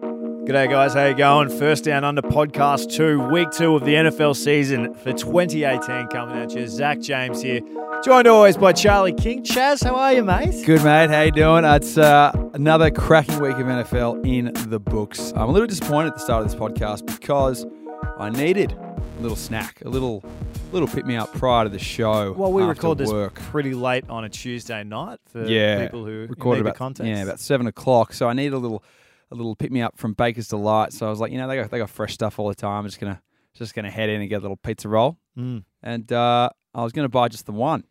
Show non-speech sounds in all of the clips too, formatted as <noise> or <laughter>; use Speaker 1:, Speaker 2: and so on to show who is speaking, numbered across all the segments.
Speaker 1: G'day, guys. How you going? First Down Under Podcast 2, Week 2 of the NFL season for 2018 coming at you. Zach James here, joined always by Charlie King. Chaz, how are you, mate?
Speaker 2: Good mate, how you doing? It's uh, another cracking week of NFL in the books. I'm a little disappointed at the start of this podcast because I needed a little snack, a little little pick me up prior to the show.
Speaker 1: Well, we
Speaker 2: after
Speaker 1: record this
Speaker 2: work.
Speaker 1: pretty late on a Tuesday night for
Speaker 2: yeah,
Speaker 1: people who need
Speaker 2: recorded about
Speaker 1: the context.
Speaker 2: yeah about seven o'clock. So I need a little a little pick me up from Baker's Delight. So I was like, you know, they got they got fresh stuff all the time. I'm just gonna just gonna head in and get a little pizza roll.
Speaker 1: Mm.
Speaker 2: And uh, I was going to buy just the one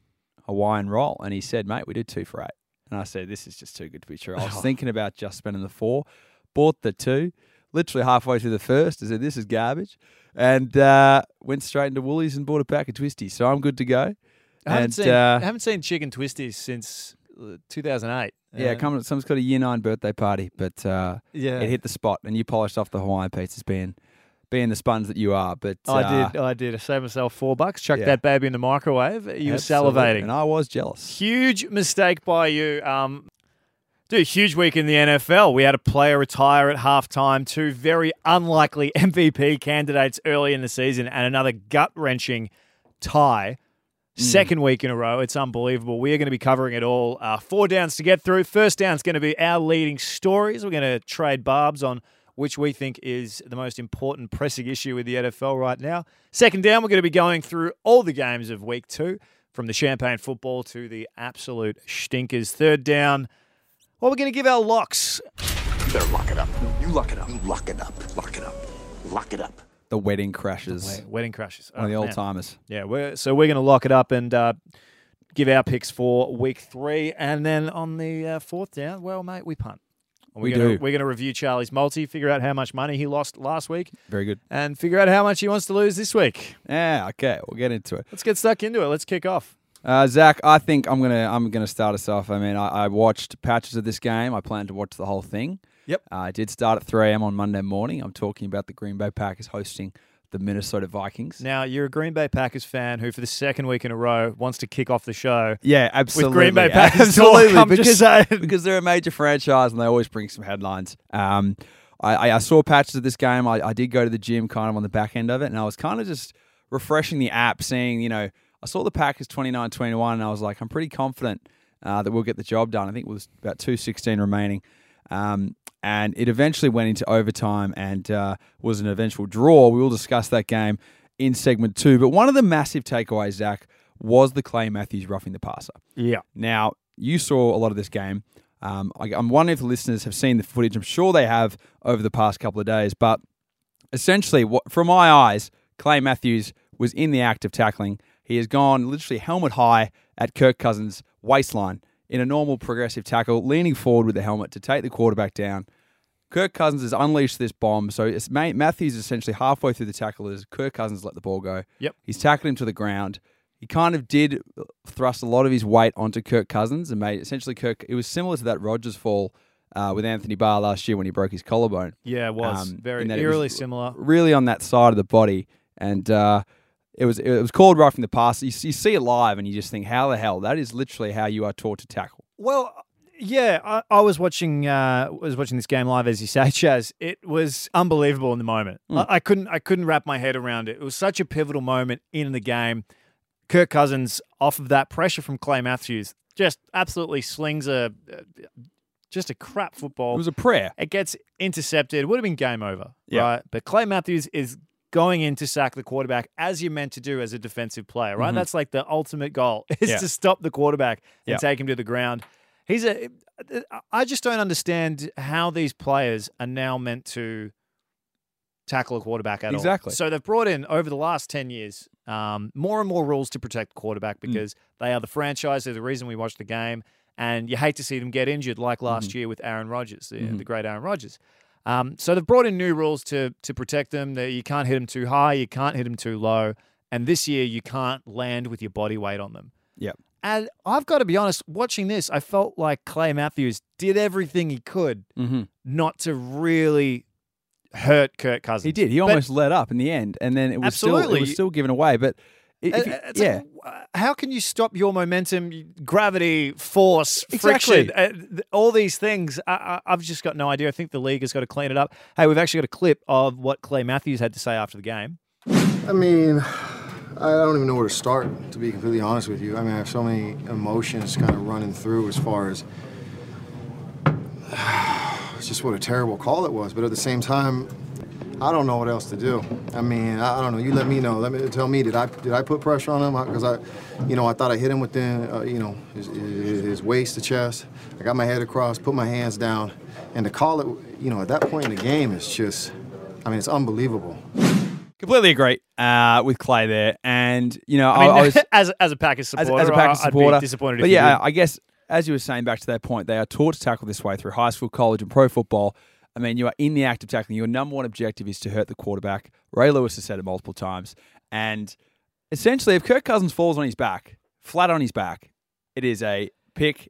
Speaker 2: Hawaiian roll. And he said, mate, we do two for eight. And I said, this is just too good to be true.
Speaker 1: <laughs>
Speaker 2: I was thinking about just spending the four, bought the two, literally halfway through the first. I said, this is garbage. And uh, went straight into Woolies and bought a pack of Twisties. So I'm good to go.
Speaker 1: I, haven't
Speaker 2: and
Speaker 1: seen, I
Speaker 2: uh,
Speaker 1: haven't seen Chicken Twisties since uh, 2008.
Speaker 2: yeah,
Speaker 1: Uh,
Speaker 2: coming, someone's got a year nine birthday party, but uh,
Speaker 1: yeah.
Speaker 2: it hit the spot. And you polished off the Hawaiian pizzas being, being the sponge that you are. But
Speaker 1: I
Speaker 2: uh,
Speaker 1: did. I did. I saved myself four bucks. Chucked
Speaker 2: yeah.
Speaker 1: that baby in the microwave. You were
Speaker 2: absolutely.
Speaker 1: salivating.
Speaker 2: And I was jealous.
Speaker 1: Huge mistake by you. Um, dude, huge week in the NFL. We had a player retire at halftime, two very unlikely <laughs> MVP candidates early in the season, and another gut wrenching tie.
Speaker 2: Mm.
Speaker 1: Second week in a row. It's unbelievable. We are going to be covering it all. Uh, four downs to get through. First down's going to be our leading stories. We're going to trade barbs on which we think is the most important pressing issue with the NFL right now. Second down, we're going to be going through all the games of week two, from the champagne football to the absolute stinkers. Third down, well, we're going to give our locks.
Speaker 3: You better lock it up. You lock it up. You lock it up. Lock it up. Lock it up.
Speaker 2: The wedding crashes.
Speaker 1: Wedding crashes.
Speaker 2: One of the
Speaker 1: Oh,
Speaker 2: old
Speaker 1: man.
Speaker 2: timers.
Speaker 1: Yeah, we're, so we're going to lock it up and uh, give our picks for week three, and then on the uh, fourth down, well, mate, we punt. We're
Speaker 2: We
Speaker 1: gonna,
Speaker 2: do.
Speaker 1: We're going to review Charlie's multi, figure out how much money he lost last week,
Speaker 2: Very good.
Speaker 1: and figure out how much he wants to lose this week.
Speaker 2: Yeah, okay, we'll get into it.
Speaker 1: Let's get stuck into it. Let's kick off.
Speaker 2: Uh, Zach, I think I'm gonna I'm gonna start us off. I mean, I, I watched patches of this game. I plan to watch the whole thing.
Speaker 1: Yep.
Speaker 2: Uh, I did start at 3 a.m. on Monday morning. I'm talking about the Green Bay Packers hosting the Minnesota Vikings.
Speaker 1: Now, you're a Green Bay Packers fan who, for the second week in a row, wants to kick off the show
Speaker 2: yeah, absolutely.
Speaker 1: with Green Bay Packers.
Speaker 2: absolutely.
Speaker 1: Talk. I'm
Speaker 2: because-
Speaker 1: just saying.
Speaker 2: because they're a major franchise and they always bring some headlines. Um, I, I- I saw patches of this game. I, I did go to the gym kind of on the back end of it, and I was kind of just refreshing the app, seeing, you know, I saw the Packers 29 21, and I was like, I'm pretty confident uh, that we'll get the job done. I think it was about 216 remaining. Um, and it eventually went into overtime and uh, was an eventual draw. We will discuss that game in segment two. But one of the massive takeaways, Zach, was the Clay Matthews roughing the passer.
Speaker 1: Yeah.
Speaker 2: Now, you saw a lot of this game. Um, I, I'm wondering if the listeners have seen the footage. I'm sure they have over the past couple of days. But essentially, what, from my eyes, Clay Matthews was in the act of tackling. He has gone literally helmet high at Kirk Cousins' waistline in a normal progressive tackle, leaning forward with the helmet to take the quarterback down. Kirk Cousins has unleashed this bomb. So it's Ma- Matthews is essentially halfway through the tackle as Kirk Cousins let the ball go.
Speaker 1: Yep.
Speaker 2: He's tackled him to the ground. He kind of did thrust a lot of his weight onto Kirk Cousins and made essentially Kirk. It was similar to that Rogers fall uh, with Anthony Barr last year when he broke his collarbone.
Speaker 1: Yeah, it was.
Speaker 2: Um,
Speaker 1: Very
Speaker 2: in that it was-
Speaker 1: eerily similar.
Speaker 2: Really on that side of the body, and uh, it was it was called roughing the passer. You, you see it live, and you just think, how the hell? That is literally how you are taught to tackle.
Speaker 1: Well, uh, yeah, I, I was watching. Uh, was watching this game live, as you say, <laughs> Chaz. It was unbelievable in the moment.
Speaker 2: Hmm.
Speaker 1: I, I couldn't. I couldn't wrap my head around it. It was such a pivotal moment in the game. Kirk Cousins, off of that pressure from Clay Matthews, just absolutely slings a just a crap
Speaker 2: It
Speaker 1: football.
Speaker 2: was a prayer.
Speaker 1: It gets intercepted. Would have been game over,
Speaker 2: Yeah.
Speaker 1: right? But Clay Matthews is going in to sack the quarterback as you're meant to do as a defensive player, right? That's like the ultimate goal <laughs> is
Speaker 2: Mm-hmm. Yeah.
Speaker 1: to stop the quarterback and
Speaker 2: Yeah.
Speaker 1: take him to the ground. He's a. I just don't understand how these players are now meant to tackle a quarterback at all.
Speaker 2: Exactly.
Speaker 1: So they've brought in over the last ten years um, more and more rules to protect the quarterback
Speaker 2: Mm.
Speaker 1: because they are the franchise. They're the reason we watch the game, and you hate to see them get injured, like last year with Aaron Rodgers, the, the great Aaron Rodgers. Um, so they've brought in new rules to to protect them. That you can't hit them too high, you can't hit them too low, and this year you can't land with your body weight on them.
Speaker 2: Yep.
Speaker 1: And I've got to be honest, watching this, I felt like Clay Matthews did everything he could
Speaker 2: Mm-hmm.
Speaker 1: not to really hurt Kirk Cousins.
Speaker 2: He did. He
Speaker 1: But-
Speaker 2: almost let up in the end, and then it was still
Speaker 1: Absolutely.
Speaker 2: it was still given away. But If
Speaker 1: It-
Speaker 2: you-
Speaker 1: Uh, it's
Speaker 2: yeah.
Speaker 1: like, w- uh, how can you stop your momentum, y- gravity, force,
Speaker 2: Exactly.
Speaker 1: friction, uh, th- all these things? I, I, I've just got no idea. I think the league has got to clean it up. Hey, we've actually got a clip of what Clay Matthews had to say after the game.
Speaker 4: I mean, I don't even know where to start, to be completely honest with you. I mean, I have so many emotions kind of running through as far as <sighs> it's just what a terrible call it was. But at the same time, I don't know what else to do. I mean, I, I don't know. You let me know. Let me tell me. Did I did I put pressure on him? Because I, you know, I thought I hit him within, uh, you know, his, his, his waist to chest. I got my head across, put my hands down, and to call it, you know, at that point in the game, it's just, I mean, it's unbelievable.
Speaker 2: Completely agree uh, with Clay there, and you know I,
Speaker 1: I mean,
Speaker 2: Oh,
Speaker 1: <laughs>
Speaker 2: <laughs> I was
Speaker 1: as, as a Packers
Speaker 2: as,
Speaker 1: supporter,
Speaker 2: as a Packers
Speaker 1: I- I'd
Speaker 2: supporter,
Speaker 1: be disappointed.
Speaker 2: But
Speaker 1: if you
Speaker 2: yeah,
Speaker 1: didn't.
Speaker 2: I I guess as you were saying back to that point, they are taught to tackle this way through high school, college, and pro football. I mean, you are in the act of tackling. Your number one objective is to hurt the quarterback. Ray Lewis has said it multiple times, and essentially, if Kirk Cousins falls on his back, flat on his back, it is a pick.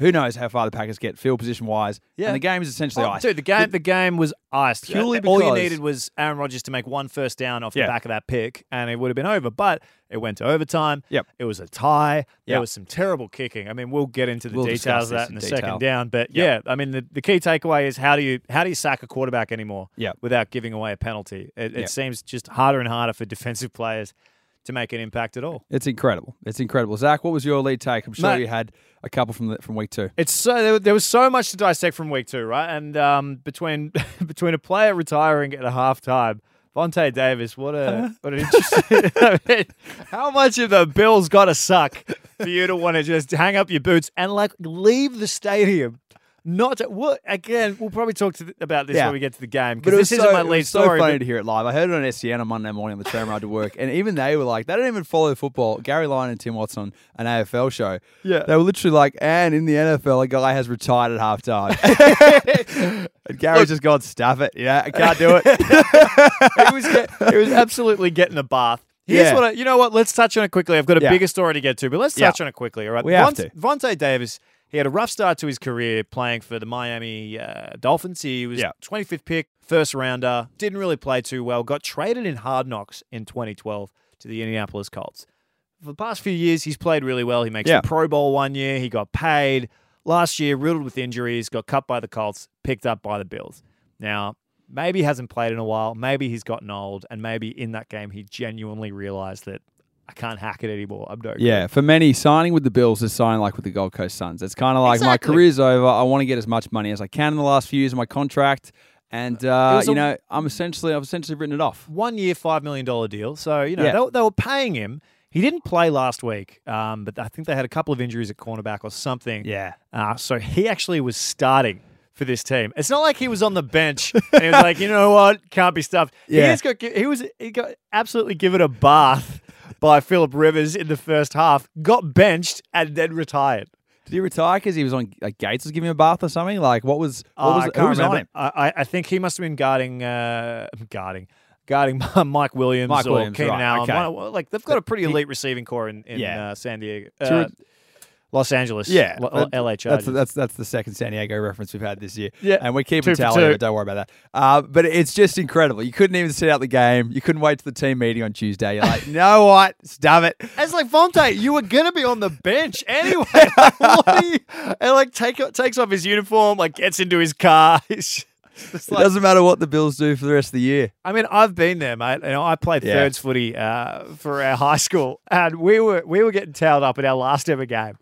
Speaker 2: Who knows how far the Packers get field position wise?
Speaker 1: Yeah.
Speaker 2: and the game is essentially
Speaker 1: Oh,
Speaker 2: ice.
Speaker 1: Dude, the game the game was iced.
Speaker 2: Purely
Speaker 1: all you
Speaker 2: because-
Speaker 1: needed was Aaron Rodgers to make one first down off
Speaker 2: Yeah.
Speaker 1: the back of that pick, and it would have been over. But it went to overtime.
Speaker 2: Yep.
Speaker 1: It was a tie. There
Speaker 2: Yep.
Speaker 1: was some terrible kicking. I mean, we'll get into the
Speaker 2: We'll
Speaker 1: details
Speaker 2: discuss
Speaker 1: of
Speaker 2: this
Speaker 1: that in
Speaker 2: in
Speaker 1: the
Speaker 2: detail.
Speaker 1: second down. But yeah, I mean the, the key takeaway is how do you how do you sack a quarterback anymore
Speaker 2: Yep.
Speaker 1: without giving away a penalty? It, it
Speaker 2: Yep.
Speaker 1: seems just harder and harder for <laughs> defensive players to make an impact at all.
Speaker 2: It's incredible. It's incredible. Zach, what was your lead take? I'm sure
Speaker 1: Mate-
Speaker 2: you had a couple from the, from week two.
Speaker 1: It's so there, there was so much to dissect from week two, right? And um, between <laughs> between a player retiring at a halftime, Vontae Davis, what a what an interesting. <laughs> I mean, how much of the Bills got to suck for you to want to just hang up your boots and like leave the stadium? Not to, what again? We'll probably talk to th- about this
Speaker 2: Yeah.
Speaker 1: when we get to the game
Speaker 2: But
Speaker 1: because
Speaker 2: it was
Speaker 1: this
Speaker 2: so-
Speaker 1: isn't my
Speaker 2: it
Speaker 1: lead
Speaker 2: was so
Speaker 1: story.
Speaker 2: funny
Speaker 1: but-
Speaker 2: to hear it live. I heard it on SCN on Monday morning on the tram ride to work, and even they were like, they don't even follow football. Gary Lyon and Tim Watson on an AFL show.
Speaker 1: Yeah.
Speaker 2: They were literally like, and in the NFL, a guy has retired at <laughs> halftime. and Gary's just gone, stuff it. Yeah, I can't do it.
Speaker 1: it was get, it was absolutely getting a bath. Here's
Speaker 2: Yeah.
Speaker 1: what I, you know. What let's touch on it quickly. I've got a
Speaker 2: Yeah.
Speaker 1: bigger story to get to, but let's
Speaker 2: Yeah.
Speaker 1: touch on it quickly. All right,
Speaker 2: We have to.
Speaker 1: Vontae Davis. He had a rough start to his career playing for the Miami uh, Dolphins. He was
Speaker 2: Yeah.
Speaker 1: 25th pick, first rounder. Didn't really play too well. Got traded in Hard Knocks in 2012 to the Indianapolis Colts. For the past few years, he's played really well. He makes
Speaker 2: Yeah.
Speaker 1: the Pro Bowl one year. He got paid. Last year, riddled with injuries, got cut by the Colts, picked up by the Bills. Now, maybe he hasn't played in a while. Maybe he's gotten old. And maybe in that game, he genuinely realized that I can't hack it anymore. I'm no good."
Speaker 2: <laughs> yeah, for many, signing with the Bills is signing like with the Gold Coast Suns. It's kind of like,
Speaker 1: Exactly.
Speaker 2: my career's over. I want to get as much money as I can in the last few years of my contract. And uh,
Speaker 1: was
Speaker 2: you
Speaker 1: a-
Speaker 2: know, I'm essentially, I've essentially written it off.
Speaker 1: one year, $5 million deal. So, you know,
Speaker 2: Yeah.
Speaker 1: they, they were paying him. He didn't play last week, um, but I think they had a couple of injuries at cornerback or something.
Speaker 2: Yeah,
Speaker 1: Uh, so he actually was starting for this team. It's not like he was on the bench and he was like, you know what, can't be stuffed. He
Speaker 2: Yeah.
Speaker 1: just got gi- he was he got absolutely given a bath by Philip Rivers in the first half, got benched and then retired.
Speaker 2: Did he retire because he was on like Gates was giving him a bath or something? Like what was what
Speaker 1: Uh,
Speaker 2: was,
Speaker 1: I
Speaker 2: who
Speaker 1: can't
Speaker 2: was
Speaker 1: remember.
Speaker 2: on him?
Speaker 1: I, I- I think he must have been guarding uh, guarding. Guarding <laughs> Mike Williams
Speaker 2: Mike
Speaker 1: or
Speaker 2: Williams,
Speaker 1: Keenan
Speaker 2: right,
Speaker 1: Allen,
Speaker 2: okay.
Speaker 1: One- one- like they've got a pretty elite receiving core in, in
Speaker 2: Yeah.
Speaker 1: uh, San Diego,
Speaker 2: To re-
Speaker 1: uh, Los Angeles, L-
Speaker 2: that-
Speaker 1: L- LA Chargers.
Speaker 2: That's, that's that's the second San Diego reference we've had this year.
Speaker 1: Yeah.
Speaker 2: and we're
Speaker 1: Two
Speaker 2: keeping
Speaker 1: for
Speaker 2: tally.
Speaker 1: two.
Speaker 2: of it, Don't worry about that. Uh, but it's just incredible. You couldn't even sit out the game. You couldn't wait to the team meeting on Tuesday. You're like, <laughs> you know what? Stop it.
Speaker 1: It's like Vontae, you were gonna be on the bench anyway. <laughs> Like, what are you- and like take takes off his uniform, like gets into his car. <laughs> It's just
Speaker 2: It
Speaker 1: like-
Speaker 2: doesn't matter what the Bills do for the rest of the year.
Speaker 1: I mean, I've been there, mate. You know, I played
Speaker 2: Yeah.
Speaker 1: thirds footy uh, for our high school, and we were we were getting towed up at our last ever game,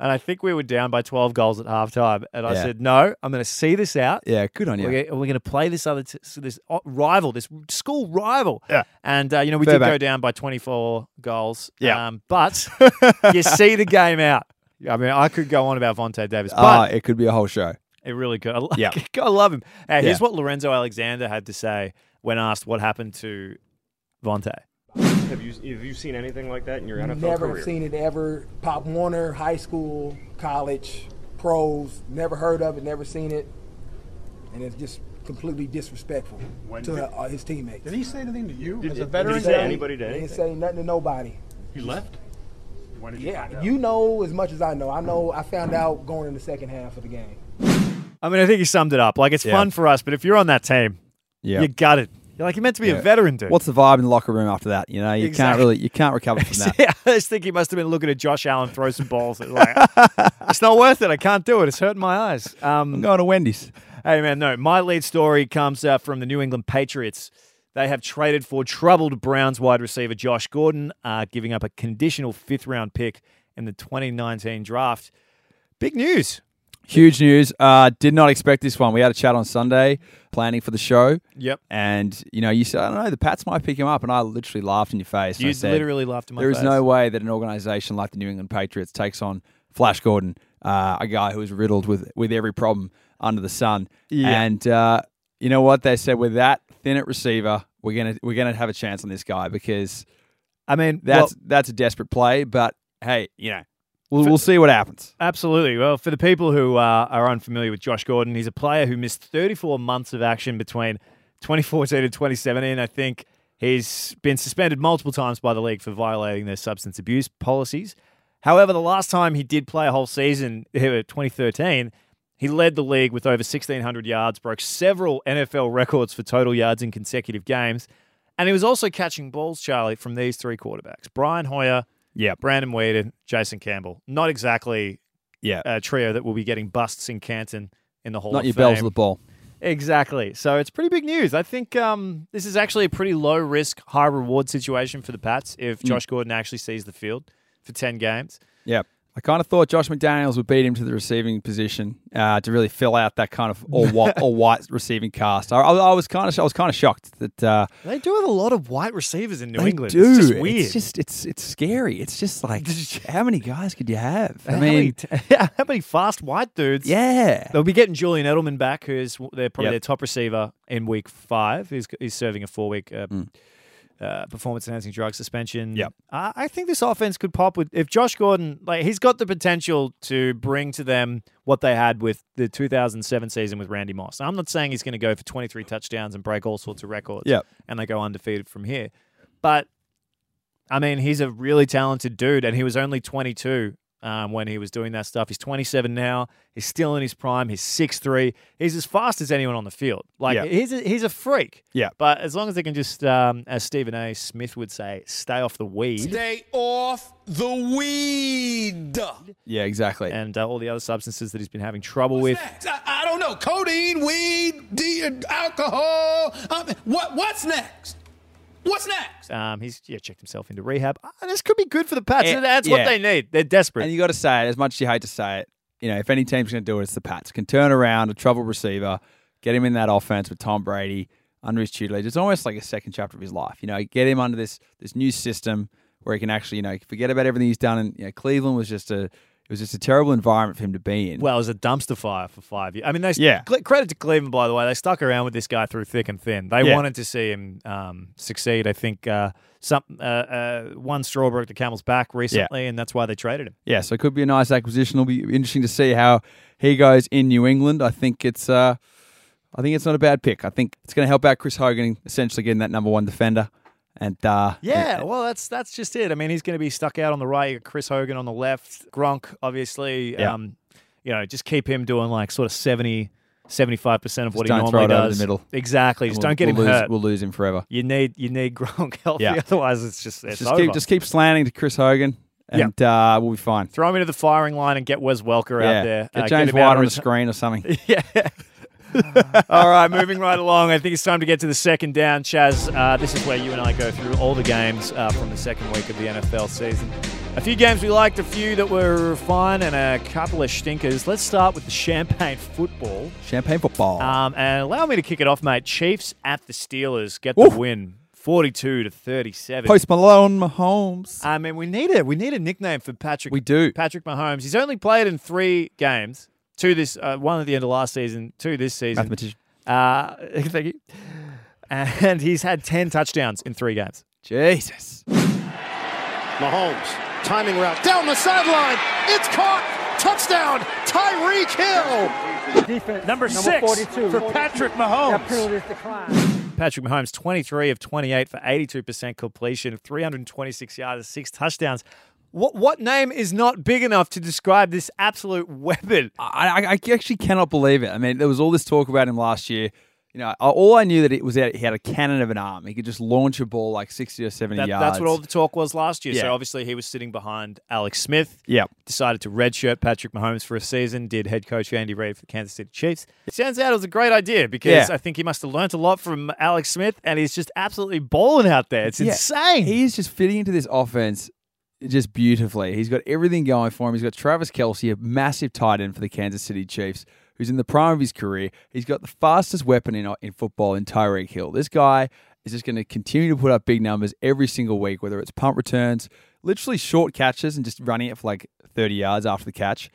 Speaker 1: and I think we were down by twelve goals at halftime. And I
Speaker 2: Yeah.
Speaker 1: said, "No, I'm gonna see this out.
Speaker 2: Yeah, good on you.
Speaker 1: We're, gonna, we're gonna play this other t- so this o- rival, this school rival.
Speaker 2: Yeah.
Speaker 1: And uh, you know we did
Speaker 2: Fairbank.
Speaker 1: go down by 24 goals.
Speaker 2: Yeah.
Speaker 1: Um,
Speaker 2: <laughs>
Speaker 1: but you see the game out. I mean, I could go on about Vontae Davis,
Speaker 2: Ah,
Speaker 1: but
Speaker 2: it could be a whole show.
Speaker 1: it really could. I, <laughs> lo-
Speaker 2: Yeah.
Speaker 1: I love him. Hey, here's
Speaker 2: Yeah.
Speaker 1: what Lorenzo Alexander had to say when asked what happened to Vontae.
Speaker 5: Have you have you seen anything like that in your NFL
Speaker 6: Never
Speaker 5: career?
Speaker 6: seen it ever. Pop Warner, high school, college, pros. Never heard of it. Never seen it. And it's just completely disrespectful to
Speaker 5: did-
Speaker 6: uh, his teammates.
Speaker 7: Did he say anything to you as a
Speaker 5: did he
Speaker 7: veteran?
Speaker 5: say
Speaker 7: guy?
Speaker 5: anybody- to
Speaker 6: He
Speaker 5: anything?
Speaker 6: didn't say nothing to nobody.
Speaker 7: He left. When did you find
Speaker 6: Yeah,
Speaker 7: out?
Speaker 6: you know as much as I know. I know. I found out going in the second half of the game.
Speaker 1: I mean, I think he summed it up. Like it's
Speaker 2: Yeah.
Speaker 1: fun for us, but if you're on that team,
Speaker 2: Yeah,
Speaker 1: you gutted. You're like, you're meant to be
Speaker 2: Yeah.
Speaker 1: a veteran, dude.
Speaker 2: What's the vibe in the locker room after that? You know, you can't
Speaker 1: Exactly.
Speaker 2: really you can't recover
Speaker 1: <laughs>
Speaker 2: from that.
Speaker 1: yeah, I just think he must have been looking at Josh Allen throw some balls. It's like, <laughs> it's not worth it. I can't do it. It's hurting my eyes. Um,
Speaker 2: I'm going to Wendy's.
Speaker 1: Hey, man, no. My lead story comes uh, from the New England Patriots. They have traded for troubled Browns wide receiver Josh Gordon, uh, giving up a conditional fifth round pick in the 2019 draft. Big news.
Speaker 2: Huge news. Uh, did not expect this one. We had a chat on Sunday planning for the show.
Speaker 1: Yep.
Speaker 2: And, you know, you said, I don't know, the Pats might pick him up. And I literally laughed in your face. and I
Speaker 1: You
Speaker 2: said,
Speaker 1: literally laughed in my
Speaker 2: There is
Speaker 1: face.
Speaker 2: no way that an organization like the New England Patriots takes on Flash Gordon, uh, a guy who is riddled with, with every problem under the sun.
Speaker 1: Yeah.
Speaker 2: And uh, you know what? They said, with that thin at receiver, we're going to we're gonna have a chance on this guy because
Speaker 1: I mean,
Speaker 2: that's,
Speaker 1: well,
Speaker 2: that's a desperate play. But hey, you know, we'll, we'll see what happens.
Speaker 1: absolutely. Well, for the people who uh, are unfamiliar with Josh Gordon, he's a player who missed 34 months of action between 2014 and 2017. I think he's been suspended multiple times by the league for violating their substance abuse policies. However, the last time he did play a whole season, <laughs> eh, 2013, he led the league with over 1,600 yards, broke several NFL records for total yards in consecutive games, and he was also catching balls, Charlie, from these three quarterbacks: Brian Hoyer,
Speaker 2: Yep.
Speaker 1: Brandon Whedon, Jason Campbell. Not exactly
Speaker 2: Yeah.
Speaker 1: a trio that will be getting busts in Canton in the uh, Hall
Speaker 2: Not
Speaker 1: of
Speaker 2: your
Speaker 1: Fame.
Speaker 2: bells of the ball.
Speaker 1: Exactly. So it's pretty big news. I think um, this is actually a pretty low risk, high reward situation for the Pats if
Speaker 2: Mm.
Speaker 1: Josh Gordon actually sees the field for 10 games.
Speaker 2: Yeah. I kind of thought Josh McDaniels would beat him to the receiving position uh, to really fill out that kind of all
Speaker 1: <laughs>
Speaker 2: white, all white receiving cast. I, I, I was kind of I was kind of shocked that uh,
Speaker 1: They do have a lot of white receivers in New
Speaker 2: They
Speaker 1: England.
Speaker 2: Do.
Speaker 1: It's just weird.
Speaker 2: just it's it's scary. It's
Speaker 1: <laughs>
Speaker 2: just like how many guys could you have? I
Speaker 1: how, many,
Speaker 2: mean,
Speaker 1: <laughs> how many fast white dudes?
Speaker 2: yeah.
Speaker 1: They'll be getting Julian Edelman back, who's their probably
Speaker 2: Yep.
Speaker 1: their top receiver in week five. He's, he's serving a four week uh, uh, performance enhancing drug suspension.
Speaker 2: Mm. Yep.
Speaker 1: I, I think this offense could pop with if Josh Gordon, like he's got the potential to bring to them what they had with the 2007 season with Randy Moss. I'm not saying he's going to go for 23 touchdowns and break all sorts of records.
Speaker 2: Yep.
Speaker 1: and they go undefeated from here, but. I mean, he's a really talented dude, and he was only 22 um, when he was doing that stuff. He's 27 now. He's still in his prime. He's 6'3". He's as fast as anyone on the field. Like
Speaker 2: Yeah.
Speaker 1: he's a, he's a freak.
Speaker 2: Yeah.
Speaker 1: But as long as they can just, um, as Stephen A. Smith would say, stay off the weed
Speaker 8: Stay off the weed.
Speaker 2: Yeah, exactly.
Speaker 1: and uh, all the other substances that he's been having trouble with.
Speaker 8: Next, I, I don't know. Codeine, weed, D, alcohol. Um, what? What's next? What's next?
Speaker 1: Um, he's yeah checked himself into rehab. Uh, this could be good for the Pats.
Speaker 2: Eh,
Speaker 1: That's
Speaker 2: yeah.
Speaker 1: what they need. They're desperate.
Speaker 2: and you got to say it as much as you hate to say it. You know, if any team's going to do it, it's the Pats. Can turn around a trouble receiver, get him in that offense with Tom Brady under his tutelage. It's almost like a second chapter of his life. You know, get him under this this new system where he can actually, you know, forget about everything he's done. And you know, Cleveland was just a it was just a terrible environment for him to be in.
Speaker 1: Well, it was a dumpster fire for five years. I mean, they
Speaker 2: Yeah.
Speaker 1: cl- credit to Cleveland, by the way. They stuck around with this guy through thick and thin. They
Speaker 2: Yeah.
Speaker 1: wanted to see him um, succeed. I think uh, some uh, uh, one straw broke the camel's back recently, and that's why they traded him.
Speaker 2: Yeah, so it could be a nice acquisition. It'll be interesting to see how he goes in New England. I think it's uh, I think it's not a bad pick. I think it's going to help out Chris Hogan essentially getting that number one defender. And uh,
Speaker 1: Yeah, well, that's that's just it. I mean, he's going to be stuck out on the right. You got Chris Hogan on the left. Gronk, obviously.
Speaker 2: Yeah.
Speaker 1: Um, you know, just keep him doing like sort of 70, 75% of what
Speaker 2: don't
Speaker 1: he
Speaker 2: throw
Speaker 1: normally
Speaker 2: it over the
Speaker 1: does.
Speaker 2: middle.
Speaker 1: Exactly. Just don't get
Speaker 2: we'll
Speaker 1: him
Speaker 2: lose,
Speaker 1: hurt.
Speaker 2: We'll lose him forever.
Speaker 1: you need you need Gronk <laughs> healthy,
Speaker 2: Yeah.
Speaker 1: otherwise it's just it's
Speaker 2: just
Speaker 1: over.
Speaker 2: keep just keep slanting to Chris Hogan, and uh, we'll be fine.
Speaker 1: Throw him into the firing line and get Wes Welker
Speaker 2: yeah,
Speaker 1: out there.
Speaker 2: get
Speaker 1: Uh,
Speaker 2: James
Speaker 1: him out
Speaker 2: White
Speaker 1: of
Speaker 2: on the
Speaker 1: reti-
Speaker 2: screen
Speaker 1: <laughs>
Speaker 2: or <laughs> something.
Speaker 1: All right, moving right along. I think it's time to get to the second down, Chaz. Uh, this is where you and I go through all the games uh, from the second week of the NFL season. A few games we liked, a few that were fine, and a couple of stinkers. Let's start with the champagne football.
Speaker 2: Champagne football.
Speaker 1: Um, and allow me to kick it off, mate. Chiefs at the Steelers get
Speaker 2: Woof.
Speaker 1: the win, forty-two to thirty-seven.
Speaker 2: Post Malone, Mahomes.
Speaker 1: I mean, we need it. We need a nickname for Patrick.
Speaker 2: We do.
Speaker 1: Patrick Mahomes. He's only played in three games. Two this uh, one at the end of last season. Two this season.
Speaker 2: Mathematician.
Speaker 1: Uh, <laughs> thank you. And he's had ten touchdowns in three games.
Speaker 2: Jesus.
Speaker 3: Mahomes, timing route down the sideline. It's caught. Touchdown, Tyreek Hill.
Speaker 6: Defense
Speaker 1: Number six
Speaker 6: 42.
Speaker 1: for Patrick
Speaker 6: That
Speaker 1: Mahomes.
Speaker 6: penalty is declined.
Speaker 1: Patrick Mahomes, twenty-three of twenty-eight for eighty-two percent completion, three hundred and twenty-six yards, six touchdowns. What what name is not big enough to describe this absolute <laughs> weapon?
Speaker 2: I, I, I actually cannot believe it. I mean, there was all this talk about him last year. You know, I- all I knew that it was that he had a cannon of an arm. He could just launch a ball like sixty or seventy
Speaker 1: That,
Speaker 2: yards.
Speaker 1: that's what all the talk was last year.
Speaker 2: Yeah.
Speaker 1: So obviously he was sitting behind Alex Smith.
Speaker 2: Yeah.
Speaker 1: Decided to redshirt Patrick Mahomes for a season. Did head coach Andy Reid for the Kansas City Chiefs. Turns out it was a great idea because
Speaker 2: Yeah.
Speaker 1: I think he must have learnt a lot from Alex Smith, and he's just absolutely balling out there. It's
Speaker 2: Yeah.
Speaker 1: insane.
Speaker 2: He is just fitting into this offense just beautifully. He's got everything going for him. He's got Travis Kelsey, a massive tight end for the Kansas City Chiefs, who's in the prime of his career. He's got the fastest weapon in, in football in Tyreek Hill. This guy is just going to continue to put up big numbers every single week, whether it's punt returns, literally short catches, and just running it for like 30 yards after the catch.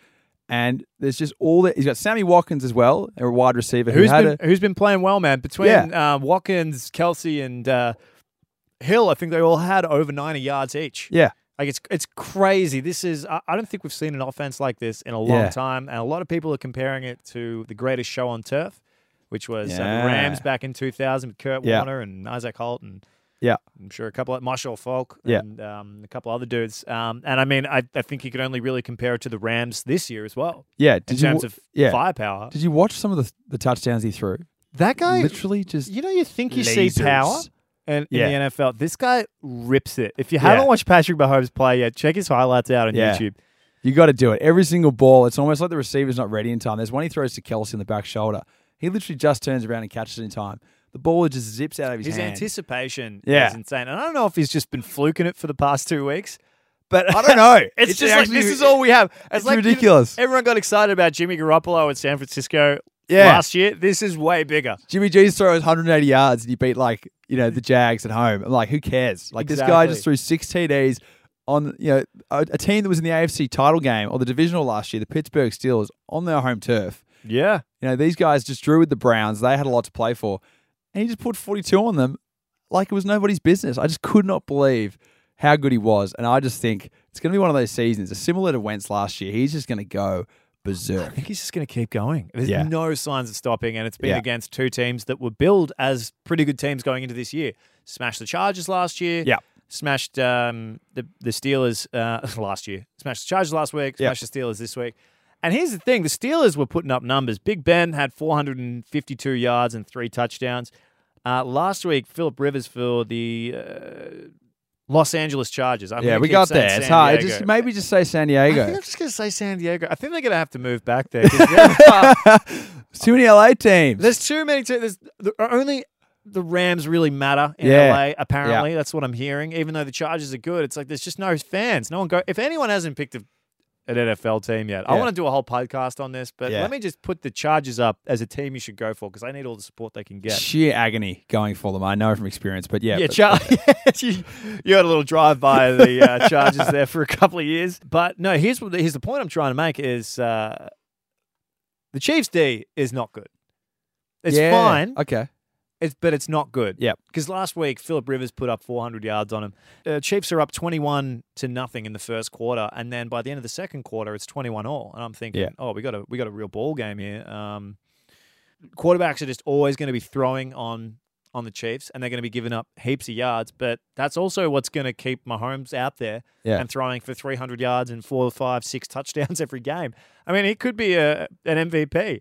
Speaker 2: And there's just all that. He's got Sammy Watkins as well, a wide receiver who
Speaker 1: who's
Speaker 2: had
Speaker 1: been
Speaker 2: a,
Speaker 1: who's been playing well, man? Between
Speaker 2: Yeah.
Speaker 1: uh, Watkins, Kelsey, and uh, Hill, I think they all had over ninety yards each.
Speaker 2: yeah.
Speaker 1: Like it's it's crazy. This is I, I don't think we've seen an offense like this in a long
Speaker 2: Yeah.
Speaker 1: time, and a lot of people are comparing it to the greatest show on turf, which was uh,
Speaker 2: Yeah.
Speaker 1: the Rams back in two thousand with Kurt
Speaker 2: Yeah.
Speaker 1: Warner and Isaac Holt and
Speaker 2: Yeah.
Speaker 1: I'm sure a couple of Marshall Falk
Speaker 2: Yeah.
Speaker 1: and um, a couple other dudes. Um, and I mean, I, I think you could only really compare it to the Rams this year as well
Speaker 2: Yeah.
Speaker 1: in
Speaker 2: you
Speaker 1: terms
Speaker 2: wa-
Speaker 1: of
Speaker 2: yeah.
Speaker 1: firepower.
Speaker 2: Did you watch some of the, the touchdowns he threw?
Speaker 1: That guy
Speaker 2: Literally just
Speaker 1: You know, you think you see
Speaker 2: Lasers.
Speaker 1: power and
Speaker 2: Yeah.
Speaker 1: in the NFL. This guy rips it. If you
Speaker 2: Yeah.
Speaker 1: haven't watched Patrick Mahomes play yet, check his highlights out on
Speaker 2: Yeah.
Speaker 1: YouTube.
Speaker 2: you got to do it. Every single ball, it's almost like the receiver's not ready in time. There's one he throws to Kelsey in the back shoulder. He literally just turns around and catches it in time. The ball just zips out of his,
Speaker 1: His
Speaker 2: hand.
Speaker 1: anticipation
Speaker 2: Yeah.
Speaker 1: is insane. And I don't know if he's just been fluking it for the past two weeks.
Speaker 2: but <laughs> I
Speaker 1: <laughs>
Speaker 2: don't know.
Speaker 1: It's, just like this is all we have.
Speaker 2: it's ridiculous.
Speaker 1: everyone got excited about Jimmy Garoppolo at San Francisco
Speaker 2: Yeah.
Speaker 1: last year. This is way bigger.
Speaker 2: Jimmy G's throw is 180 yards and you beat like you know the Jags at home. I'm like, who cares? Like this guy
Speaker 1: Exactly.
Speaker 2: just threw six TDs on you know a, a team that was in the AFC title game or the divisional last year, the Pittsburgh Steelers on their home turf.
Speaker 1: Yeah.
Speaker 2: You know, these guys just drew with the Browns. They had a lot to play for. And he just put 42 on them like it was nobody's business. I just could not believe how good he was. And I just think it's going to be one of those seasons, similar to Wentz last year. He's just going to go
Speaker 1: <laughs> I
Speaker 2: berserk.
Speaker 1: think he's just going to keep going. There's
Speaker 2: Yeah.
Speaker 1: no signs of stopping, and it's been
Speaker 2: Yeah.
Speaker 1: against two teams that were billed as pretty good teams going into this year. Smashed the Chargers last year.
Speaker 2: Yeah.
Speaker 1: Smashed um, the the Steelers uh, <laughs> last year. Smashed the Chargers last week.
Speaker 2: Yeah.
Speaker 1: Smashed the Steelers this week. And here's the thing: the Steelers were putting up numbers. Big Ben had 452 yards and three touchdowns. Uh, last week, Philip Rivers for the uh, Los Angeles Chargers. I'm
Speaker 2: Yeah,
Speaker 1: gonna
Speaker 2: we
Speaker 1: keep
Speaker 2: got
Speaker 1: saying
Speaker 2: there. It's
Speaker 1: San
Speaker 2: hard.
Speaker 1: Diego.
Speaker 2: Just maybe just
Speaker 1: <laughs>
Speaker 2: say San Diego.
Speaker 1: I think I'm just gonna say San Diego. I think they're gonna have to move back
Speaker 2: <laughs>
Speaker 1: there. 'cause they're far-
Speaker 2: It's too many LA teams.
Speaker 1: There's too many. Te- there's the, only the Rams really matter in
Speaker 2: Yeah.
Speaker 1: LA. Apparently, that's what I'm hearing. Even though the Chargers are good, it's like there's just no fans. No one go. If anyone hasn't picked a, an NFL team yet, I
Speaker 2: Yeah.
Speaker 1: want to do a whole podcast on this. But
Speaker 2: Yeah.
Speaker 1: let me just put the Chargers up as a team you should go for because I need all the support they can get.
Speaker 2: Sheer agony going for them. I know from experience, but yeah.
Speaker 1: Yeah,
Speaker 2: but-
Speaker 1: Char- <laughs> you, you had a little drive by the uh,
Speaker 2: <laughs>
Speaker 1: Chargers there for a couple of years, but no. Here's what- here's the point I'm trying to make is uh, the Chiefs D is not good. It's
Speaker 2: Yeah.
Speaker 1: fine.
Speaker 2: Okay.
Speaker 1: It's but it's not good.
Speaker 2: Yep.
Speaker 1: Because last week Philip Rivers put up 400 yards on him. Uh, Chiefs are up 21 to nothing in the first quarter, and then by the end of the second quarter, it's 21 all. And I'm thinking,
Speaker 2: Yeah.
Speaker 1: oh, we got a we got a real ball game here. Um, quarterbacks are just always going to be throwing on on the Chiefs, and they're going to be giving up heaps of yards. But that's also what's going to keep Mahomes out there
Speaker 2: Yeah.
Speaker 1: and throwing for 300 yards and four, five, six touchdowns <laughs> every game. I mean, he could be a an MVP.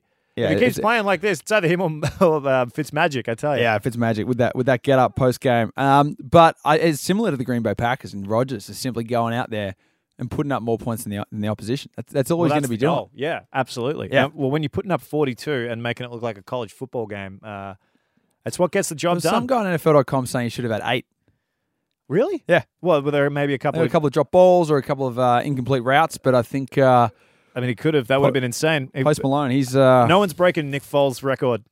Speaker 1: if
Speaker 2: Yeah,
Speaker 1: he keeps
Speaker 2: it's-
Speaker 1: playing like this, it's either him or, <laughs> or um, Fitzmagic, I tell you.
Speaker 2: Yeah, if it's magic with that with that get up post game. Um, but I, it's similar to the Green Bay Packers and Rogers is simply going out there and putting up more points than the than the opposition. That's that's all
Speaker 1: Well,
Speaker 2: he's going
Speaker 1: that's
Speaker 2: to be
Speaker 1: the
Speaker 2: doing.
Speaker 1: goal. Yeah, absolutely.
Speaker 2: Yeah.
Speaker 1: And, well, when you're putting up 42 and making it look like a college football game, uh, that's what gets the
Speaker 2: There
Speaker 1: job
Speaker 2: was
Speaker 1: done.
Speaker 2: some guy on NFL.com saying he should have had eight.
Speaker 1: really?
Speaker 2: Yeah,
Speaker 1: Well, were there maybe a couple
Speaker 2: There were a
Speaker 1: of.
Speaker 2: couple of drop balls or a couple of uh, incomplete routes, but I think uh,
Speaker 1: I mean, he could have. That would have been insane. He-
Speaker 2: Post Malone, he's uh,
Speaker 1: no one's breaking Nick Foles' record,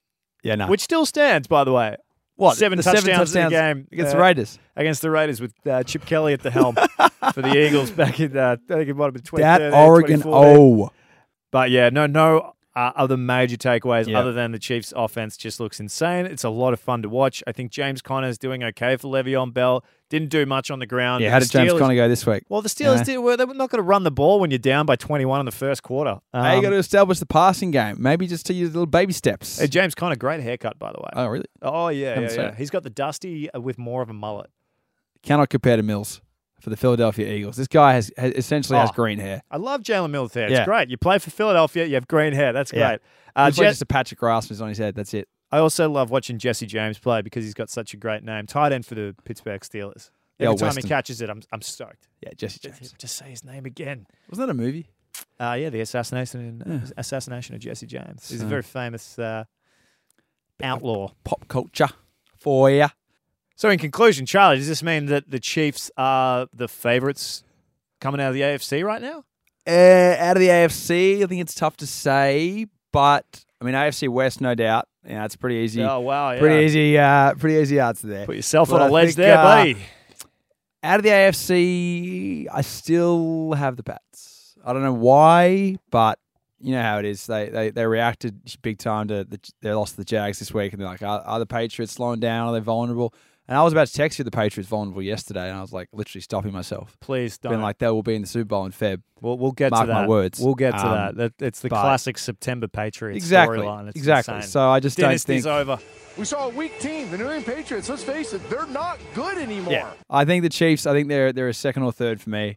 Speaker 2: yeah, no,
Speaker 1: which still stands, by the way.
Speaker 2: what
Speaker 1: seven
Speaker 2: the
Speaker 1: touchdowns in the game,
Speaker 2: against
Speaker 1: uh,
Speaker 2: the Raiders.
Speaker 1: Against the Raiders with uh, Chip Kelly at the helm for
Speaker 2: <laughs>
Speaker 1: the Eagles back in, uh, I think it might have been 2013.
Speaker 2: That Oregon
Speaker 1: 2014.
Speaker 2: oh. O.
Speaker 1: But yeah, no, no uh, other major takeaways
Speaker 2: Yeah.
Speaker 1: other than the Chiefs' offense just looks insane. It's a lot of fun to watch. I think James Conner's doing okay for Le'Veon Bell. Didn't do much on the ground.
Speaker 2: Yeah,
Speaker 1: but
Speaker 2: how
Speaker 1: the
Speaker 2: did James
Speaker 1: Steelers-
Speaker 2: Conner go this week?
Speaker 1: Well, the Steelers
Speaker 2: Yeah.
Speaker 1: did. Well, they were not going to run the ball when you're down by 21 in the first quarter.
Speaker 2: Now you
Speaker 1: Um,
Speaker 2: got to establish the passing game. Maybe just to use little baby steps.
Speaker 1: hey, uh, James Conner, great haircut, by the way.
Speaker 2: oh, really?
Speaker 1: oh yeah, yeah,
Speaker 2: haven't seen
Speaker 1: yeah.
Speaker 2: it.
Speaker 1: He's got the dusty uh, with more of a mullet.
Speaker 2: cannot compare to Mills for the Philadelphia Eagles. This guy has, has essentially has
Speaker 1: Oh.
Speaker 2: green hair.
Speaker 1: I love Jalen Mills hair. It's
Speaker 2: Yeah.
Speaker 1: great. You play for Philadelphia, you have green hair. That's
Speaker 2: Yeah.
Speaker 1: great. Uh,
Speaker 2: Looks like
Speaker 1: Jet-
Speaker 2: just a patch of grass is on his head. That's it.
Speaker 1: I also love watching Jesse James play because he's got such a great name. Tight end for the Pittsburgh Steelers.
Speaker 2: Yeah,
Speaker 1: Every time
Speaker 2: Weston.
Speaker 1: he catches it, I'm, I'm stoked.
Speaker 2: Yeah, Jesse James.
Speaker 1: Just, just say his name again.
Speaker 2: Wasn't that a movie?
Speaker 1: Uh, yeah, the assassination assassination of Jesse James. He's a very famous uh, outlaw.
Speaker 2: Pop culture for you.
Speaker 1: So, in conclusion, Charlie, does this mean that the Chiefs are the favourites coming out of the AFC right now?
Speaker 2: Uh, out of the AFC, I think it's tough to say, but I mean AFC West, no doubt. Yeah, it's pretty easy.
Speaker 1: Oh wow, yeah.
Speaker 2: Pretty easy. Uh, pretty easy answer there.
Speaker 1: Put yourself
Speaker 2: But
Speaker 1: on
Speaker 2: I
Speaker 1: a ledge
Speaker 2: think,
Speaker 1: there,
Speaker 2: uh,
Speaker 1: buddy.
Speaker 2: Out of the AFC, I still have the Pats. I don't know why, but you know how it is. They they, they reacted big time to the, they lost to the Jags this week, and they're like, are, are the Patriots slowing down? Are they vulnerable? And I was about to text you the Patriots vulnerable yesterday, and I was like, literally stopping myself.
Speaker 1: Please don't.
Speaker 2: Been like, they will be in the Super Bowl in Feb.
Speaker 1: we'll, we'll get
Speaker 2: mark
Speaker 1: to
Speaker 2: my
Speaker 1: that.
Speaker 2: words.
Speaker 1: We'll get to
Speaker 2: Um,
Speaker 1: that. that. It's the
Speaker 2: but-
Speaker 1: classic September Patriots
Speaker 2: Exactly.
Speaker 1: storyline. It's
Speaker 2: Exactly.
Speaker 1: insane.
Speaker 2: So I just don't
Speaker 1: Dynasty's
Speaker 2: think-
Speaker 1: over.
Speaker 3: We saw a weak team, the New England Patriots. Let's face it, they're not good anymore.
Speaker 1: Yeah.
Speaker 2: I think the Chiefs. I think they're they're a second or third for me,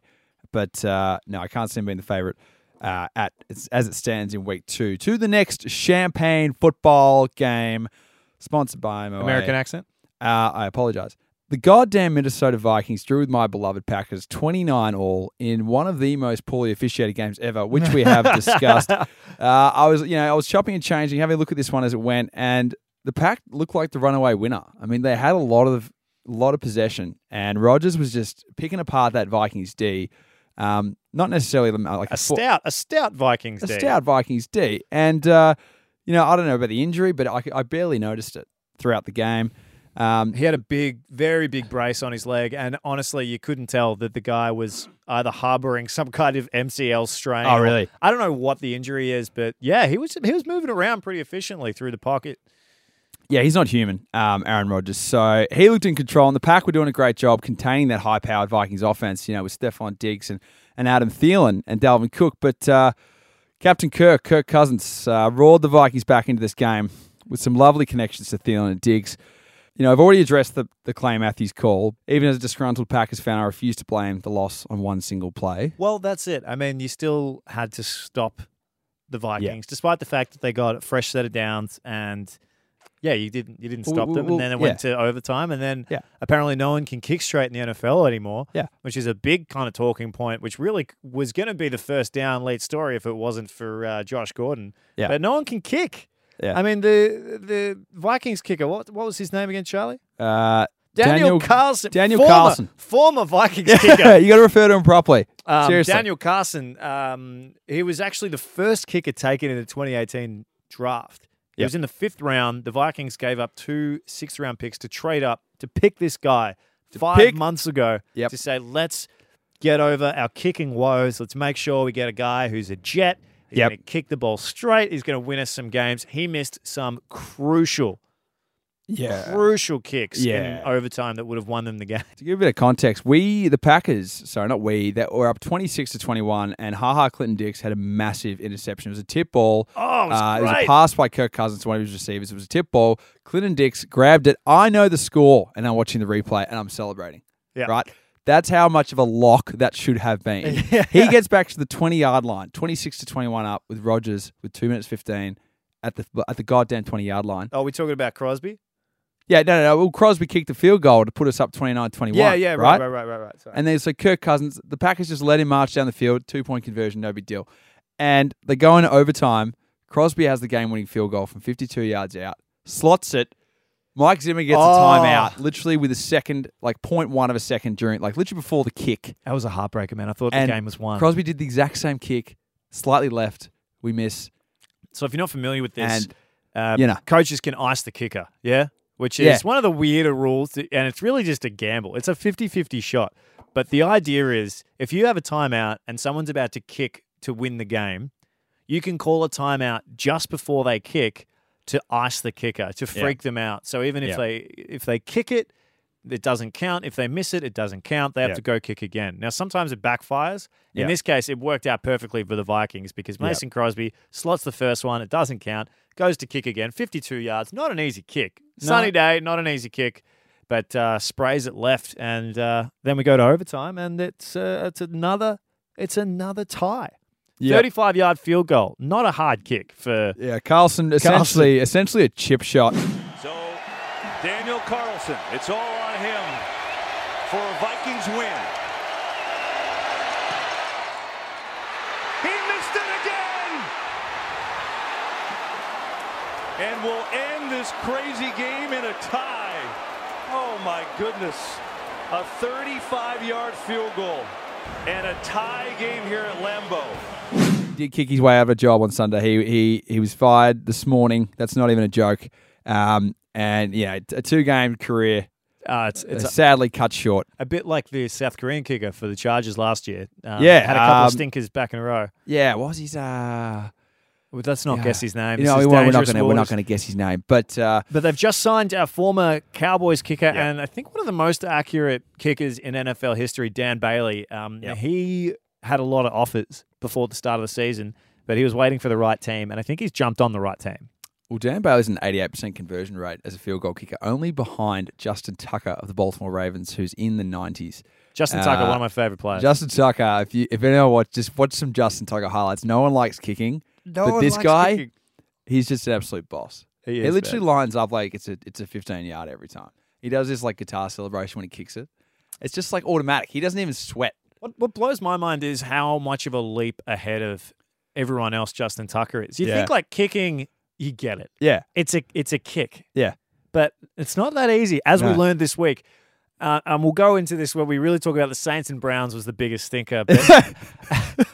Speaker 2: but uh, no, I can't see them being the favorite uh, at it's, as it stands in week two. To the next champagne football game, sponsored by MOA.
Speaker 1: American accent.
Speaker 2: Uh, I apologize. The goddamn Minnesota Vikings drew with my beloved Packers 29 all in one of the most poorly officiated games ever, which we have
Speaker 1: <laughs>
Speaker 2: discussed. Uh, I was, you know, I was chopping and changing, having a look at this one as it went, and the pack looked like the runaway winner. I mean, they had a lot of a lot of possession, and Rogers was just picking apart that Vikings D. Um, not necessarily them, uh, like
Speaker 1: A
Speaker 2: four-
Speaker 1: stout, a stout Vikings.
Speaker 2: a
Speaker 1: D.
Speaker 2: stout Vikings D. And, uh, you know, I don't know about the injury, but I, I barely noticed it throughout the game. Um,
Speaker 1: He had a big, very big brace on his leg, and honestly, you couldn't tell that the guy was either harboring some kind of MCL strain.
Speaker 2: Oh,
Speaker 1: or-
Speaker 2: really?
Speaker 1: I don't know what the injury is, but yeah, he was he was moving around pretty efficiently through the pocket.
Speaker 2: Yeah, he's not human, um, Aaron Rodgers. So he looked in control, and the pack were doing a great job containing that high-powered Vikings offense. You know, with Stephon Diggs and, and Adam Thielen and Dalvin Cook, but uh, Captain Kirk, Kirk Cousins, uh, roared the Vikings back into this game with some lovely connections to Thielen and Diggs. You know, I've already addressed the, the Clay Matthews call. Even as a disgruntled Packers fan, I refuse to blame the loss on one single play.
Speaker 1: Well, that's it. I mean, you still had to stop the Vikings, despite the fact that they got a fresh set of downs and. Yeah, you didn't. You didn't
Speaker 2: Well,
Speaker 1: stop
Speaker 2: well,
Speaker 1: them,
Speaker 2: well,
Speaker 1: and then it went to overtime, and then
Speaker 2: Yeah.
Speaker 1: apparently no one can kick straight in the NFL anymore.
Speaker 2: Yeah.
Speaker 1: which is a big kind of talking point, which really was going to be the first down late story if it wasn't for uh, Josh Gordon.
Speaker 2: Yeah.
Speaker 1: but no one can kick.
Speaker 2: Yeah.
Speaker 1: I mean the the Vikings kicker. What what was his name again, Charlie?
Speaker 2: Uh,
Speaker 1: Daniel, Carlson.
Speaker 2: Daniel
Speaker 1: former,
Speaker 2: Carlson. <laughs>
Speaker 1: former Vikings kicker.
Speaker 2: you got to refer to him properly.
Speaker 1: Um,
Speaker 2: Seriously.
Speaker 1: Daniel Carson, um, he was actually the first kicker taken in the 2018 draft. He
Speaker 2: Yep.
Speaker 1: was in the fifth round. The Vikings gave up two sixth round picks to trade up to pick this guy five
Speaker 2: pick-
Speaker 1: months ago
Speaker 2: Yep.
Speaker 1: to say, let's get over our kicking woes. Let's make sure we get a guy who's a jet. He's
Speaker 2: Yep.
Speaker 1: going to kick the ball straight. He's going to win us some games. He missed some crucial,
Speaker 2: Yeah.
Speaker 1: crucial kicks
Speaker 2: Yeah.
Speaker 1: in overtime that would have won them the <laughs> game.
Speaker 2: To give a bit of context, we the Packers, sorry, not we, that were up twenty six to twenty one, and haha Clinton Dix had a massive interception. It was a tip ball.
Speaker 1: Oh, it was
Speaker 2: uh, it was a
Speaker 1: great.
Speaker 2: pass by Kirk Cousins to one of his receivers. It was a tip ball. Clinton Dix grabbed it. I know the score, and I'm watching the replay, and I'm celebrating.
Speaker 1: Yeah.
Speaker 2: right. That's how much of a lock that should have been.
Speaker 1: <laughs>
Speaker 2: He gets back to the twenty yard line, twenty six to twenty one up with Rogers with two minutes fifteen at the at the goddamn twenty yard line.
Speaker 1: Oh, we talking about Crosby?
Speaker 2: Yeah, no, no, no. Well, Crosby kicked the field goal to put us up 29-21.
Speaker 1: Yeah, yeah, right, right, right, right, right. Sorry.
Speaker 2: And then so Kirk Cousins, the Packers just let him march down the field, two point conversion, no big deal. And they go into overtime. Crosby has the game winning field goal from 52 yards out, slots it. Mike Zimmer gets
Speaker 1: Oh.
Speaker 2: a timeout, literally with a second, like 0.1 of a second during, like literally before the kick.
Speaker 1: That was a heartbreaker, man. I thought
Speaker 2: and
Speaker 1: the game was won.
Speaker 2: Crosby did the exact same kick, slightly left. We miss.
Speaker 1: so if you're not familiar with this,
Speaker 2: And,
Speaker 1: uh,
Speaker 2: you know.
Speaker 1: coaches can ice the kicker, yeah? Which is
Speaker 2: Yeah.
Speaker 1: one of the weirder rules, that- and it's really just a gamble. It's a 50-50 shot. But the idea is if you have a timeout and someone's about to kick to win the game, you can call a timeout just before they kick to ice the kicker, to freak them out. So even if
Speaker 2: Yeah.
Speaker 1: they if they kick it, it doesn't count. If they miss it, it doesn't count. They have
Speaker 2: Yeah.
Speaker 1: to go kick again. Now, sometimes it backfires. In
Speaker 2: Yeah.
Speaker 1: this case, it worked out perfectly for the Vikings because Mason Crosby slots the first one. It doesn't count. Goes to kick again, 52 yards. Not an easy kick. Sunny day, not an easy kick, but uh, sprays it left, and uh, then we go to overtime, and it's uh, it's another it's another tie.
Speaker 2: Yep.
Speaker 1: 35 yard field goal. Not a hard kick for. uh,
Speaker 2: Yeah, Carlson essentially essentially a chip shot.
Speaker 9: So, Daniel Carlson, it's all on him for a Vikings win. He missed it again! And we'll end this crazy game in a tie. Oh my goodness. A 35 yard field goal and a tie game here at Lambeau.
Speaker 2: did kick his way out of a job on Sunday. He he he was fired this morning. That's not even a joke. Um, and yeah, a two game career
Speaker 1: Uh, it's
Speaker 2: uh,
Speaker 1: it's a,
Speaker 2: sadly cut short.
Speaker 1: a bit like the South Korean kicker for the Chargers last year. Um,
Speaker 2: Yeah,
Speaker 1: Had a couple
Speaker 2: um,
Speaker 1: of stinkers back in a row.
Speaker 2: Yeah, what was his uh?
Speaker 1: Well, let's not guess his name.
Speaker 2: You
Speaker 1: This
Speaker 2: know,
Speaker 1: is
Speaker 2: we won't- we're not
Speaker 1: dangerous
Speaker 2: going to we're not
Speaker 1: waters.
Speaker 2: going to guess his name, but uh,
Speaker 1: But they've just signed a former Cowboys kicker and I think one of the most accurate kickers in NFL history, Dan Bailey. Um, He had a lot of offers before the start of the season, but he was waiting for the right team, and I think he's jumped on the right team.
Speaker 2: well, Dan Bailey's an eighty eight percent conversion rate as a field goal kicker, only behind Justin Tucker of the Baltimore Ravens, who's in the nineties.
Speaker 1: Justin Tucker,
Speaker 2: Uh,
Speaker 1: one of my favorite players.
Speaker 2: Justin Tucker, if you if anyone watch, just watch some Justin Tucker highlights. No one likes kicking, but this guy, he's just an absolute boss.
Speaker 1: He
Speaker 2: He,
Speaker 1: is,
Speaker 2: literally
Speaker 1: man.
Speaker 2: lines up like it's a it's a 15 yard every time. He does this like guitar celebration when he kicks it. It's just like automatic. He doesn't even sweat.
Speaker 1: What, what blows my mind is how much of a leap ahead of everyone else Justin Tucker is. You
Speaker 2: Yeah.
Speaker 1: think like kicking, you get it.
Speaker 2: Yeah,
Speaker 1: It's a it's a kick.
Speaker 2: yeah,
Speaker 1: but it's not that easy, as we
Speaker 2: No.
Speaker 1: learned this week. Uh, and we'll go into this where we really talk about the Saints and Browns was the biggest stinker.
Speaker 2: <laughs>
Speaker 1: But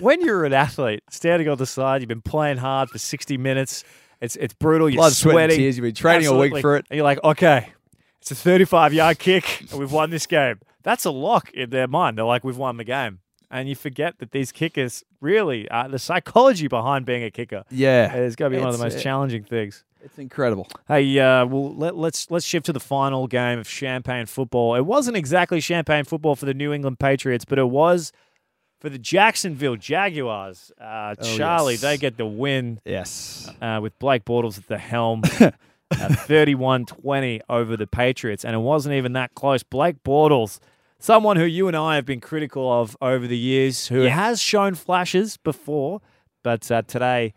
Speaker 1: when you're an athlete standing on the side, you've been playing hard for 60 minutes. It's it's brutal. You're
Speaker 2: Blood, sweat,
Speaker 1: sweating.
Speaker 2: and tears. You've been training a week
Speaker 1: Absolutely.
Speaker 2: for it.
Speaker 1: And you're like, okay, it's a 35 yard kick, and we've won this game. That's a lock in their mind. They're like, we've won the game. And you forget that these kickers really are the psychology behind being a kicker.
Speaker 2: Yeah.
Speaker 1: It's got to be one of the
Speaker 2: It's- uh,
Speaker 1: most challenging things.
Speaker 2: it's incredible.
Speaker 1: Hey, uh, well, let, let's let's shift to the final game of champagne football. It wasn't exactly champagne football for the New England Patriots, but it was for the Jacksonville Jaguars. Uh, Charlie,
Speaker 2: yes.
Speaker 1: they get the win
Speaker 2: Yes,
Speaker 1: uh, with Blake Bortles at the helm. uh, 31-20 over the Patriots, and it wasn't even that close. Blake Bortles, someone who you and I have been critical of over the years, who has shown flashes before, but uh, today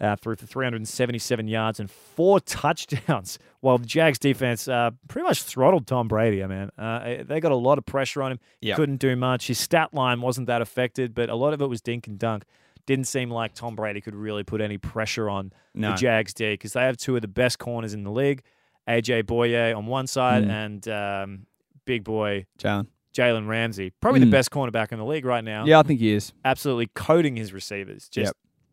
Speaker 1: uh, threw for 377 yards and four <laughs> touchdowns, while the Jags defense uh, pretty much throttled Tom Brady. I mean, uh, they got a lot of pressure on him.
Speaker 2: Yeah.
Speaker 1: Couldn't do much. His stat line wasn't that affected, but a lot of it was dink and dunk. Didn't seem like Tom Brady could really put any pressure on
Speaker 2: No.
Speaker 1: the Jags D because they have two of the best corners in the league, AJ Boyer on one side
Speaker 2: Mm.
Speaker 1: and um, big boy
Speaker 2: Jalen.
Speaker 1: Jalen Ramsey, probably
Speaker 2: Mm.
Speaker 1: the best cornerback in the league right now.
Speaker 2: Yeah, I think he is.
Speaker 1: absolutely coating his receivers. Just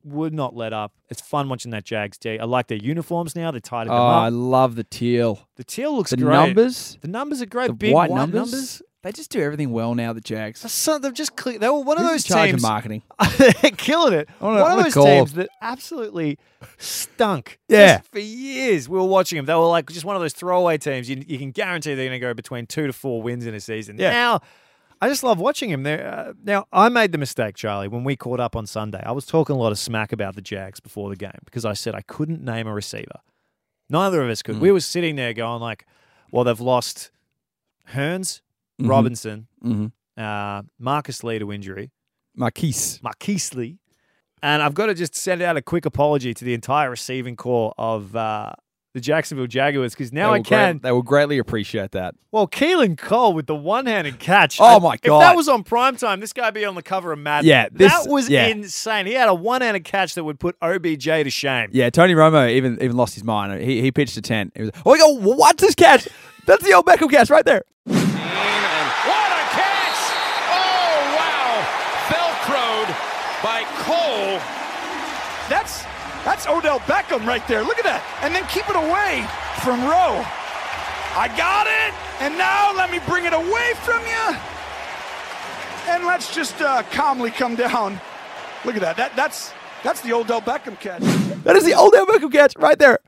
Speaker 2: Yep.
Speaker 1: would not let up. It's fun watching that Jags D. I like their uniforms now. They tied
Speaker 2: Oh,
Speaker 1: them up.
Speaker 2: I love the teal.
Speaker 1: the teal looks
Speaker 2: The
Speaker 1: great.
Speaker 2: numbers,
Speaker 1: The numbers are great.
Speaker 2: the
Speaker 1: Big
Speaker 2: white, numbers,
Speaker 1: numbers.
Speaker 2: They just do everything well now. The Jags.
Speaker 1: Son, they've just cle- they were one of
Speaker 2: Who's in
Speaker 1: those
Speaker 2: charge of
Speaker 1: teams.
Speaker 2: marketing.
Speaker 1: They're <laughs> killing it.
Speaker 2: I wanna- I
Speaker 1: One
Speaker 2: wanna
Speaker 1: of those
Speaker 2: call.
Speaker 1: teams that absolutely stunk.
Speaker 2: Yeah.
Speaker 1: Just for years we were watching them. They were like just one of those throwaway teams. You, you can guarantee they're going to go between two to four wins in a season.
Speaker 2: Yeah.
Speaker 1: Now, I just love watching him. There. Uh, now, I made the mistake, Charlie, when we caught up on Sunday. I was talking a lot of smack about the Jags before the game because I said I couldn't name a receiver. Neither of us
Speaker 2: Hmm.
Speaker 1: could. We were sitting there going like, well, they've lost Hearns,
Speaker 2: Mm-hmm.
Speaker 1: Robinson,
Speaker 2: Mhm.
Speaker 1: uh, Marcus Lee to injury.
Speaker 2: Marquise.
Speaker 1: Marquise Lee. And I've got to just send out a quick apology to the entire receiving core of uh, the Jacksonville Jaguars because now I
Speaker 2: they will
Speaker 1: can.
Speaker 2: Great, they will greatly appreciate that.
Speaker 1: well, Keelan Cole with the one-handed catch.
Speaker 2: Oh, my
Speaker 1: If that
Speaker 2: God.
Speaker 1: was on primetime, this guy would be on the cover of Madden.
Speaker 2: Yeah, this-
Speaker 1: that was
Speaker 2: yeah.
Speaker 1: insane. He had a one-handed catch that would put OBJ to shame.
Speaker 2: Yeah, Tony Romo even even lost his mind. He, he pitched a tent. He was, oh my god, what's this catch? That's the old Beckham catch right there.
Speaker 9: What a catch! Oh, wow! Velcroed by Cole. That's that's Odell Beckham right there. Look at that. And then keep it away from Rowe. I got it. And now let me bring it away from you. And let's just uh, calmly come down. Look at that. That that's that's the Odell Beckham catch.
Speaker 2: That is the old Beckham catch right there.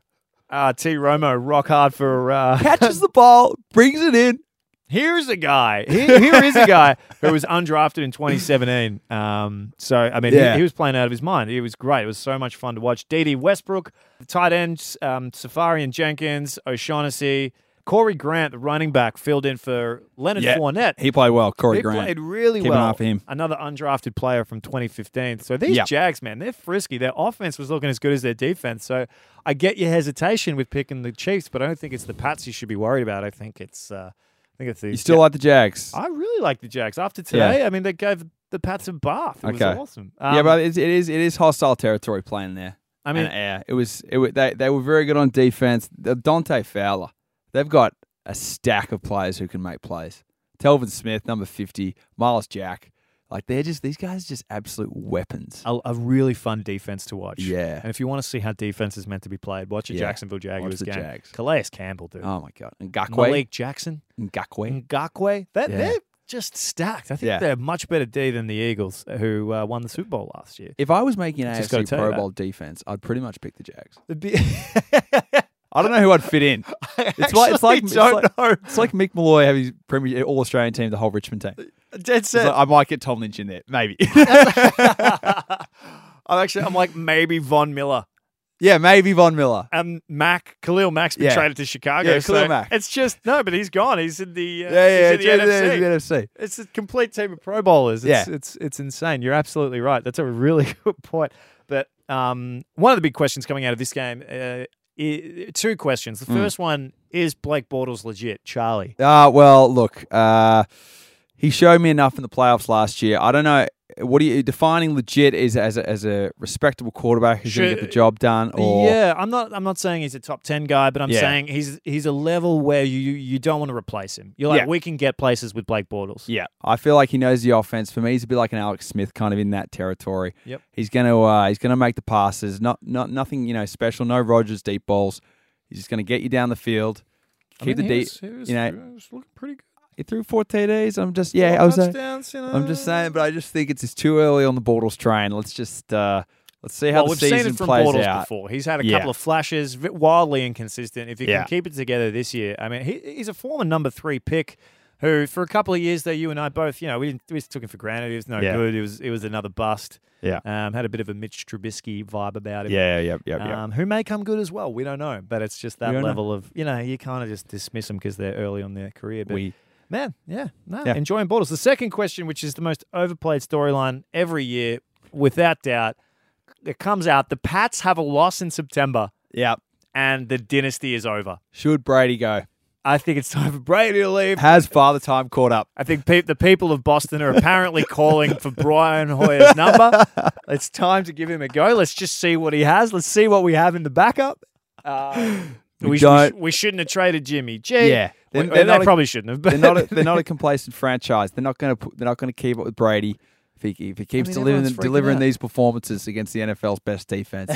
Speaker 1: Uh, T. Romo rock hard for uh,
Speaker 2: Catches the ball, brings it in.
Speaker 1: Here's a guy.
Speaker 2: <laughs>
Speaker 1: Here, here is a guy who was undrafted in 2017. Um, so I mean, he-
Speaker 2: Yeah.
Speaker 1: he, was playing out of his mind. He was great. It was so much fun to watch. D.D. Westbrook, the tight ends, um, Safari and Jenkins, O'Shaughnessy, Corey Grant, the running back, filled in for Leonard
Speaker 2: Yeah.
Speaker 1: Fournette.
Speaker 2: He played well, Corey
Speaker 1: They
Speaker 2: Grant.
Speaker 1: played really
Speaker 2: Keep
Speaker 1: well.
Speaker 2: an eye for him.
Speaker 1: Another undrafted player from 2015. So these
Speaker 2: Yep.
Speaker 1: Jags, man, they're frisky. Their offense was looking as good as their defense. So I get your hesitation with picking the Chiefs, but I don't think it's the Pats you should be worried about. I think it's, uh, I think it's the.
Speaker 2: You still like the Jags?
Speaker 1: I really like the Jags. After today, I mean, they gave the Pats a bath. It
Speaker 2: Okay.
Speaker 1: was awesome.
Speaker 2: yeah,
Speaker 1: Um,
Speaker 2: but it's, it is it is hostile territory playing there.
Speaker 1: I mean-
Speaker 2: And, yeah, it was it wa- they they were very good on defense. The Dante Fowler, they've got a stack of players who can make plays. Telvin Smith, number fifty, Miles Jack, like they're just these guys are just absolute weapons.
Speaker 1: a, a really fun defense to watch.
Speaker 2: Yeah.
Speaker 1: And if you want to see how defense is meant to be played, watch a
Speaker 2: Yeah.
Speaker 1: Jacksonville Jaguars
Speaker 2: Watch the
Speaker 1: game.
Speaker 2: Jags.
Speaker 1: Calais Campbell, dude.
Speaker 2: Oh my god, Ngakwe,
Speaker 1: Malik Jackson,
Speaker 2: Ngakwe.
Speaker 1: Ngakwe. That,
Speaker 2: Yeah.
Speaker 1: They're just stacked. I think
Speaker 2: Yeah.
Speaker 1: they're a much better D than the Eagles, who uh, won the Super Bowl last year.
Speaker 2: If I was making an
Speaker 1: Just gotta
Speaker 2: AFC
Speaker 1: tell you
Speaker 2: Pro
Speaker 1: that.
Speaker 2: Bowl defense, I'd pretty much pick the Jags.
Speaker 1: It'd be-
Speaker 2: <laughs> I don't know who I'd fit in. <laughs> It's like it's like,
Speaker 1: actually
Speaker 2: it's
Speaker 1: don't
Speaker 2: like,
Speaker 1: know.
Speaker 2: it's like Mick Malloy having his Premier All Australian team, the whole Richmond team.
Speaker 1: Dead
Speaker 2: It's
Speaker 1: set.
Speaker 2: like, I might get Tom Lynch in there, <laughs> maybe.
Speaker 1: I'm actually, I'm like maybe Von Miller.
Speaker 2: yeah, maybe Von Miller.
Speaker 1: Um, Mac Khalil Mack's been
Speaker 2: Yeah.
Speaker 1: traded to Chicago.
Speaker 2: Yeah, Khalil
Speaker 1: so
Speaker 2: Mack.
Speaker 1: It's just no, but he's gone. He's in the uh,
Speaker 2: Yeah,
Speaker 1: he's
Speaker 2: yeah,
Speaker 1: in the
Speaker 2: yeah,
Speaker 1: NFC.
Speaker 2: yeah, it's the NFC.
Speaker 1: It's a complete team of Pro Bowlers. It's,
Speaker 2: Yeah.
Speaker 1: it's it's insane. You're absolutely right. That's a really <laughs> good point. But um, one of the big questions coming out of this game, uh, i two questions.
Speaker 2: Hmm.
Speaker 1: The first one is Blake Bortles legit, Charlie.
Speaker 2: Uh, well, look, uh, he showed me enough in the playoffs last year. I don't know. What are you defining legit is as a, as a respectable quarterback who's going to
Speaker 1: Should-
Speaker 2: get the job done? Or
Speaker 1: yeah, I'm not. I'm not saying he's a top ten guy, but I'm
Speaker 2: Yeah.
Speaker 1: saying he's he's a level where you you don't want to replace him. You're like,
Speaker 2: Yeah.
Speaker 1: we can get places with Blake Bortles.
Speaker 2: Yeah. I feel like he knows the offense. For me, he's a bit like an Alex Smith, kind of in that territory.
Speaker 1: Yep.
Speaker 2: He's gonna uh, he's gonna make the passes. Not not nothing you know special. No Rogers deep balls. He's just gonna get you down the field. Keep the deep. you know,
Speaker 1: looking pretty good.
Speaker 2: he threw four TDs. I'm just yeah. I was uh,
Speaker 1: you know.
Speaker 2: I'm just saying, but I just think it's, it's too early on the Bortles train. Let's just uh, let's see
Speaker 1: Well,
Speaker 2: how the
Speaker 1: we've
Speaker 2: season
Speaker 1: seen it from
Speaker 2: plays
Speaker 1: Bortles
Speaker 2: out.
Speaker 1: before. He's had a
Speaker 2: Yeah.
Speaker 1: couple of flashes, v- wildly inconsistent. If you
Speaker 2: Yeah.
Speaker 1: can keep it together this year, I mean, he, he's a former number three pick. Who for a couple of years there, you and I both, you know, we, didn't, we just took him for granted. He was no
Speaker 2: Yeah.
Speaker 1: good. It was it was another bust.
Speaker 2: Yeah.
Speaker 1: um, had a bit of a Mitch Trubisky vibe about him.
Speaker 2: Yeah, yeah, yeah, yeah.
Speaker 1: um, who may come good as well. We don't know, but it's just
Speaker 2: We
Speaker 1: that
Speaker 2: don't know.
Speaker 1: level of you know you kind of just dismiss them because they're early on their career. But
Speaker 2: We-
Speaker 1: man, yeah, no,
Speaker 2: Yeah.
Speaker 1: enjoying Bortles. The second question, which is the most overplayed storyline every year, without doubt, it comes out. The Pats have a loss in September,
Speaker 2: yeah.
Speaker 1: and the dynasty is over.
Speaker 2: Should Brady go?
Speaker 1: I think it's time for Brady to leave.
Speaker 2: Has father time caught up?
Speaker 1: I think pe- the people of Boston are apparently calling for Brian Hoyer's
Speaker 2: <laughs>
Speaker 1: number. It's time to give him a go. Let's just see what he has. Let's see what we have in the backup.
Speaker 2: <gasps>
Speaker 1: Uh, we, sh- we, sh-
Speaker 2: don't-
Speaker 1: we shouldn't have traded Jimmy G.
Speaker 2: Yeah.
Speaker 1: We-
Speaker 2: They're-
Speaker 1: they
Speaker 2: they're not a-
Speaker 1: probably shouldn't have. But
Speaker 2: They're not. A,
Speaker 1: <laughs>
Speaker 2: they're not a complacent franchise. They're not going to. They're not going to keep up with Brady. If he, if he keeps
Speaker 1: mean,
Speaker 2: delivering
Speaker 1: everyone's freaking
Speaker 2: delivering
Speaker 1: out.
Speaker 2: these performances against the NFL's
Speaker 1: <laughs>
Speaker 2: best defense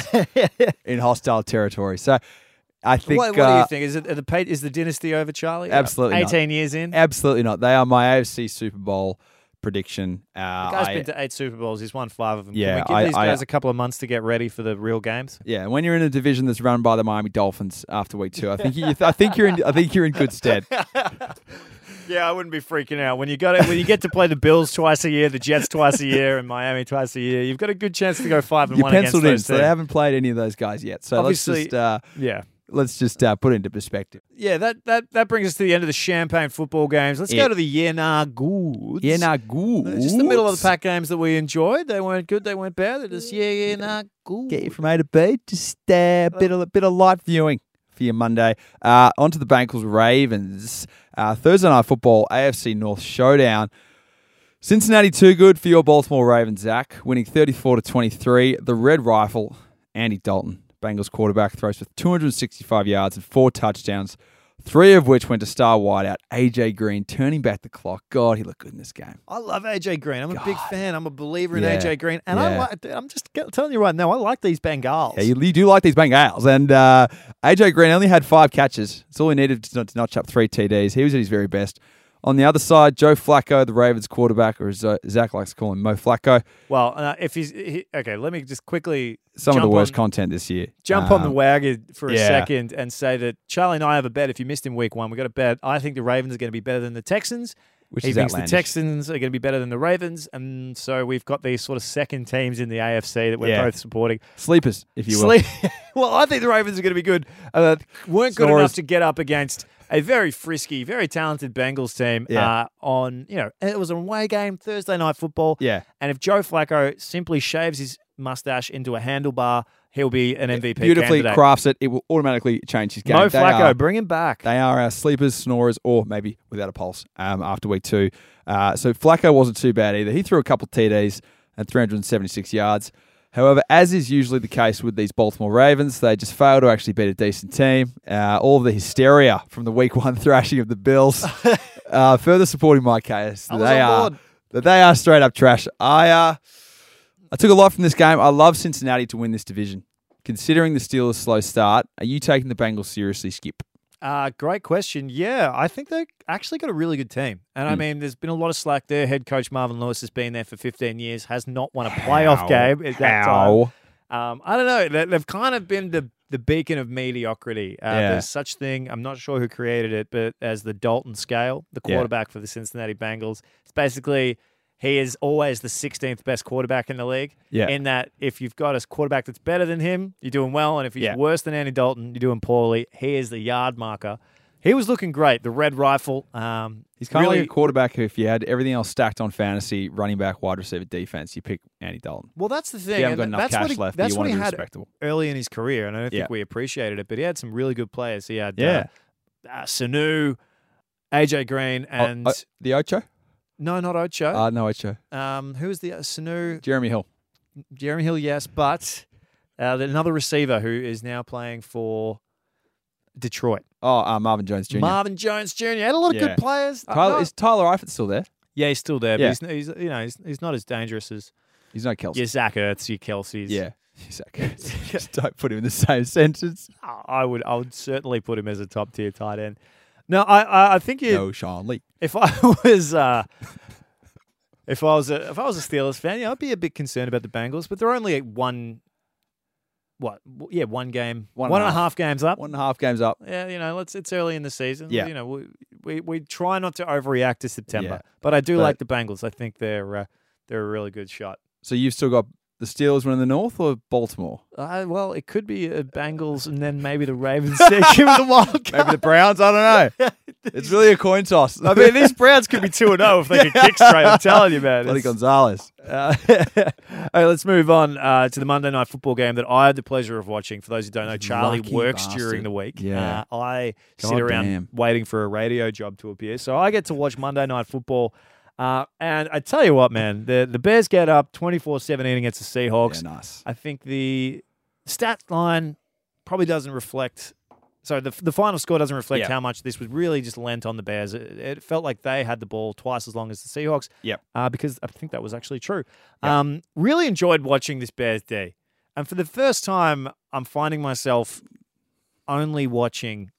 Speaker 2: in hostile territory, so I think
Speaker 1: what, what do
Speaker 2: uh,
Speaker 1: you think? Is it are the pa- is the dynasty over, Charlie?
Speaker 2: Absolutely not. Ah,
Speaker 1: Eighteen years in.
Speaker 2: absolutely not. They are my AFC Super Bowl prediction. Uh,
Speaker 1: Guy's
Speaker 2: I-
Speaker 1: been to eight Super Bowls. He's won five of them. Can
Speaker 2: Yeah,
Speaker 1: we give
Speaker 2: I-
Speaker 1: these
Speaker 2: I-
Speaker 1: guys a couple of months to get ready for the real games?
Speaker 2: Yeah, when you're in a division that's run by the Miami Dolphins after week two, I
Speaker 1: <laughs>
Speaker 2: think you, I think you're in, I think you're in good stead.
Speaker 1: Yeah, I wouldn't be freaking out when you got it. When you get to play the Bills twice a year, the Jets twice a year, and Miami twice a year, you've got a good chance to go five and
Speaker 2: You
Speaker 1: one
Speaker 2: penciled in,
Speaker 1: against
Speaker 2: so
Speaker 1: those
Speaker 2: they
Speaker 1: teams.
Speaker 2: haven't played any of those guys yet. So
Speaker 1: Obviously-
Speaker 2: let's just uh,
Speaker 1: yeah,
Speaker 2: let's just uh, put it into perspective.
Speaker 1: yeah. That that that brings us to the end of the champagne football games. Let's
Speaker 2: Yeah.
Speaker 1: go to the Yenar Goods.
Speaker 2: Yeah, nah, good.
Speaker 1: Uh, Just the middle of the pack games that we enjoyed. They weren't good. They weren't bad. They're just yeah, yeah, nah, good.
Speaker 2: Get you from A to B. Just a uh, bit of bit of light viewing for your Monday. Uh, onto the Bengals Ravens uh, Thursday night football AFC North showdown. Cincinnati too good for your Baltimore Ravens, Zach, winning 34 to 23. The Red Rifle, Andy Dalton, Bengals quarterback, throws for 265 yards and four touchdowns, three of which went to star wideout AJ Green, turning back the clock. God, he looked good in this game.
Speaker 1: I love AJ Green. I'm a big fan. I'm a believer in
Speaker 2: Yeah.
Speaker 1: AJ Green, and I
Speaker 2: Yeah.
Speaker 1: like. dude, I'm just g- telling you right now. I like these Bengals.
Speaker 2: Yeah, you, you do like these Bengals. And uh, AJ Green only had five catches. It's all he needed to, to notch up three TDs. He was at his very best. On the other side, Joe Flacco, the Ravens quarterback, or as uh, Zach likes to call him, Mo Flacco.
Speaker 1: well, uh, if he's he, okay, let me just quickly
Speaker 2: Some of
Speaker 1: jump
Speaker 2: the worst
Speaker 1: on-
Speaker 2: content this year.
Speaker 1: jump on the
Speaker 2: Um,
Speaker 1: wagon for a
Speaker 2: yeah.
Speaker 1: second and say that Charlie and I have a bet. If you missed in week one, we got a bet. I think the Ravens are going to be better than the Texans,
Speaker 2: Which
Speaker 1: he
Speaker 2: is
Speaker 1: thinks
Speaker 2: outlandish.
Speaker 1: the Texans are going to be better than the Ravens, and so we've got these sort of second teams in the AFC that we're
Speaker 2: Yeah.
Speaker 1: both supporting.
Speaker 2: Sleepers, if you will.
Speaker 1: Sleep. <laughs> well, I think the Ravens are going to be good. Uh, weren't good
Speaker 2: Snorers.
Speaker 1: enough to get up against a very frisky, very talented Bengals team
Speaker 2: Yeah.
Speaker 1: uh, on, you know, and it was an away game, Thursday night football.
Speaker 2: Yeah.
Speaker 1: And if Joe Flacco simply shaves his mustache into a handlebar, he'll be an MVP
Speaker 2: Beautifully
Speaker 1: candidate.
Speaker 2: crafts it. It will automatically change his game.
Speaker 1: Mo
Speaker 2: They
Speaker 1: Flacco,
Speaker 2: are-
Speaker 1: bring him back.
Speaker 2: They are our sleepers, snorers, or maybe without a pulse um, after week two. Uh, so Flacco wasn't too bad either. He threw a couple TDs and 376 yards. However, as is usually the case with these Baltimore Ravens, they just fail to actually beat a decent team. Uh, all of the hysteria from the week one <laughs> thrashing of
Speaker 1: <laughs>
Speaker 2: the Bills uh, further supporting my case. that
Speaker 1: was
Speaker 2: They
Speaker 1: on
Speaker 2: are,
Speaker 1: board.
Speaker 2: that they are straight up trash. I, uh, I took a lot from this game. I love Cincinnati to win this division. Considering the Steelers' slow start, are you taking the Bengals seriously, Skip?
Speaker 1: Uh, great question. Yeah, I think they actually got a really good team. And I mean, there's been a lot of slack there. Head coach Marvin Lewis has been there for 15 years, has not won a playoff game at that time.
Speaker 2: How?
Speaker 1: Um, I don't know. They- They've kind of been the the beacon of mediocrity. Uh,
Speaker 2: Yeah.
Speaker 1: There's such thing. I'm not sure who created it, but as the Dalton scale, the
Speaker 2: Yeah.
Speaker 1: quarterback for the Cincinnati Bengals, it's basically he is always the 16th best quarterback in the league.
Speaker 2: Yeah.
Speaker 1: In that, if you've got a quarterback that's better than him, you're doing well, and if he's
Speaker 2: Yeah.
Speaker 1: worse than Andy Dalton, you're doing poorly. He is the yard marker. He was looking great. The red rifle. Um,
Speaker 2: He's kind
Speaker 1: really,
Speaker 2: of like a quarterback who, if you had everything else stacked on fantasy, running back, wide receiver, defense, you pick Andy Dalton.
Speaker 1: Well, that's the thing.
Speaker 2: haven't
Speaker 1: and
Speaker 2: got enough
Speaker 1: that's
Speaker 2: cash
Speaker 1: what he,
Speaker 2: left, but
Speaker 1: That's
Speaker 2: you
Speaker 1: what
Speaker 2: wanna
Speaker 1: he
Speaker 2: be
Speaker 1: had
Speaker 2: respectable.
Speaker 1: early in his career, and I don't
Speaker 2: Yeah.
Speaker 1: think we appreciated it. But he had some really good players. He had
Speaker 2: Yeah.
Speaker 1: uh, uh, Sanu, AJ Green, and
Speaker 2: Oh, oh, the Ocho?
Speaker 1: no, not Ocho.
Speaker 2: Uh, no, Ocho.
Speaker 1: um, who was the uh, Sanu?
Speaker 2: Jeremy Hill.
Speaker 1: Jeremy Hill, yes, but uh, another receiver who is now playing for Detroit.
Speaker 2: Oh, uh, Marvin Jones Jr.
Speaker 1: Marvin Jones Jr. Had a lot of
Speaker 2: Yeah.
Speaker 1: good players. I
Speaker 2: Tyler,
Speaker 1: know-
Speaker 2: is Tyler Eifert still there?
Speaker 1: yeah, he's still there,
Speaker 2: Yeah.
Speaker 1: but he's, he's you know he's, he's not as dangerous as
Speaker 2: He's no Kelsey.
Speaker 1: your Zach Ertz, your Kelsey's.
Speaker 2: Yeah. <laughs> Exactly. Just don't put him in the same sentence.
Speaker 1: I I would I would certainly put him as a top tier tight end. No, I I, I think it,
Speaker 2: No, Sean Lee.
Speaker 1: if I <laughs> was uh, if I was a if I was a Steelers fan, yeah, I'd be a bit concerned about the Bengals, but they're only at one. What? w- Yeah, one game,
Speaker 2: One
Speaker 1: one
Speaker 2: and a
Speaker 1: and a half games up.
Speaker 2: One and a half games up.
Speaker 1: Yeah, you know, let's it's early in the season.
Speaker 2: Yeah.
Speaker 1: you know, we we, we try not to overreact to September,
Speaker 2: Yeah.
Speaker 1: but I do
Speaker 2: But-
Speaker 1: like the Bengals. I think they're uh, they're a really good shot.
Speaker 2: So you've still got the Steelers winning the North or Baltimore?
Speaker 1: Uh, well, it could be uh, Bengals and then maybe the <laughs> Ravens taking the wild card.
Speaker 2: Maybe the Browns? I don't know. <laughs> it's really a coin toss.
Speaker 1: I mean, these Browns could be 2 0 if they <laughs> could kick straight. I'm telling you, man.
Speaker 2: Bloody
Speaker 1: It's-
Speaker 2: Gonzalez.
Speaker 1: Uh, <laughs> all right, let's move on uh, to the Monday night football game that I had the pleasure of watching. For those who don't know, Charlie
Speaker 2: Lucky
Speaker 1: works
Speaker 2: bastard.
Speaker 1: during the week.
Speaker 2: Yeah.
Speaker 1: Uh, I
Speaker 2: God
Speaker 1: sit around
Speaker 2: damn.
Speaker 1: waiting for a radio job to appear. So I get to watch Monday night football. Uh, and I tell you what, man, the, the Bears get up 24 17 against the Seahawks. <laughs>
Speaker 2: Yeah, nice.
Speaker 1: I think the stat line probably doesn't reflect. So the the final score doesn't reflect
Speaker 2: Yeah.
Speaker 1: how much this was really just lent on the Bears. It, it felt like they had the ball twice as long as the Seahawks.
Speaker 2: Yep.
Speaker 1: Uh, because I think that was actually true. Um, really enjoyed watching this Bears day, and for the first time, I'm finding myself only watching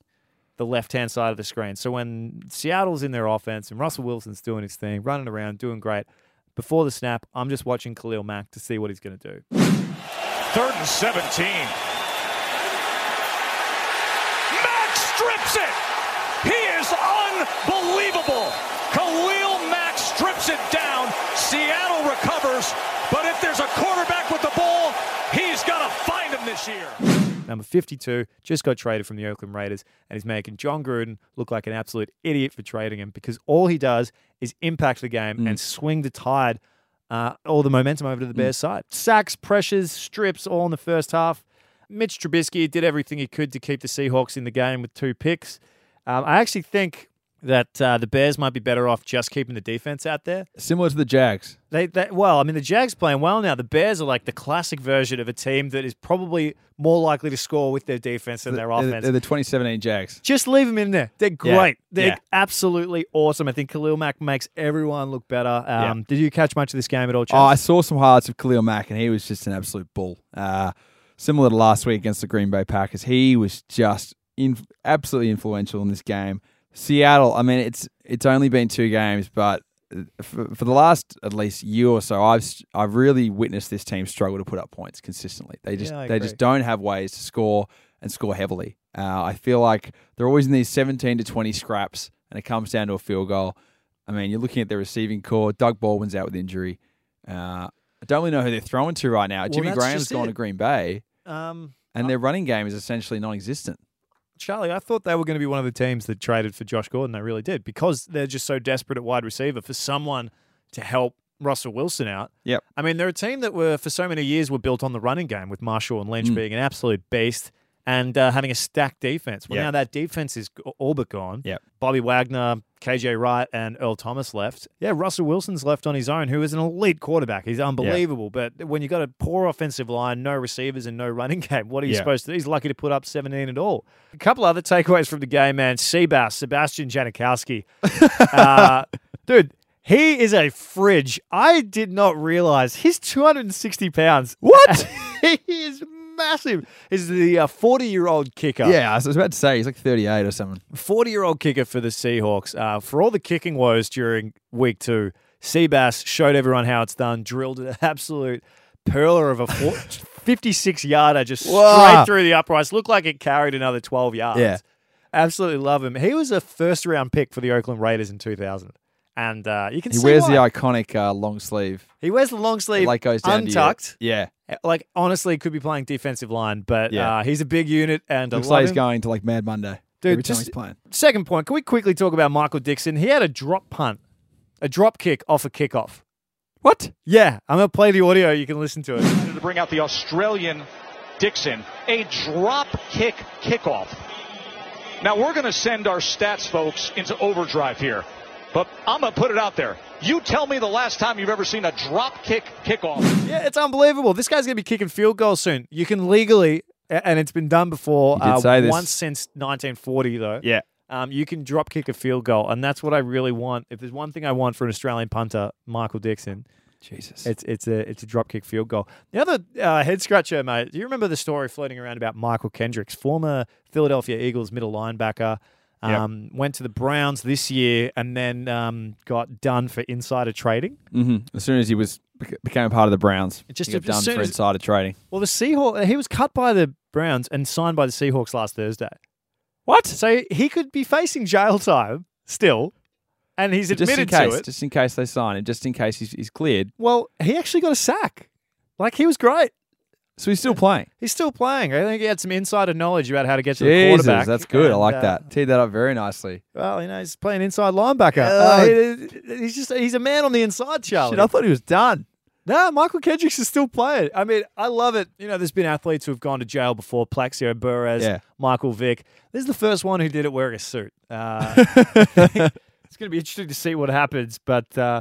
Speaker 1: the left hand side of the screen. So when Seattle's in their offense and Russell Wilson's doing his thing, running around, doing great. Before the snap, I'm just watching Khalil Mack to see what he's going to do.
Speaker 9: Third and 17. Mack strips it. He is unbelievable. Khalil Mack strips it down. Seattle recovers. But if there's a quarterback with the ball, he's got to find him this year.
Speaker 1: number 52, just got traded from the Oakland Raiders, and he's making John Gruden look like an absolute idiot for trading him because all he does is impact the game and swing the tide, uh, all the momentum over to the Bears' side. Sacks, pressures, strips, all in the first half. Mitch Trubisky did everything he could to keep the Seahawks in the game with two picks. Um, I actually think that uh, the Bears might be better off just keeping the defense out there.
Speaker 2: Similar to the Jags.
Speaker 1: They, they well, I mean, the Jags playing well now. The Bears are like the classic version of a team that is probably more likely to score with their defense than their
Speaker 2: They're-
Speaker 1: offense.
Speaker 2: They're the 2017 Jags.
Speaker 1: Just leave them in there. They're great. They're
Speaker 2: Yeah.
Speaker 1: absolutely awesome. I think Khalil Mack makes everyone look better. Um, Did you catch much of this game at all, Chaz?
Speaker 2: Oh, I saw some highlights of Khalil Mack, and he was just an absolute bull. Uh, similar to last week against the Green Bay Packers, he was just in, absolutely influential in this game. Seattle, I mean, it's it's only been two games, but uh, for, for the last at least year or so, I've s- I've really witnessed this team struggle to put up points consistently. They just
Speaker 1: Yeah, I
Speaker 2: they
Speaker 1: agree.
Speaker 2: just don't have ways to score and score heavily. Uh, I feel like they're always in these 17 to 20 scraps, and it comes down to a field goal. I mean, you're looking at their receiving core. Doug Baldwin's out with injury. Uh, I don't really know who they're throwing to right now. Jimmy
Speaker 1: that's
Speaker 2: Graham's
Speaker 1: just
Speaker 2: gone
Speaker 1: it.
Speaker 2: to Green Bay,
Speaker 1: Um,
Speaker 2: and their running game is essentially non-existent.
Speaker 1: Charlie, I thought they were going to be one of the teams that traded for Josh Gordon. They really did because they're just so desperate at wide receiver for someone to help Russell Wilson out.
Speaker 2: Yep.
Speaker 1: I mean, they're a team that were for so many years were built on the running game with Marshall and Lynch
Speaker 2: Mm.
Speaker 1: being an absolute beast and uh, having a stacked defense. Well,
Speaker 2: Yeah.
Speaker 1: now that defense is g- all but gone.
Speaker 2: Yep.
Speaker 1: Bobby Wagner, KJ Wright, and Earl Thomas left. Yeah, Russell Wilson's left on his own, who is an elite quarterback. He's unbelievable. But when you got a poor offensive line, no receivers, and no running <laughs> game, what are you
Speaker 2: Yeah.
Speaker 1: supposed to do? He's lucky to put up 17 at all. A couple other takeaways from the game, man. Seabass, Sebastian Janikowski. uh, dude, he is a fridge. I did not realize he's 260 pounds. <laughs>
Speaker 2: <laughs>
Speaker 1: What? he is massive. He's the 40 year old kicker.
Speaker 2: Yeah, I was about to say he's like 38 or something.
Speaker 1: 40 year old kicker for the Seahawks. Uh, for all the kicking woes during week two, Seabass showed everyone how it's done, drilled an absolute perler of a
Speaker 2: <laughs>
Speaker 1: 56 yarder just
Speaker 2: Wow.
Speaker 1: straight through the uprights. Looked like it carried another 12 yards.
Speaker 2: Yeah.
Speaker 1: Absolutely love him. He was a first round pick for the Oakland Raiders in 2000. And uh, you can
Speaker 2: He
Speaker 1: see
Speaker 2: wears the
Speaker 1: why.
Speaker 2: iconic uh, long sleeve.
Speaker 1: he wears the long sleeve,
Speaker 2: Like goes down to your-
Speaker 1: untucked.
Speaker 2: yeah,
Speaker 1: Like honestly, could be playing defensive line, but
Speaker 2: Yeah.
Speaker 1: uh, he's a big unit, and I
Speaker 2: looks
Speaker 1: love
Speaker 2: like he's
Speaker 1: him.
Speaker 2: going to like Mad Monday
Speaker 1: Dude,
Speaker 2: every time
Speaker 1: just-
Speaker 2: he's playing.
Speaker 1: Second point, can we quickly talk about Michael Dixon? He had a drop punt, a drop kick off a kickoff.
Speaker 2: What?
Speaker 1: Yeah, I'm going to play the audio. You can listen
Speaker 2: <laughs>
Speaker 1: to it.
Speaker 9: to bring out the Australian Dixon, a drop kick kickoff. Now we're going to send our stats folks into overdrive here, but I'm going to put it out there. You tell me the last time you've ever seen a drop kick kickoff.
Speaker 1: Yeah, it's unbelievable. This guy's going to be kicking field goals soon. You can legally, a- and it's been done before uh,
Speaker 2: You did say this.
Speaker 1: once since 1940, though.
Speaker 2: Yeah.
Speaker 1: Um, you can drop kick a field goal, and that's what I really want. If there's one thing I want for an Australian punter, Michael Dixon,
Speaker 2: Jesus.
Speaker 1: it's it's a it's a drop kick field goal. The other uh, head scratcher, mate. Do you remember the story floating around about Michael Kendricks, former Philadelphia Eagles middle linebacker? Um, Went to the Browns this year and then um, got done for insider trading.
Speaker 2: hmm As soon as he was bec- became a part of the Browns,
Speaker 1: Just
Speaker 2: he got
Speaker 1: as
Speaker 2: done
Speaker 1: soon
Speaker 2: for
Speaker 1: as-
Speaker 2: insider trading.
Speaker 1: Well, the Seahawks, he was cut by the Browns and signed by the Seahawks last Thursday.
Speaker 2: What?
Speaker 1: So he could be facing jail time still, and he's
Speaker 2: Just in
Speaker 1: admitted
Speaker 2: case,
Speaker 1: to it.
Speaker 2: just in case they sign him, just in case he's, he's cleared.
Speaker 1: Well, he actually got a sack. Like, he was great.
Speaker 2: So he's still playing.
Speaker 1: He's still playing. I think he had some insider knowledge about how to get to the
Speaker 2: Jesus,
Speaker 1: quarterback.
Speaker 2: that's good. I
Speaker 1: and,
Speaker 2: like
Speaker 1: uh,
Speaker 2: that. Teed that up very nicely.
Speaker 1: Well, you know, he's playing inside linebacker.
Speaker 2: Oh.
Speaker 1: Uh, he- he's just he's a man on the inside, Charlie.
Speaker 2: Shit, I thought he was done.
Speaker 1: No, Michael Kendricks is still playing. I mean, I love it. You know, there's been athletes who have gone to jail before Plaxio Burress,
Speaker 2: Yeah.
Speaker 1: Michael Vick. This is the first one who did it wearing a suit.
Speaker 2: <laughs>
Speaker 1: Uh, it's going to be interesting to see what happens, but. Uh,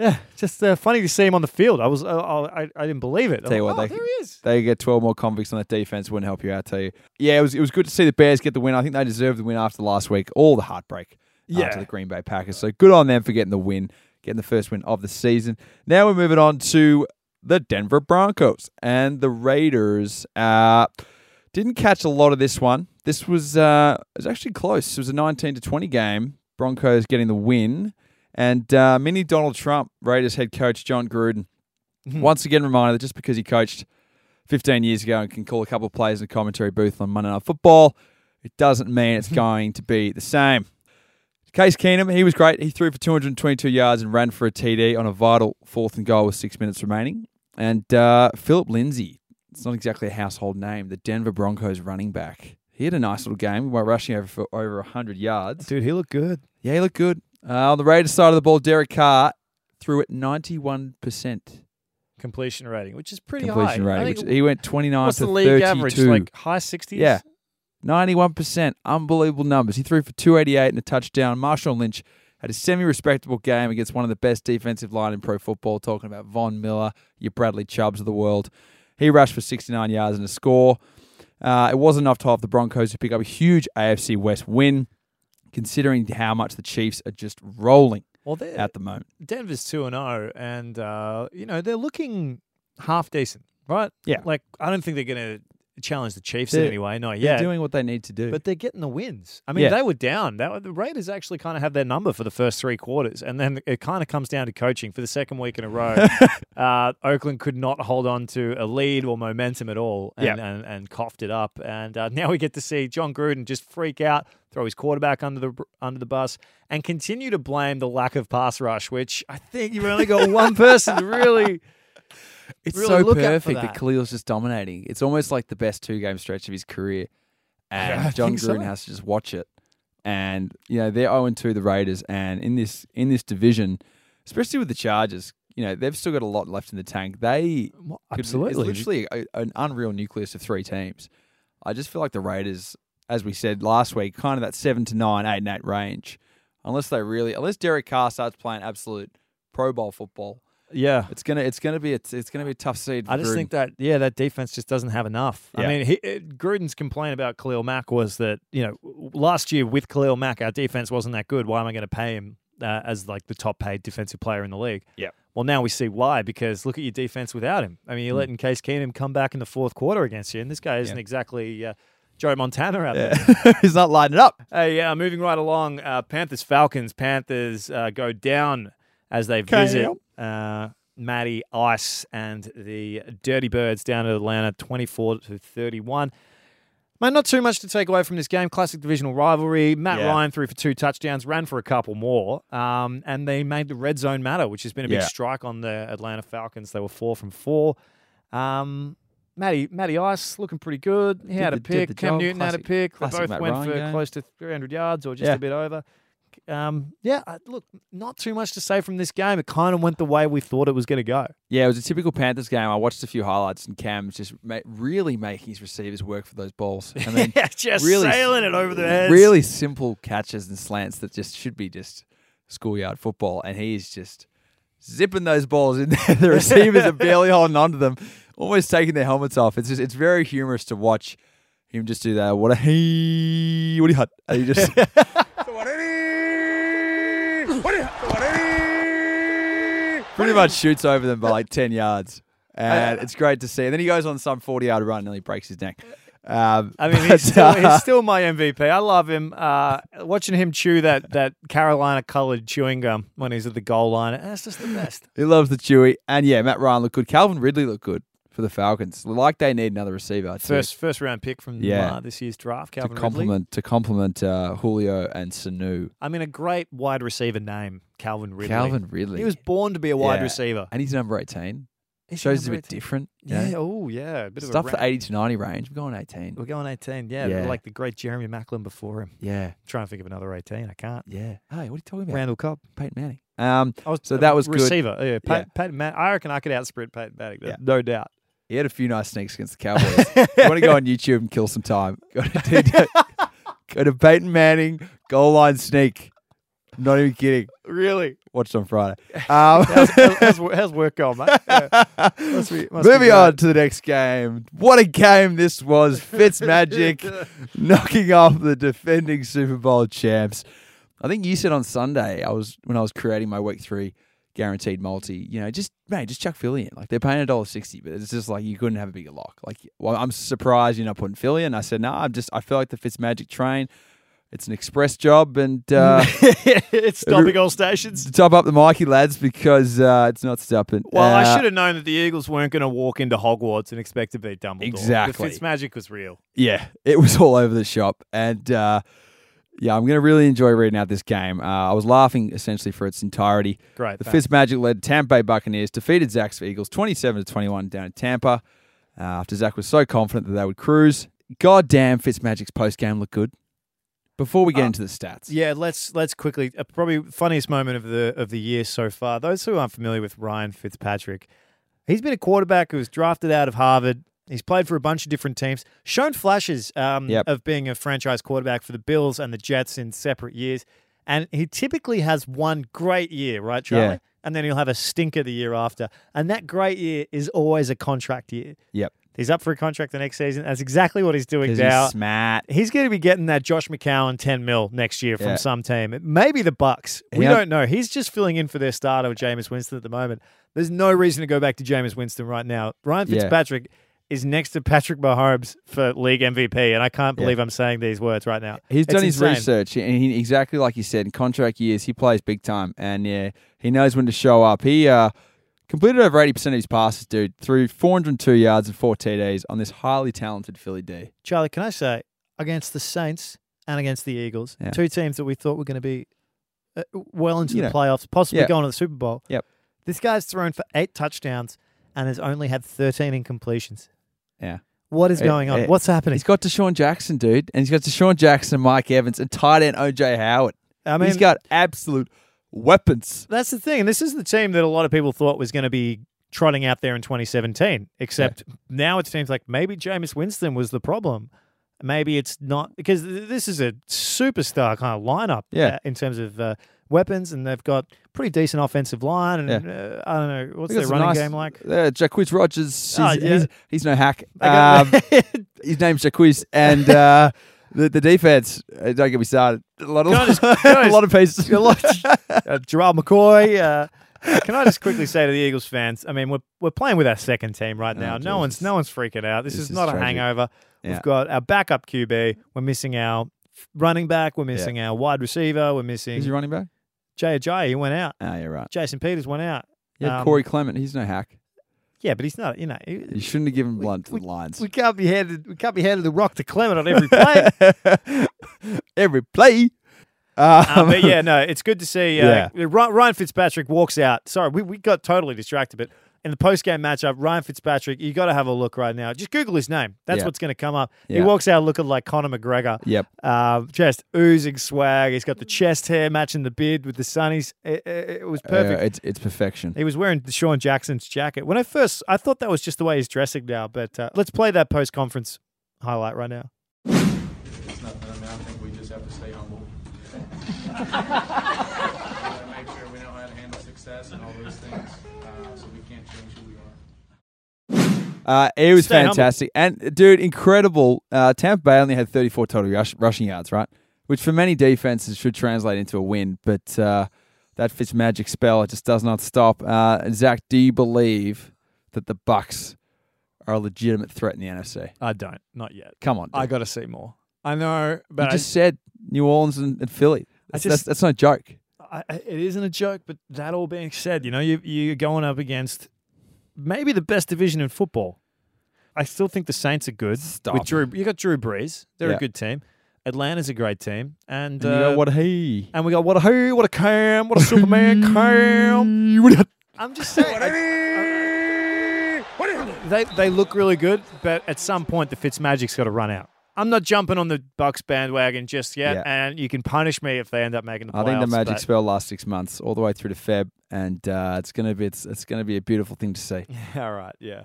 Speaker 1: yeah, just uh, funny to see him on the field. I was, uh, I, I didn't believe it. I'm
Speaker 2: Tell you
Speaker 1: like,
Speaker 2: what,
Speaker 1: oh,
Speaker 2: they-
Speaker 1: there he is.
Speaker 2: They get 12 more convicts on that defense wouldn't help you out, tell you. Yeah, it was it was good to see the Bears get the win. I think they deserved the win after last week. All the heartbreak uh,
Speaker 1: Yeah.
Speaker 2: to the Green Bay Packers. So good on them for getting the win, getting the first win of the season. Now we're moving on to the Denver Broncos and the Raiders. Uh, didn't catch a lot of this one. This was uh, it was actually close. It was a 19 to 20 game. Broncos getting the win. And uh, mini Donald Trump, Raiders head coach John Gruden, once again reminded that just because he coached 15 years ago and can call a couple of plays in the commentary booth on Monday Night Football, it doesn't mean
Speaker 1: <laughs>
Speaker 2: it's going to be the same. Case Keenum, he was great. He threw for 222 yards and ran for a TD on a vital fourth and goal with six minutes remaining. And uh, Philip Lindsay, it's not exactly a household name, the Denver Broncos running back. He had a nice little game by rushing over for over 100 yards.
Speaker 1: Dude, he looked good.
Speaker 2: Yeah, he looked good. Uh, on the Raiders side of the ball, Derek Carr threw it 91%
Speaker 1: Completion rating, which is pretty
Speaker 2: completion
Speaker 1: high. I
Speaker 2: rate,
Speaker 1: think-
Speaker 2: which he went 29
Speaker 1: what's
Speaker 2: to
Speaker 1: the league
Speaker 2: 32.
Speaker 1: average? Like high 60s?
Speaker 2: Yeah. 91%. Unbelievable numbers. He threw for 288 and a touchdown. Marshall Lynch had a semi respectable game against one of the best defensive line in pro football, talking about Von Miller, your Bradley Chubbs of the world. He rushed for 69 yards and a score. Uh, it was enough to help the Broncos to pick up a huge AFC West win, considering how much the Chiefs are just rolling
Speaker 1: Well, they're,
Speaker 2: at the moment.
Speaker 1: Denver's 2 and 0 and uh, you know, they're looking half decent, right?
Speaker 2: Yeah.
Speaker 1: Like I don't think they're going to challenge the Chiefs
Speaker 2: They're-
Speaker 1: anyway. No,
Speaker 2: They're
Speaker 1: yeah,
Speaker 2: doing what they need to do.
Speaker 1: but they're getting the wins. I mean,
Speaker 2: Yeah.
Speaker 1: they were down. That the Raiders actually kind of have their number for the first three quarters, and then it kind of comes down to coaching. For the second week in a
Speaker 2: <laughs>
Speaker 1: row, uh, Oakland could not hold on to a lead or momentum at all, and
Speaker 2: Yeah.
Speaker 1: and, and coughed it up. And uh, <laughs> now we get to see John Gruden just freak out, throw his quarterback under the under the bus, and continue to blame the lack of pass rush, which I think you've only got
Speaker 2: <laughs>
Speaker 1: one person to really.
Speaker 2: it's
Speaker 1: really
Speaker 2: so
Speaker 1: look out for
Speaker 2: perfect that.
Speaker 1: that.
Speaker 2: Khalil's just dominating. It's almost like the best two game stretch of his career.
Speaker 1: <laughs>
Speaker 2: And
Speaker 1: I
Speaker 2: John
Speaker 1: think so.
Speaker 2: Gruden has to just watch it. And you know, they're 0 2 the Raiders and in this in this division, especially with the Chargers, you know, they've still got a lot left in the tank. They
Speaker 1: Well,
Speaker 2: could-
Speaker 1: absolutely.
Speaker 2: it's literally a, an unreal nucleus of three teams. I just feel like the Raiders, as we said last week, kind of that seven to nine, eight and eight range. Unless they really, unless Derek Carr starts playing absolute Pro Bowl football,
Speaker 1: Yeah,
Speaker 2: it's gonna it's gonna be it's, it's gonna be a tough seed. For
Speaker 1: I just
Speaker 2: Gruden.
Speaker 1: think that yeah, that defense just doesn't have enough. I
Speaker 2: Yeah.
Speaker 1: mean, he, it, Gruden's complaint about Khalil Mack was that you know last year with Khalil Mack, our defense wasn't that good. Why am I going to pay him uh, as like the top paid defensive player in the league?
Speaker 2: Yep.
Speaker 1: Well, now we see why because look at your defense without him. I mean,
Speaker 2: Hmm.
Speaker 1: you're letting Case Keenum come back in the fourth quarter against you, and this guy isn't exactly uh, Joe Montana out there.
Speaker 2: <laughs> he's not lighting it up.
Speaker 1: Hey, uh, moving right along, uh, Panthers Falcons. Panthers uh, go down as they visit uh, Matty Ice and the Dirty Birds down at Atlanta, twenty-four to thirty-one. Man, not too much to take away from this game. Classic divisional rivalry. Matt
Speaker 2: Yeah.
Speaker 1: Ryan threw for two touchdowns, ran for a couple more, um, and they made the red zone matter, which has been a big
Speaker 2: Yeah.
Speaker 1: strike on the Atlanta Falcons. They were four from four. Um, Matty, Matty Ice looking pretty good. He had a
Speaker 2: the- did
Speaker 1: pick.
Speaker 2: the
Speaker 1: Cam
Speaker 2: job.
Speaker 1: Newton had a
Speaker 2: Classic-
Speaker 1: pick. They
Speaker 2: classic
Speaker 1: both
Speaker 2: Matt
Speaker 1: went
Speaker 2: Ryan
Speaker 1: for
Speaker 2: game.
Speaker 1: close to 300 yards or just
Speaker 2: Yeah.
Speaker 1: a bit over. Um, yeah, I- look, not too much to say from this game. It kind of went the way we thought it was going to go.
Speaker 2: Yeah, it was a typical Panthers game. I watched a few highlights, and Cam was just ma- really making his receivers work for those balls.
Speaker 1: <laughs>
Speaker 2: I mean,
Speaker 1: <laughs> just
Speaker 2: really-
Speaker 1: sailing it over their heads. <laughs>
Speaker 2: really simple catches and slants that just should be just schoolyard football, and he's just zipping those balls in <laughs> there. the receivers are barely holding onto them, almost taking their helmets off. It's just it's very humorous to watch him just do that. What a he! What a hut! And
Speaker 1: <laughs>
Speaker 2: he just pretty much shoots over them by like ten yards, and it's great to see. And then he goes on some forty-yard run, and nearly breaks his neck. Um,
Speaker 1: I
Speaker 2: <laughs>
Speaker 1: mean,
Speaker 2: but,
Speaker 1: he's still,
Speaker 2: uh,
Speaker 1: he's still my MVP. I love him. Uh, watching him chew that, that Carolina colored chewing gum when he's at the goal line, that's <laughs> just the best.
Speaker 2: He loves the Chewy. And yeah, Matt Ryan looked good. Calvin Ridley looked good for the Falcons. Like they need another receiver to,
Speaker 1: First first round pick from
Speaker 2: Yeah.
Speaker 1: uh, this year's draft,
Speaker 2: to
Speaker 1: Calvin Ridley.
Speaker 2: compliment to compliment uh, Julio and Sanu.
Speaker 1: I mean, a great wide receiver name, Calvin Ridley.
Speaker 2: Calvin Ridley.
Speaker 1: He was born to be a wide
Speaker 2: Yeah.
Speaker 1: receiver.
Speaker 2: And he's number 18.
Speaker 1: Is he
Speaker 2: Shows he's a
Speaker 1: number
Speaker 2: bit
Speaker 1: 18?
Speaker 2: different. you
Speaker 1: Yeah.
Speaker 2: know?
Speaker 1: Oh, yeah. A bit
Speaker 2: Stuff
Speaker 1: of a
Speaker 2: the
Speaker 1: ra-
Speaker 2: 80 to 90 range. We're going 18.
Speaker 1: We're going 18. Yeah,
Speaker 2: Yeah.
Speaker 1: Like the great Jeremy Macklin before him.
Speaker 2: Yeah.
Speaker 1: trying to think of another 18. I can't.
Speaker 2: Yeah. Hey, what are you talking about?
Speaker 1: Randall Cobb.
Speaker 2: Peyton Manning. Um,
Speaker 1: I was,
Speaker 2: So that was good.
Speaker 1: receiver. Yeah, Pat,
Speaker 2: Yeah.
Speaker 1: Pat, Matt, I reckon I could outsprint Pat Maddock,
Speaker 2: Yeah.
Speaker 1: no doubt.
Speaker 2: he had a few nice sneaks against the Cowboys. you want to go on YouTube and kill some time? Go to, <laughs> go to Peyton Manning goal line sneak. I'm not even kidding.
Speaker 1: Really?
Speaker 2: Watched on Friday. Um,
Speaker 1: How's, how's, how's work going, mate? <laughs> Yeah. Must be- must be
Speaker 2: Moving
Speaker 1: great.
Speaker 2: on to the next game. What a game this
Speaker 1: <laughs>
Speaker 2: was. Fitzmagic knocking off the defending Super Bowl champs. I think you said on Sunday, I was when I was creating my week three guaranteed multi, you know, just man, just chuck Philly in. Like they're paying a dollar sixty, but it's just like you couldn't have a bigger lock. Like well, I'm surprised you're not putting Philly in. I said, no, I'm just I feel like the Fitzmagic train. It's an express job and
Speaker 1: <laughs>
Speaker 2: uh
Speaker 1: it's stopping all stations.
Speaker 2: to top up the Mikey lads because uh, it's not stopping.
Speaker 1: Well, I
Speaker 2: Uh,
Speaker 1: should have known that the Eagles weren't going to walk into Hogwarts and expect to beat Dumbledore.
Speaker 2: Exactly.
Speaker 1: The Fitzmagic was real.
Speaker 2: yeah, it was <laughs> all over the shop. And uh, yeah, I'm going to really enjoy reading out this game. Uh, I was laughing essentially for its entirety.
Speaker 1: Great,
Speaker 2: The
Speaker 1: thanks.
Speaker 2: Fitzmagic led Tampa Bay Buccaneers defeated Zach's Eagles 27 to 21 down in Tampa uh, after Zach was so confident that they would cruise. Goddamn, Fitzmagic's post game looked good. Before we get into the stats,
Speaker 1: Uh, Yeah, let's let's quickly uh, probably funniest moment of the of the year so far. Those who aren't familiar with Ryan Fitzpatrick, he's been a quarterback who was drafted out of Harvard. He's played for a bunch of different teams, shown flashes um,
Speaker 2: Yep.
Speaker 1: of being a franchise quarterback for the Bills and the Jets in separate years. And he typically has one great year, right, Charlie?
Speaker 2: Yeah.
Speaker 1: And then he'll have a stinker the year after. And that great year is always a contract year.
Speaker 2: yep,
Speaker 1: He's up for a contract the next season. That's exactly what he's doing
Speaker 2: 'Cause
Speaker 1: now
Speaker 2: he's smart.
Speaker 1: he's going to be getting that Josh McCown 10 mil next year from
Speaker 2: Yeah.
Speaker 1: some team. It may be the Bucks. We
Speaker 2: Yeah.
Speaker 1: don't know. He's just filling in for their starter, Jameis Winston, at the moment. There's no reason to go back to Jameis Winston right now. Ryan
Speaker 2: Yeah.
Speaker 1: Fitzpatrick is next to Patrick Mahomes for league MVP, and I can't believe I'm saying these words right now.
Speaker 2: He's
Speaker 1: It's
Speaker 2: done his
Speaker 1: insane.
Speaker 2: research, and he, exactly like you said, in contract years, he plays big time, and yeah, he knows when to show up. He uh, completed over eighty percent of his passes, dude, through four hundred two yards and four TDs on this highly talented Philly D.
Speaker 1: Charlie, can I say against the Saints and against the Eagles,
Speaker 2: Yeah.
Speaker 1: two teams that we thought were going to be uh, well into
Speaker 2: You
Speaker 1: the
Speaker 2: know.
Speaker 1: playoffs, possibly
Speaker 2: Yeah.
Speaker 1: going to the Super Bowl.
Speaker 2: Yep.
Speaker 1: This guy's thrown for eight touchdowns and has only had 13 incompletions.
Speaker 2: Yeah.
Speaker 1: What is
Speaker 2: Eh,
Speaker 1: going on?
Speaker 2: eh,
Speaker 1: What's happening?
Speaker 2: He's got Deshaun Jackson, dude, and he's got Deshaun Jackson, Mike Evans, and tight end OJ Howard.
Speaker 1: I mean-
Speaker 2: he's got absolute weapons.
Speaker 1: That's the thing. This is the team that a lot of people thought was going to be trotting out there in 2017, except now it seems like maybe Jameis Winston was the problem. Maybe it's not because th- this is a superstar kind of lineup
Speaker 2: Yeah.
Speaker 1: uh, in terms of uh, weapons, and they've got pretty decent offensive line. And
Speaker 2: Yeah.
Speaker 1: uh, I don't know, what's
Speaker 2: They
Speaker 1: their
Speaker 2: got some
Speaker 1: running
Speaker 2: nice-
Speaker 1: game like?
Speaker 2: Uh, Jacquizz Rogers. He's,
Speaker 1: Oh, yeah.
Speaker 2: he's, he's no hack.
Speaker 1: got- <laughs>
Speaker 2: Um, his name's Jacquizz, and uh, the the defense. Uh, don't get me started. A lot of
Speaker 1: Can I just- can I
Speaker 2: <laughs> a lot of pieces.
Speaker 1: a
Speaker 2: <laughs>
Speaker 1: lot. Uh, Gerard McCoy. Uh, can I just quickly say to the Eagles fans? I mean, we're we're playing with our second team right now. no one's no one's freaking out. Oh, This,
Speaker 2: This
Speaker 1: is
Speaker 2: is
Speaker 1: not a
Speaker 2: tragic.
Speaker 1: hangover.
Speaker 2: Yeah.
Speaker 1: We've got our backup QB. We're missing our f- running back. We're missing our wide receiver. We're missing
Speaker 2: Is he running back?
Speaker 1: Jay Ajayi. He went out.
Speaker 2: Ah, you're right.
Speaker 1: Jason Peters went out.
Speaker 2: Yeah,
Speaker 1: Um,
Speaker 2: Corey Clement. He's no hack.
Speaker 1: Yeah, but he's not. You know, he-
Speaker 2: You shouldn't have given blunt to the Lions.
Speaker 1: we can't be handed we can't be handed the rock to Clement on every play.
Speaker 2: Every play. Um,
Speaker 1: Um, but yeah, no, it's good to see. Uh, Ry- Ryan Fitzpatrick walks out. Sorry, we, we got totally distracted, but in the post game matchup, Ryan Fitzpatrick, you got to have a look right now. Just Google his name. That's
Speaker 2: Yeah.
Speaker 1: what's going to come up. He
Speaker 2: Yeah.
Speaker 1: walks out looking like Conor McGregor.
Speaker 2: Yep.
Speaker 1: Um, just oozing swag. He's got the chest hair matching the beard with the sunnies. It, it, it was
Speaker 2: Uh,
Speaker 1: perfect.
Speaker 2: it's it's perfection.
Speaker 1: he was wearing Deshaun Jackson's jacket. When I first, I thought that was just the way he's dressing now. But uh, let's play that post conference highlight right now.
Speaker 7: It's nothing. I mean, I think we just have to stay humble. make sure we know how to handle success and all those things, uh, so we can't change who we are.
Speaker 2: Uh, it was
Speaker 1: Stay humble.
Speaker 2: fantastic. And, dude, incredible. Uh, Tampa Bay only had 34 total rush, rushing yards, right? Which for many defenses should translate into a win. But uh, that Fitzmagic spell, it just does not stop. Uh, and Zach, do you believe that the Bucks are a legitimate threat in the NFC?
Speaker 1: I don't, not yet.
Speaker 2: Come on. Dude.
Speaker 1: I got to see more. I know, but
Speaker 2: you
Speaker 1: I-
Speaker 2: just said New Orleans and, and Philly. That's, that's,
Speaker 1: just-
Speaker 2: that's no joke.
Speaker 1: I, I- it isn't a joke, but that all being said, you know, you, you're going up against maybe the best division in football. I still think the Saints are good.
Speaker 2: Stop.
Speaker 1: With Drew, you got Drew Brees. They're a
Speaker 2: Yeah.
Speaker 1: good team. Atlanta's a great team, and,
Speaker 2: And you
Speaker 1: uh,
Speaker 2: know what he?
Speaker 1: And we got what a who, what a Cam, what a Superman
Speaker 2: <laughs>
Speaker 1: Cam.
Speaker 2: What a-
Speaker 1: I'm just saying. I- I- they they look really good, but at some point the Fitzmagic's got to run out. I'm not jumping on the Bucks bandwagon just yet,
Speaker 2: Yeah.
Speaker 1: and you can punish me if they end up making the playoffs.
Speaker 2: I think the magic
Speaker 1: but-
Speaker 2: spell lasts six months, all the way through to Feb, and uh, it's gonna be it's, it's gonna be a beautiful thing to see.
Speaker 1: All right, yeah.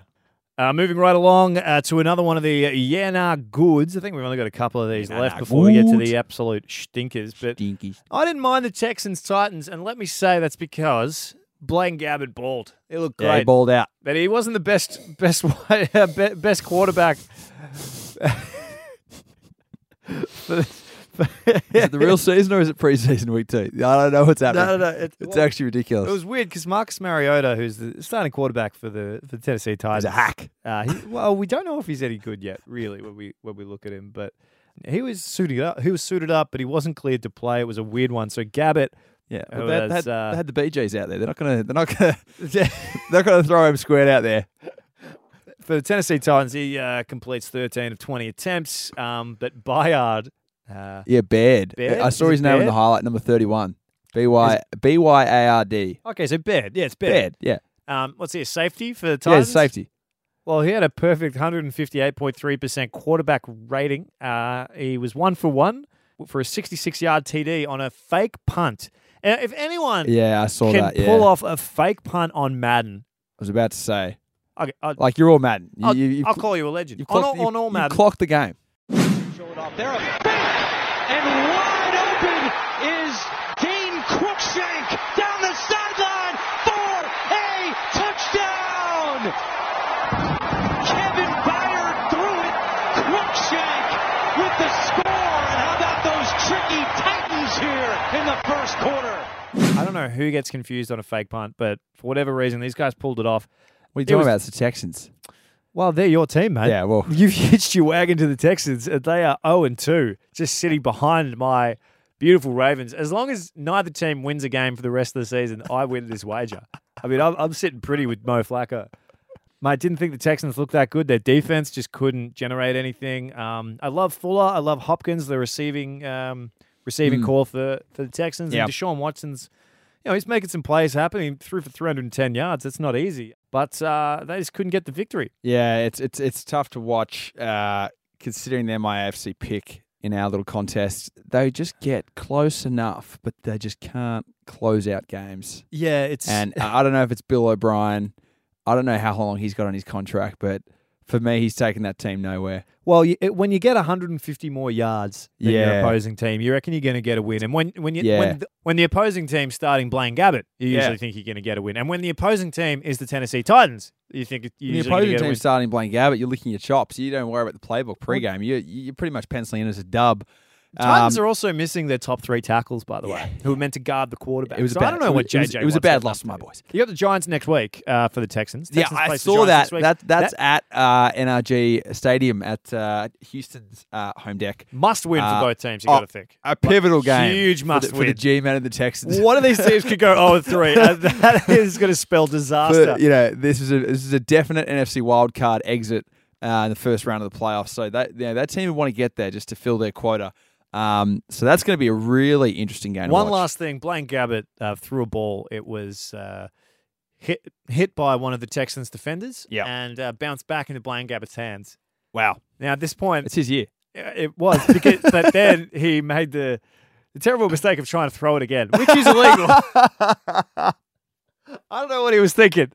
Speaker 1: Uh, moving right along uh, to another one of the uh, yeah nah goods. I think we've only got a couple of these left before we get to
Speaker 2: goods.
Speaker 1: the absolute stinkers. But
Speaker 2: Dinky.
Speaker 1: I didn't mind the Texans Titans, and let me say that's because Blaine Gabbard balled. It looked
Speaker 2: Yeah, he
Speaker 1: great,
Speaker 2: balled
Speaker 1: <laughs>
Speaker 2: out.
Speaker 1: but he wasn't the best best <laughs> wi- uh, be- best quarterback.
Speaker 2: Is it the real season or is it preseason week two? I don't know what's happening.
Speaker 1: no, it-
Speaker 2: it's actually ridiculous.
Speaker 1: It was weird because Marcus Mariota, who's the starting quarterback for the for the Tennessee Titans,
Speaker 2: a hack.
Speaker 1: Uh, he, well, we don't know if he's any good yet, really, when we when we look at him. But he was suited up. He was suited up, but he wasn't cleared to play. It was a weird one. So Gabbett,
Speaker 2: yeah,
Speaker 1: it
Speaker 2: well, they, they
Speaker 1: was,
Speaker 2: had,
Speaker 1: uh,
Speaker 2: they had the BJ's out there. They're not gonna. They're not
Speaker 1: <laughs>
Speaker 2: gonna. <laughs> they're not gonna throw him squared out there.
Speaker 1: for the Tennessee Titans, he uh, completes thirteen of twenty attempts. Um, but Bayard, uh,
Speaker 2: Yeah, Baird.
Speaker 1: Baird?
Speaker 2: I saw
Speaker 1: Is it
Speaker 2: his name in
Speaker 1: Baird?
Speaker 2: the highlight number thirty-one. B Y B Y A R D.
Speaker 1: okay, so Baird, yeah, it's Baird.
Speaker 2: Baird. Yeah.
Speaker 1: Um, what's he a safety for the
Speaker 2: Yeah.
Speaker 1: Titans?
Speaker 2: Safety.
Speaker 1: Well, he had a perfect 158.3% quarterback rating. Uh, he was one for one for a 66 yard TD on a fake punt. Uh, if anyone
Speaker 2: Yeah, I saw
Speaker 1: can
Speaker 2: that. Yeah.
Speaker 1: pull off a fake punt on Madden,
Speaker 2: I was about to say,
Speaker 1: okay, I'll,
Speaker 2: like you're all Madden. You,
Speaker 1: I'll,
Speaker 2: you, you,
Speaker 1: I'll call you a legend.
Speaker 2: you
Speaker 1: on,
Speaker 2: clocked-
Speaker 1: all-
Speaker 2: you-
Speaker 1: on all
Speaker 2: you
Speaker 1: Madden.
Speaker 2: clocked the game.
Speaker 9: And wide open is Dean Cruikshank down the sideline for a touchdown. Kevin Byard threw it. Cruikshank with the score. And how about those tricky Titans here in the first quarter?
Speaker 1: I don't know who gets confused on a fake punt, but for whatever reason, these guys pulled it off.
Speaker 2: What are you
Speaker 1: It
Speaker 2: talking
Speaker 1: was-
Speaker 2: about? It's the Texans.
Speaker 1: Well, they're your team, mate.
Speaker 2: Yeah, well-
Speaker 1: You've <laughs> hitched your wagon to the Texans, and they are 0 and 2, just sitting behind my beautiful Ravens. As long as neither team wins a game for the rest of the season, I win this wager. I mean, I'm, I'm sitting pretty with Mo Flacco. Mate, didn't think the Texans looked that good. Their defense just couldn't generate anything. Um, I love Fuller. I love Hopkins, the receiving um, receiving call for, for the Texans.
Speaker 2: Yep.
Speaker 1: And Deshaun Watson's, you know, he's making some plays happen. He threw for 310 yards. That's not easy. But uh, they just couldn't get the victory.
Speaker 2: Yeah, it's it's it's tough to watch uh, considering they're my AFC pick in our little contest. They just get close enough, but they just can't close out games.
Speaker 1: Yeah, it's
Speaker 2: And I I don't know if it's Bill O'Brien. I don't know how long he's got on his contract, but for me, he's taken that team nowhere.
Speaker 1: well, you, it, when you get 150 more yards than your
Speaker 2: Yeah.
Speaker 1: opposing team, you reckon you're going to get a win. And when when you
Speaker 2: Yeah.
Speaker 1: when, the, when the opposing team's starting Blaine Gabbert, you
Speaker 2: Yeah.
Speaker 1: usually think you're going to get a win. And when the opposing team is the Tennessee Titans, you think you're
Speaker 2: When your
Speaker 1: usually going to
Speaker 2: opposing
Speaker 1: get a win.
Speaker 2: team's starting Blaine Gabbert, you're licking your chops. You don't worry about the playbook pregame. You you're pretty much penciling in as a dub.
Speaker 1: Titans
Speaker 2: Um,
Speaker 1: are also missing their top three tackles, by the way, who were meant to guard the quarterback.
Speaker 2: It was a
Speaker 1: so
Speaker 2: bad-
Speaker 1: I don't know
Speaker 2: it
Speaker 1: what
Speaker 2: was- it was-
Speaker 1: JJ.
Speaker 2: it was a
Speaker 1: Watts
Speaker 2: bad
Speaker 1: is
Speaker 2: loss
Speaker 1: up
Speaker 2: for my
Speaker 1: to.
Speaker 2: boys.
Speaker 1: You got the Giants next week uh, for the Texans. Texans
Speaker 2: yeah, I
Speaker 1: face the Giants
Speaker 2: saw that.
Speaker 1: next week.
Speaker 2: that. That's at uh, NRG Stadium at uh, Houston's uh, home deck.
Speaker 1: must win
Speaker 2: Uh,
Speaker 1: for both teams. You
Speaker 2: oh,
Speaker 1: got to think
Speaker 2: A pivotal game.
Speaker 1: huge
Speaker 2: for the-
Speaker 1: must
Speaker 2: for the,
Speaker 1: win.
Speaker 2: G man and the Texans.
Speaker 1: One of these teams could go 0 3,
Speaker 2: <laughs>
Speaker 1: and Uh, that is going to spell disaster.
Speaker 2: But, you know, this is a this is a definite NFC wild card exit uh, in the first round of the playoffs. So that you know, that team would want to get there just to fill their quota. Um, so that's going to be a really interesting game. to
Speaker 1: One
Speaker 2: watch.
Speaker 1: last thing, Blaine Gabbert uh, threw a ball. It was uh, hit hit by one of the Texans defenders,
Speaker 2: Yeah.
Speaker 1: and uh, bounced back into Blaine Gabbert's hands.
Speaker 2: Wow,
Speaker 1: Now at this point,
Speaker 2: it's his year.
Speaker 1: Uh, it was because, but then he made the, the terrible mistake of trying to throw it again, which is <laughs> illegal. I don't know what he was thinking.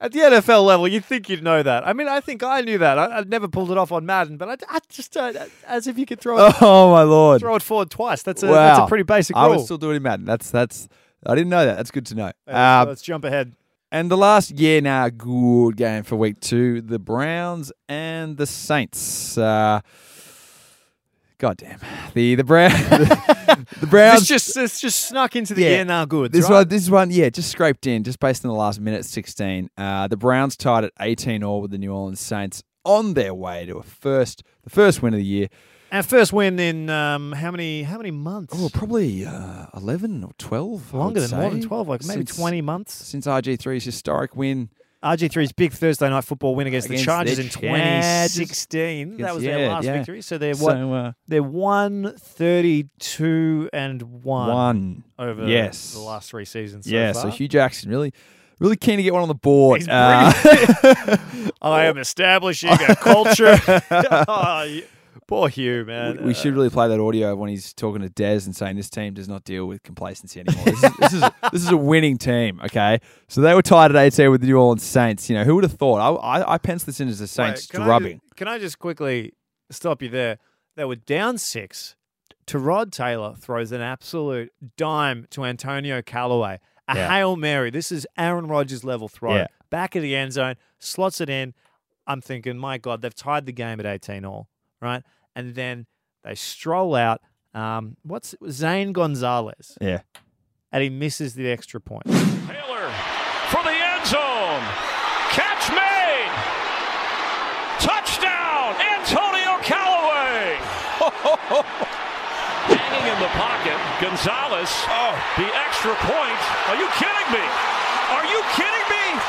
Speaker 1: At the NFL level, you'd think you'd know that. I mean, I think I knew that. I, I'd never pulled it off on Madden, but I, I just don't. As if you could throw it,
Speaker 2: <laughs> Oh my lord!
Speaker 1: throw it forward twice. That's a,
Speaker 2: wow,
Speaker 1: that's a pretty basic rule.
Speaker 2: I was still doing it, Madden. That's that's. I didn't know that. That's good to know.
Speaker 1: Uh,
Speaker 2: Um,
Speaker 1: let's jump ahead.
Speaker 2: And the last yeah now good game for week two, the Browns and the Saints. Uh, God damn the the Brown <laughs> the, Browns.
Speaker 1: It's just it's just snuck into the
Speaker 2: Yeah.
Speaker 1: um, yeah. now goods.
Speaker 2: this
Speaker 1: right?
Speaker 2: one, this one, yeah, just scraped in, just based on the last minute, sixteen. Uh, the Browns tied at eighteen all with the New Orleans Saints on their way to a first, the first win of the year.
Speaker 1: Our first win in um, how many how many months?
Speaker 2: Oh, probably uh, eleven or twelve, I would
Speaker 1: Longer than more than
Speaker 2: say,
Speaker 1: twelve, like maybe
Speaker 2: since-
Speaker 1: twenty months.
Speaker 2: since RG 3s historic win.
Speaker 1: RG3's big Thursday night football win against, the
Speaker 2: Against the
Speaker 1: Chargers in
Speaker 2: Chargers.
Speaker 1: 2016. that
Speaker 2: Against-
Speaker 1: was
Speaker 2: yeah,
Speaker 1: their last
Speaker 2: yeah.
Speaker 1: victory. So they're what?
Speaker 2: So, uh,
Speaker 1: they're one thirty-two and one,
Speaker 2: one
Speaker 1: over
Speaker 2: yes.
Speaker 1: the last three seasons. So
Speaker 2: yeah,
Speaker 1: far.
Speaker 2: so Hugh Jackson really, really keen to get one on the board.
Speaker 1: He's
Speaker 2: Uh, <laughs>
Speaker 1: <laughs> I am establishing a culture. <laughs> Oh, you- poor Hugh, man.
Speaker 2: we should really play that audio when he's talking to Dez and saying this team does not deal with complacency anymore. This is, this is
Speaker 1: <laughs>
Speaker 2: this is a winning team. Okay, so they were tied at eighteen with the New Orleans Saints. You know who would have thought? I I, I penciled this in as the Saints
Speaker 1: Wait, can I
Speaker 2: drubbing.
Speaker 1: ju- can I just quickly stop you there? They were down six. To Rod Taylor throws an absolute dime to Antonio Callaway. A
Speaker 2: Yeah.
Speaker 1: Hail Mary. This is Aaron Rodgers level throw.
Speaker 2: Yeah.
Speaker 1: Back of the end zone, slots it in. I'm thinking, my God, they've tied the game at 18 all, right? And then they stroll out. Um, what's Zane Gonzalez?
Speaker 2: yeah,
Speaker 1: And he misses the extra point.
Speaker 9: Taylor for the end zone. Catch made. Touchdown, Antonio Callaway. <laughs> Hanging in the pocket, Gonzalez. Oh, the extra point. Are you kidding me? Are you kidding me?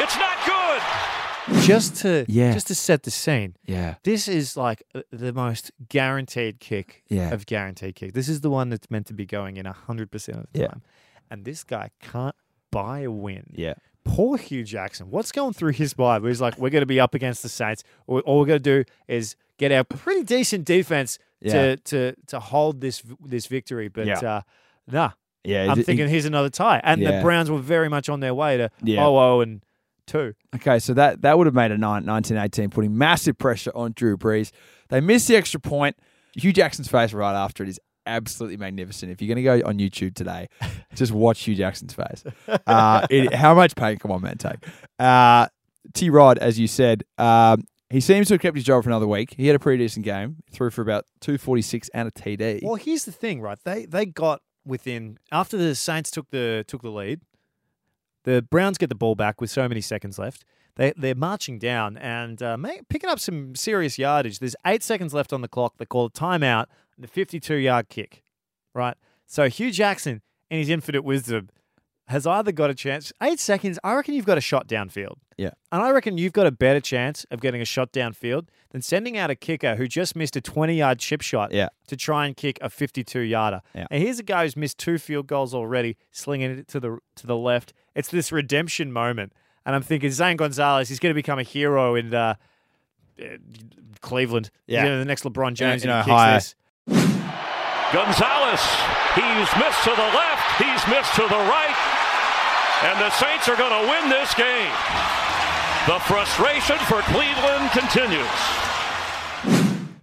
Speaker 9: It's not good.
Speaker 1: Just to
Speaker 2: Yeah.
Speaker 1: just to set the scene.
Speaker 2: yeah,
Speaker 1: This is like uh, the most guaranteed kick
Speaker 2: Yeah.
Speaker 1: of guaranteed kick. This is the one that's meant to be going in 100% of the
Speaker 2: Yeah.
Speaker 1: time. And this guy can't buy a win.
Speaker 2: yeah.
Speaker 1: Poor Hugh Jackson. What's going through his mind? He's like, we're going to be up against the Saints. All all we're going to do is get our pretty decent defense
Speaker 2: Yeah.
Speaker 1: to, to to hold this v- this victory. But
Speaker 2: Yeah.
Speaker 1: uh, nah,
Speaker 2: Yeah,
Speaker 1: I'm
Speaker 2: he-
Speaker 1: thinking here's another tie. And
Speaker 2: Yeah.
Speaker 1: the Browns were very much on their way to
Speaker 2: Yeah.
Speaker 1: 0 and 2.
Speaker 2: Okay, so that, that would have made a 9, 19 18, putting massive pressure on Drew Brees. They missed the extra point. Hugh Jackson's face right after it is absolutely magnificent. If you're going to go on
Speaker 1: <laughs>
Speaker 2: YouTube today, just watch Hugh Jackson's face. Uh, it, how much pain can one man take? Uh, T Rod, as you said, um, he seems to have kept his job for another week. He had a pretty decent game, threw for about 246 and a TD.
Speaker 1: Well, here's the thing, right? They they got within after the Saints took the took the lead. The Browns get the ball back with so many seconds left. They, they're marching down and uh, ma- picking up some serious yardage. There's eight seconds left on the clock. They call a timeout and the 52 yard kick, right? So Hugh Jackson, in his infinite wisdom, has either got a chance. Eight seconds, I reckon you've got a shot downfield.
Speaker 2: Yeah.
Speaker 1: And I reckon you've got a better chance of getting a shot downfield than sending out a kicker who just missed a 20 yard chip shot
Speaker 2: Yeah.
Speaker 1: to try and kick a 52 yarder.
Speaker 2: Yeah.
Speaker 1: And here's a guy who's missed two field goals already, slinging it to the to the left. It's this redemption moment. And I'm thinking, Zane Gonzalez, he's going to become a hero in uh, uh, Cleveland.
Speaker 2: Yeah.
Speaker 1: You know, the next LeBron James
Speaker 2: in
Speaker 1: who kicks
Speaker 2: Ohio.
Speaker 1: this.
Speaker 9: Gonzalez, he's missed to the left, he's missed to the right, and the Saints are going to win this game. The frustration for Cleveland continues.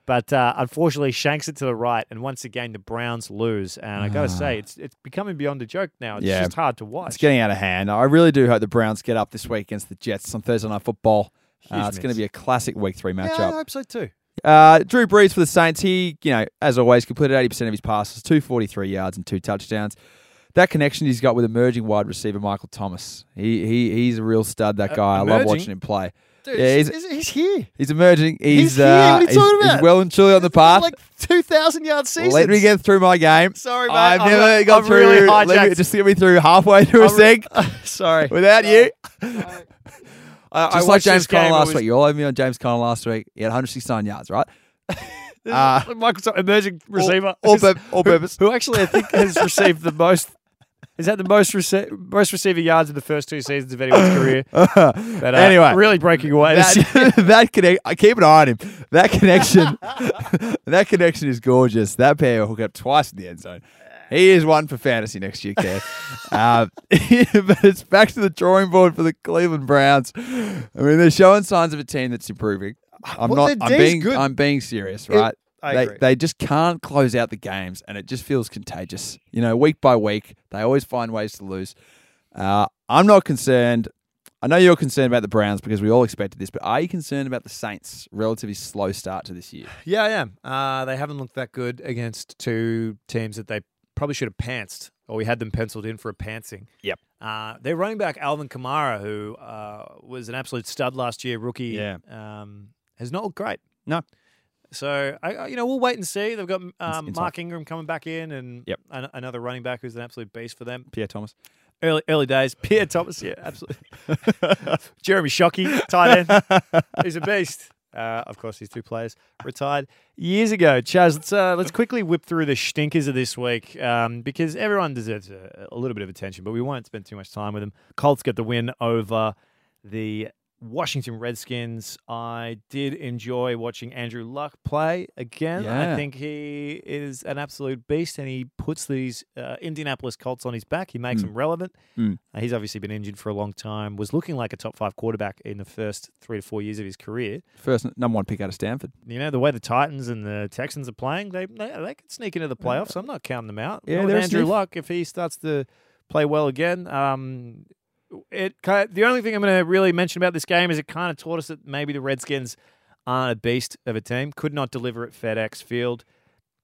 Speaker 1: But uh, unfortunately, shanks it to the right, and once again, the Browns lose. And I got to say, it's it's becoming beyond a joke now. It's
Speaker 2: Ah. Yeah.
Speaker 1: just hard to watch.
Speaker 2: It's getting out of hand. I really do hope the Browns get up this week against the Jets on Thursday Night Football. Uh,
Speaker 1: Huge
Speaker 2: it's going
Speaker 1: miss.
Speaker 2: to be a classic Week Three
Speaker 1: yeah,
Speaker 2: matchup.
Speaker 1: I hope so too.
Speaker 2: Uh, Drew Brees for the Saints. He, you know, as always, completed 80% of his passes, 243 yards and two touchdowns. That connection he's got with emerging wide receiver Michael Thomas. He he he's a real stud. That guy. I love
Speaker 1: emerging?
Speaker 2: watching him play.
Speaker 1: Dude,
Speaker 2: yeah, he's,
Speaker 1: he's, he's here.
Speaker 2: he's emerging. He's
Speaker 1: here. What
Speaker 2: uh,
Speaker 1: are you
Speaker 2: he's,
Speaker 1: talking
Speaker 2: he's
Speaker 1: about?
Speaker 2: well and truly on <laughs> the path.
Speaker 1: Like two thousand yard seasons.
Speaker 2: Let me get through my game.
Speaker 1: Sorry, mate.
Speaker 2: I've
Speaker 1: I've-
Speaker 2: never
Speaker 1: I've
Speaker 2: got through.
Speaker 1: really
Speaker 2: let me,
Speaker 1: hijacked-
Speaker 2: just get me through halfway through a
Speaker 1: I'm re-
Speaker 2: seg <laughs>
Speaker 1: Sorry.
Speaker 2: without you. <laughs> Uh,
Speaker 1: I, I
Speaker 2: Just like
Speaker 1: watched this
Speaker 2: James Conner
Speaker 1: game, it
Speaker 2: last
Speaker 1: was-
Speaker 2: week. You all over me on James Conner last week. He had 169 yards, right?
Speaker 1: <laughs> this is Michael Thomas, emerging receiver.
Speaker 2: Ah. all
Speaker 1: who's-
Speaker 2: pur- all
Speaker 1: who-
Speaker 2: purpose.
Speaker 1: Who, actually I think
Speaker 2: <laughs>
Speaker 1: has received the most. Is that the most rece- most receiver yards in the first two seasons of anyone's
Speaker 2: <coughs>
Speaker 1: career? But, uh,
Speaker 2: Anyway.
Speaker 1: really breaking away. this year.
Speaker 2: that, that connect. I keep an eye on him. That connection, <laughs> that connection is gorgeous. That pair hook up twice in the end zone. He is one for fantasy next year, Kev. um, <laughs> but it's back to the drawing board for the Cleveland Browns. I mean, they're showing signs of a team that's improving. I'm
Speaker 1: Well,
Speaker 2: not.
Speaker 1: their
Speaker 2: I'm
Speaker 1: D's
Speaker 2: being.
Speaker 1: good.
Speaker 2: I'm being serious, right?
Speaker 1: I
Speaker 2: they,
Speaker 1: agree.
Speaker 2: they just can't close out the games, and it just feels contagious. You know, week by week, they always find ways to lose. Uh, I'm not concerned. I know you're concerned about the Browns because we all expected this, but are you concerned about the Saints' relatively slow start to this year?
Speaker 1: <laughs> Yeah, I am. Uh, they haven't looked that good against two teams that they probably should have pantsed, or we had them penciled in for a pantsing.
Speaker 2: <sighs> Yep.
Speaker 1: Uh, their running back Alvin Kamara, who uh, was an absolute stud last year, rookie,
Speaker 2: Yeah.
Speaker 1: um, has not looked great.
Speaker 2: No.
Speaker 1: So I, I- you know, we'll wait and see. They've got um,
Speaker 2: inside.
Speaker 1: Mark Ingram coming back in, and
Speaker 2: Yep.
Speaker 1: an- another running back who's an absolute beast for them.
Speaker 2: Pierre Thomas.
Speaker 1: Early early days, Pierre Thomas, yeah, absolutely. Jeremy Shockey, tight end, he's a beast. Uh, of course, these two players retired years ago. Chaz, let's uh, let's quickly whip through the stinkers of this week um, because everyone deserves a, a little bit of attention, but we won't spend too much time with them. Colts get the win over the Washington Redskins. I did enjoy watching Andrew Luck play again.
Speaker 2: Yeah.
Speaker 1: I think he is an absolute beast, and he puts these uh, Indianapolis Colts on his back. He
Speaker 2: Hmm.
Speaker 1: makes them relevant. Uh, he's obviously been injured for a long time. Was looking like a top five quarterback in the first three to four years of his career.
Speaker 2: First number one pick out of Stanford.
Speaker 1: You know the way the Titans and the Texans are playing, they they, they could sneak into the playoffs. I'm not counting them out.
Speaker 2: Yeah,
Speaker 1: Not with
Speaker 2: they're a
Speaker 1: Andrew
Speaker 2: sniff.
Speaker 1: Luck if he starts to play well again. Um, it ki- the only thing I'm going to really mention about this game is it kind of taught us that maybe the Redskins aren't a beast of a team. Could not deliver at FedEx Field.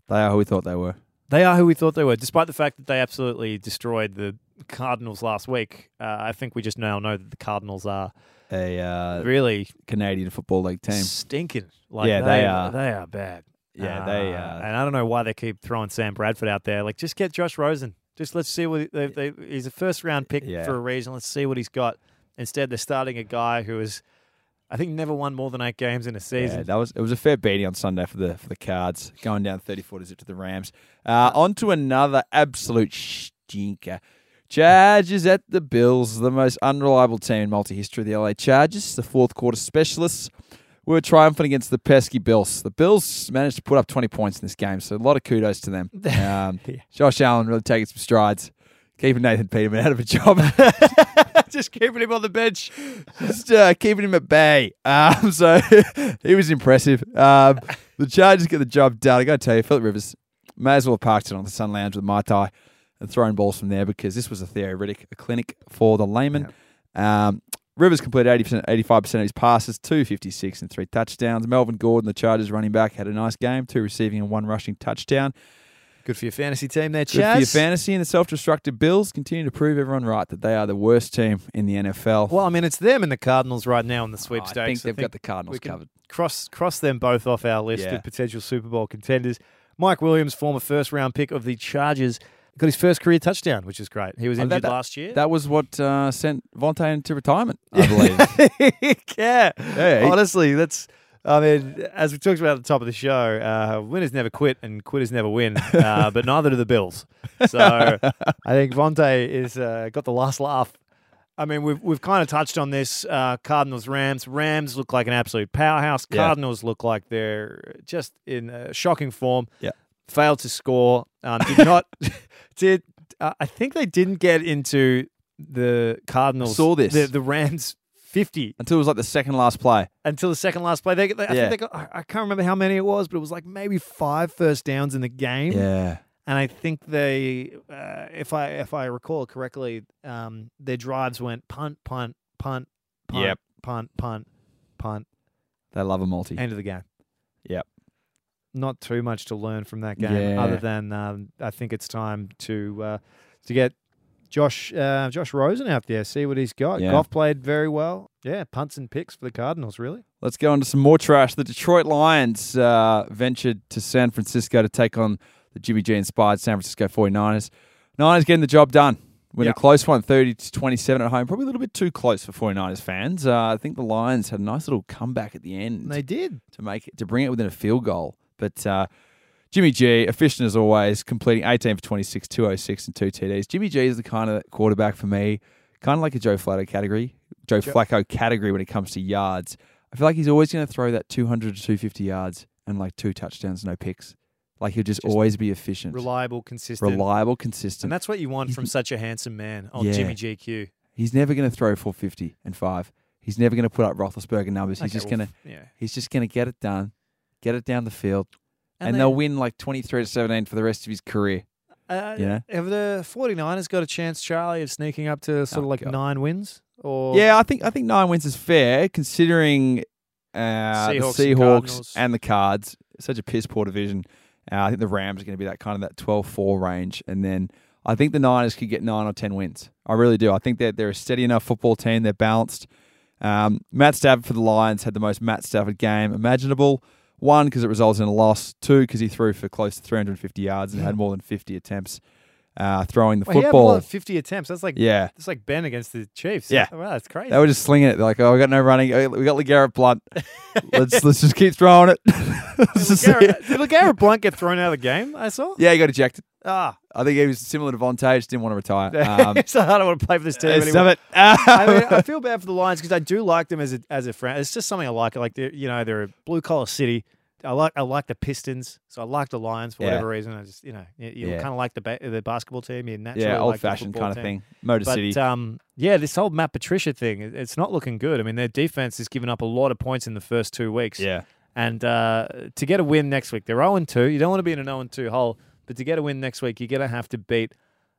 Speaker 2: They are who we thought they were.
Speaker 1: They are who we thought they were, despite the fact that they absolutely destroyed the Cardinals last week. Uh, I think we just now know that the Cardinals are
Speaker 2: A uh,
Speaker 1: really
Speaker 2: Canadian Football League team.
Speaker 1: stinking. Like
Speaker 2: Yeah, they are.
Speaker 1: They are bad.
Speaker 2: Yeah, they, uh,
Speaker 1: and I don't know why they keep throwing Sam Bradford out there. Like, just get Josh Rosen. Just let's see what they, they, he's a first round pick
Speaker 2: Yeah.
Speaker 1: for a reason. Let's see what he's got. Instead, they're starting a guy who has, I think, never won more than eight games in a
Speaker 2: Yeah,
Speaker 1: season.
Speaker 2: that was it was a fair beating on Sunday for the for the Cards, going down 34 to zip to the Rams. Uh, on to another absolute stinker. Chargers at the Bills, the most unreliable team in multi history. The LA Chargers, the fourth quarter specialists, were triumphant against the pesky Bills. The Bills managed to put up 20 points in this game, so a lot of kudos to them. Um, Josh Allen really taking some strides, keeping Nathan Peterman out of a job. <laughs>
Speaker 1: <laughs> just keeping him on the bench.
Speaker 2: just uh, keeping him at bay. Um, <laughs> so he was impressive. Um, the Chargers get the job done. I got to tell you, Philip Rivers may as well have parked it on the Sun Lounge with Mai Tai and thrown balls from there because this was a theoretic a clinic for the layman. Um, Rivers completed 80%, 85% of his passes, 256 and three touchdowns. Melvin Gordon, the Chargers running back, had a nice game, two receiving and one rushing touchdown.
Speaker 1: Good for your fantasy team there,
Speaker 2: Good
Speaker 1: Chaz.
Speaker 2: for your fantasy and the self-destructive Bills continue to prove everyone right that they are the worst team in the NFL.
Speaker 1: well, I mean, it's them and the Cardinals right now in the
Speaker 2: Oh, I
Speaker 1: sweepstakes.
Speaker 2: think they've got the
Speaker 1: we
Speaker 2: Cardinals
Speaker 1: can
Speaker 2: covered.
Speaker 1: Cross cross them both off our list
Speaker 2: Yeah.
Speaker 1: of potential Super Bowl contenders. Mike Williams, former first round pick of the Chargers, got his first career touchdown, which is great. He was
Speaker 2: Uh,
Speaker 1: injured
Speaker 2: that- that-
Speaker 1: last year.
Speaker 2: That was what uh, sent Vontae into retirement, <laughs> I believe.
Speaker 1: <laughs> yeah.
Speaker 2: he-
Speaker 1: Honestly, that's. I mean, as we talked about at the top of the show, uh, winners never quit and quitters never
Speaker 2: <laughs>
Speaker 1: win, uh, but neither do the Bills. So I think Vontae is uh, got the last laugh. I mean, we've we've kind of touched on this. Uh, Cardinals, Rams. Rams look like an absolute powerhouse.
Speaker 2: Yeah.
Speaker 1: Cardinals look like they're just in uh, shocking form.
Speaker 2: Yeah.
Speaker 1: failed to score. Um, did not. <laughs> did uh, I think they didn't get into the Cardinals?
Speaker 2: Saw this.
Speaker 1: the, the Rams fifty
Speaker 2: Until it was like the second last play.
Speaker 1: until the second last play. They, they, I,
Speaker 2: Yeah.
Speaker 1: think they got, I I can't remember how many it was, but it was like maybe five first downs in the game.
Speaker 2: Yeah.
Speaker 1: And I think they, uh, if I if I recall correctly, um, their drives went punt, punt, punt, punt,
Speaker 2: Yep.
Speaker 1: punt, punt, punt.
Speaker 2: They love a multi.
Speaker 1: End of the game.
Speaker 2: Yep.
Speaker 1: Not too much to learn from that game,
Speaker 2: Yeah.
Speaker 1: other than um, I think it's time to uh, to get Josh uh, Josh Rosen out there, see what he's got.
Speaker 2: Yeah.
Speaker 1: Goff played very well. Yeah, punts and picks for the Cardinals, really.
Speaker 2: Let's go on to some more trash. The Detroit Lions uh, ventured to San Francisco to take on the Jimmy G inspired San Francisco 49ers. Niners getting the job done. Win
Speaker 1: Yeah.
Speaker 2: a close one, 30 to 27 at home. Probably a little bit too close for 49ers fans. Uh, I think the Lions had a nice little comeback at the end
Speaker 1: And they did.
Speaker 2: to make it, to bring it within a field goal. But uh, Jimmy G, efficient as always, completing 18 for 26, 206 and two TDs. Jimmy G is the kind of quarterback for me, kind of like a Joe Flacco category, Joe Flacco category when it comes to yards. I feel like he's always going to throw that 200 to 250 yards and like two touchdowns, no picks. Like he'll just, always be efficient,
Speaker 1: reliable, consistent,
Speaker 2: reliable,
Speaker 1: and
Speaker 2: consistent.
Speaker 1: that's what you want from such a handsome man on
Speaker 2: Yeah.
Speaker 1: Jimmy GQ.
Speaker 2: he's never going to throw 450 and five. He's never going to put up Roethlisberger numbers. He's
Speaker 1: Okay,
Speaker 2: just
Speaker 1: well,
Speaker 2: going to
Speaker 1: f- yeah.
Speaker 2: he's just going to get it done, get it down the field, and,
Speaker 1: they-
Speaker 2: they'll win like 23 to 17 for the rest of his career.
Speaker 1: Uh,
Speaker 2: you know?
Speaker 1: Have the 49ers got a chance, Charlie, of sneaking up to sort
Speaker 2: Oh,
Speaker 1: of like
Speaker 2: God.
Speaker 1: nine wins? Or
Speaker 2: Yeah, I think I think 9 wins is fair considering uh,
Speaker 1: Seahawks
Speaker 2: the
Speaker 1: and
Speaker 2: Seahawks and,
Speaker 1: Cardinals.
Speaker 2: the Cards, such a piss poor division. Uh, I think the Rams are going to be that kind of that 12-4 range and then I think the Niners could get 9 or 10 wins. I really do. I think that they're a steady enough football team, they're balanced. Um, Matt Stafford for the Lions had the most Matt Stafford game imaginable. One, because it results in a loss. Two, because he threw for close to 350 yards and had more than 50 attempts uh, throwing the
Speaker 1: Mm. Well, he had
Speaker 2: football.
Speaker 1: more than 50 attempts. That's like
Speaker 2: yeah.
Speaker 1: that's like Ben against the Chiefs.
Speaker 2: Yeah.
Speaker 1: Wow, that's crazy.
Speaker 2: They were just slinging it. They're like, oh, we got no running. Oh, We got LeGarrette Blunt. let's let's just keep
Speaker 1: <laughs>
Speaker 2: throwing it. Let's just see it. <laughs>
Speaker 1: Garrett, did LeGarrette Blunt get thrown out of the game? I saw. <laughs>
Speaker 2: Yeah, he got ejected.
Speaker 1: Ah,
Speaker 2: I think he was similar to Vontae. Just didn't want
Speaker 1: <laughs>
Speaker 2: to retire. Um,
Speaker 1: so I don't want to play for this team
Speaker 2: <laughs> yeah,
Speaker 1: anymore.
Speaker 2: stop it.
Speaker 1: I, mean,
Speaker 2: <laughs>
Speaker 1: I feel bad for the Lions because I do like them as a as a friend. It's just something I like. I Like they're- you know, they're a blue collar city. I like I like the Pistons, so I like the Lions for
Speaker 2: Yeah.
Speaker 1: whatever reason. I just you know you, you
Speaker 2: Yeah.
Speaker 1: kind of like the ba- the basketball team. You naturally
Speaker 2: yeah,
Speaker 1: like the
Speaker 2: old fashioned
Speaker 1: football
Speaker 2: kind of
Speaker 1: team.
Speaker 2: thing. Motor
Speaker 1: But
Speaker 2: City.
Speaker 1: um, yeah, this whole Matt Patricia thing, it- it's not looking good. I mean, their defense has given up a lot of points in the first two weeks.
Speaker 2: yeah,
Speaker 1: And uh, to get a win next week, they're 0 2. You don't want to be in an 0 2 hole, but to get a win next week, you're going to have to beat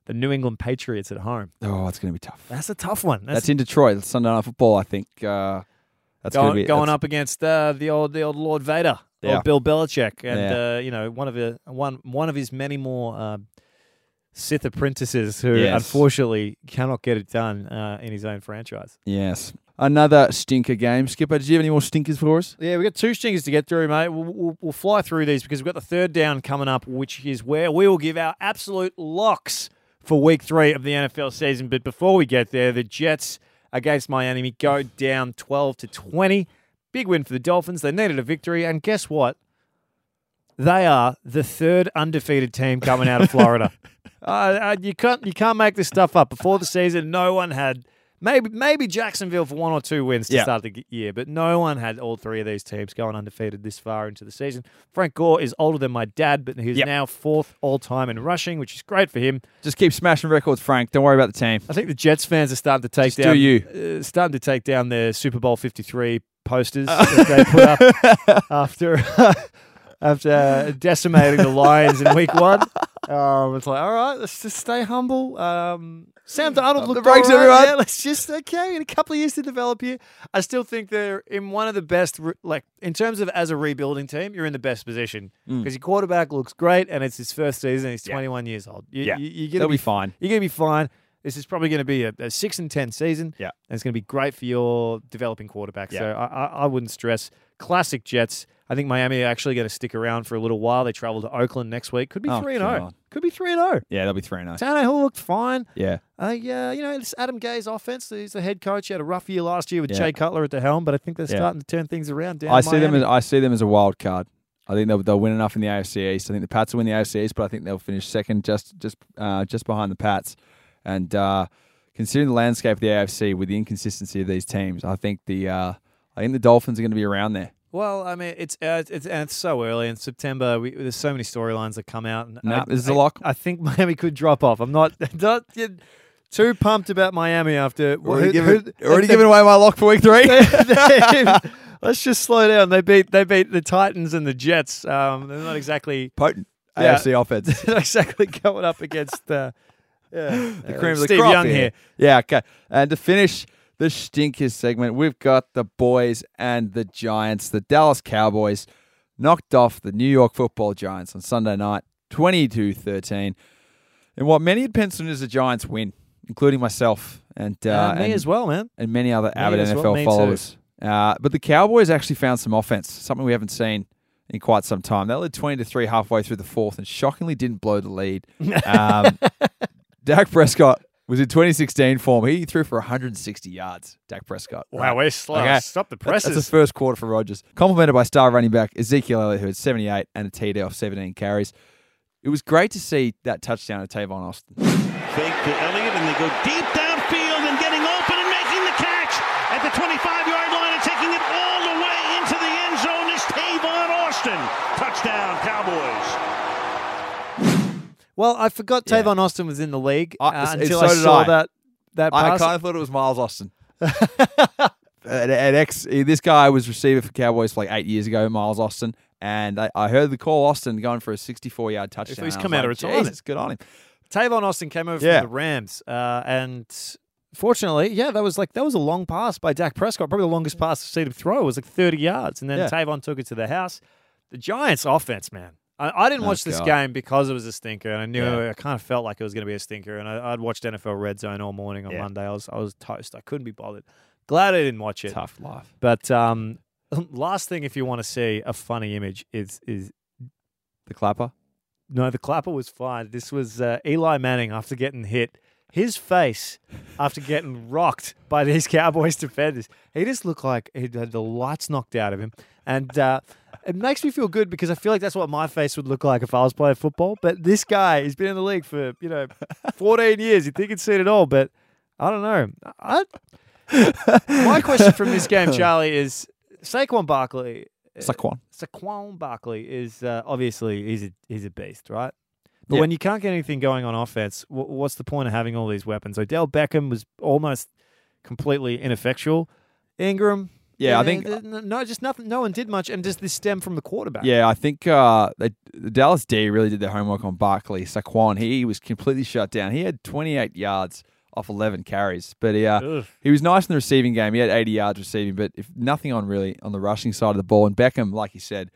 Speaker 1: the New England Patriots at home.
Speaker 2: oh, it's gonna be tough.
Speaker 1: That's a tough one. That's,
Speaker 2: That's in Detroit. It's Sunday Night Football. I think uh, that's
Speaker 1: going,
Speaker 2: gonna be
Speaker 1: going
Speaker 2: that's-
Speaker 1: up against uh, the old the old Lord Vader,
Speaker 2: Yeah.
Speaker 1: or Bill Belichick, and uh, you know one of the one one of his many more uh, Sith apprentices who
Speaker 2: Yes.
Speaker 1: unfortunately cannot get it done uh, in his own franchise.
Speaker 2: Yes, another stinker game. Skipper, did you have any more stinkers for us?
Speaker 1: Yeah, we got two stingers to get through, mate. We'll, we'll, we'll fly through these because we've got the third down coming up, which is where we will give our absolute locks for week three of the NFL season. But before we get there, the Jets against Miami go down 12 to 20. Big win for the Dolphins. They needed a victory. And guess what? They are the third undefeated team coming out of
Speaker 2: <laughs>
Speaker 1: Florida. uh, uh, you can't you can't make this stuff up. Before the season, no one had maybe maybe Jacksonville for one or two wins to
Speaker 2: Yeah.
Speaker 1: start the g- year, but no one had all three of these teams going undefeated this far into the season. Frank Gore is older than my dad, but he's
Speaker 2: Yep.
Speaker 1: now fourth all time in rushing, which is great for him.
Speaker 2: Just keep smashing records, Frank. Don't worry about the team.
Speaker 1: I think the Jets fans are starting to take
Speaker 2: Just do
Speaker 1: down
Speaker 2: you.
Speaker 1: Uh, starting to take down their Super Bowl 53
Speaker 2: <laughs>
Speaker 1: posters that they put <laughs> uh,
Speaker 2: <laughs>
Speaker 1: up after after decimating the Lions in week 1. Um, it's like, all right, let's just stay humble. Um, Sam Darnold looked
Speaker 2: Uh, the brakes,
Speaker 1: all right.
Speaker 2: everyone.
Speaker 1: Yeah, <laughs> let's just okay. We got a couple of years to develop here. I still think they're in one of the best. re- Like in terms of as a rebuilding team, you're in the best position
Speaker 2: Mm.
Speaker 1: because your quarterback looks great and it's his first season. He's 21 years old. You,
Speaker 2: Yeah.
Speaker 1: you, you're gonna
Speaker 2: They'll be fine.
Speaker 1: You're gonna be fine. This is probably going to be a, a six and ten season.
Speaker 2: Yeah.
Speaker 1: and it's going to be great for your developing quarterback.
Speaker 2: Yeah.
Speaker 1: So I, I, I wouldn't stress. Classic Jets. I think Miami are actually going to stick around for a little while. They travel to Oakland next week. Could be
Speaker 2: Oh,
Speaker 1: three and zero.
Speaker 2: God.
Speaker 1: Could be three and zero.
Speaker 2: Yeah, they'll be three and zero.
Speaker 1: Tannehill looked fine.
Speaker 2: Yeah,
Speaker 1: Uh, yeah, you know, it's Adam Gay's offense. He's the head coach. He had a rough year last year with
Speaker 2: Yeah.
Speaker 1: Jay Cutler at the helm, but I think they're
Speaker 2: Yeah.
Speaker 1: starting to turn things around. Down
Speaker 2: I see them.
Speaker 1: Miami.
Speaker 2: As, I see them as a wild card. I think they'll, they'll win enough in the AFC East. I think the Pats will win the AFC East, but I think they'll finish second, just just uh, just behind the Pats. And uh, considering the landscape of the AFC with the inconsistency of these teams, I think the uh, I think the Dolphins are going to be around there.
Speaker 1: Well, I mean, it's uh, it's and it's so early in September. We, there's so many storylines that come out. And
Speaker 2: Nah,
Speaker 1: I-
Speaker 2: this is
Speaker 1: I-
Speaker 2: a lock.
Speaker 1: I think <laughs> Miami could drop off. I'm not <laughs> not yet too pumped about Miami after
Speaker 2: Already,
Speaker 1: who-
Speaker 2: given,
Speaker 1: who-
Speaker 2: already
Speaker 1: they- <laughs>
Speaker 2: given away my lock for week three.
Speaker 1: they- Let's just slow down. They beat they beat the Titans and the Jets. Um, they're not exactly <laughs>
Speaker 2: Potent
Speaker 1: Yeah.
Speaker 2: AFC offense.
Speaker 1: they're not exactly going up against uh, yeah, the
Speaker 2: cream of the
Speaker 1: Steve
Speaker 2: crop
Speaker 1: Young here.
Speaker 2: Yeah, okay. And to finish the stinkers segment, we've got the boys and the Giants. The Dallas Cowboys knocked off the New York Football Giants on Sunday night, 22-13. And what many had penciled in as a Giants win, including myself and uh,
Speaker 1: Uh, me
Speaker 2: and,
Speaker 1: as well, man.
Speaker 2: and many other avid
Speaker 1: as
Speaker 2: NFL
Speaker 1: well, me too.
Speaker 2: followers. Uh, but the Cowboys actually found some offense, something we haven't seen in quite some time. They led twenty to three halfway through the fourth, and shockingly didn't blow the lead.
Speaker 1: <laughs>
Speaker 2: Um, Dak Prescott was in 2016 form. He threw for 160 yards. Dak Prescott.
Speaker 1: Wow, we're slow.
Speaker 2: Okay.
Speaker 1: Stop the
Speaker 2: That's-
Speaker 1: presses.
Speaker 2: That's the first quarter for Rogers. Complemented by star running back Ezekiel Elliott, who had 78 and a TD off 17 carries. It was great to see that touchdown to Tavon Austin.
Speaker 9: Fake to Elliott, and they go deep downfield and getting open and making the catch at the 25-yard line and taking it all the way into the end zone is Tavon Austin. Touchdown, Cowboys.
Speaker 1: Well, I forgot
Speaker 2: Yeah.
Speaker 1: Tavon Austin was in the league
Speaker 2: I-
Speaker 1: uh,
Speaker 2: so-
Speaker 1: until
Speaker 2: so
Speaker 1: I
Speaker 2: did
Speaker 1: saw
Speaker 2: I.
Speaker 1: that that
Speaker 2: I
Speaker 1: pass.
Speaker 2: kind of thought it was Miles Austin. <laughs> an, an ex, this guy was receiver for Cowboys for like eight years ago, Miles Austin, and I, I heard the call Austin going for a 64 yard touchdown.
Speaker 1: he's
Speaker 2: and I
Speaker 1: come
Speaker 2: was
Speaker 1: out of
Speaker 2: like,
Speaker 1: retirement.
Speaker 2: Jesus, good on him.
Speaker 1: Tavon Austin came over
Speaker 2: Yeah.
Speaker 1: from the Rams, uh, and fortunately, yeah, that was like that was a long pass by Dak Prescott. Probably the longest pass I've seen him throw It was like 30 yards, and then
Speaker 2: Yeah.
Speaker 1: Tavon took it to the house. The Giants' offense, man. I, I didn't
Speaker 2: Oh,
Speaker 1: watch this
Speaker 2: God.
Speaker 1: game because it was a stinker, and I knew
Speaker 2: Yeah.
Speaker 1: I kind of felt like it was going to be a stinker. And I, I'd watched NFL Red Zone all morning on
Speaker 2: Yeah.
Speaker 1: Monday. I was I was toast. I couldn't be bothered. Glad I didn't watch it.
Speaker 2: Tough life.
Speaker 1: But um, <laughs> last thing, if you want to see a funny image, is is
Speaker 2: The clapper.
Speaker 1: no, the clapper was fine. This was uh, Eli Manning after getting hit. His face after getting rocked by these <laughs> Cowboys defenders. He just looked like he'd had the lights knocked out of him. And uh, it makes me feel good because I feel like that's what my face would look like if I was playing football. But this guy, he's been in the league for, you know, 14 years. You'd think he'd seen it all, but I don't know. I, my question from this game, Charlie, is Saquon Barkley
Speaker 2: Saquon.
Speaker 1: Saquon Barkley is uh, obviously he's a he's a beast, right? But
Speaker 2: Yeah.
Speaker 1: when you can't get anything going on offense, wh- what's the point of having all these weapons? Odell Beckham was almost completely ineffectual. Ingram,
Speaker 2: Yeah, I
Speaker 1: uh,
Speaker 2: think-
Speaker 1: th- no, just nothing. No one did much, and just this stem from the quarterback.
Speaker 2: Yeah, I think uh, they, the Dallas D really did their homework on Barkley. Saquon, he was completely shut down. He had 28 yards off 11 carries, but he uh,
Speaker 1: Ugh.
Speaker 2: he was nice in the receiving game. He had 80 yards receiving, but if nothing on really on the rushing side of the ball. And Beckham, like you said,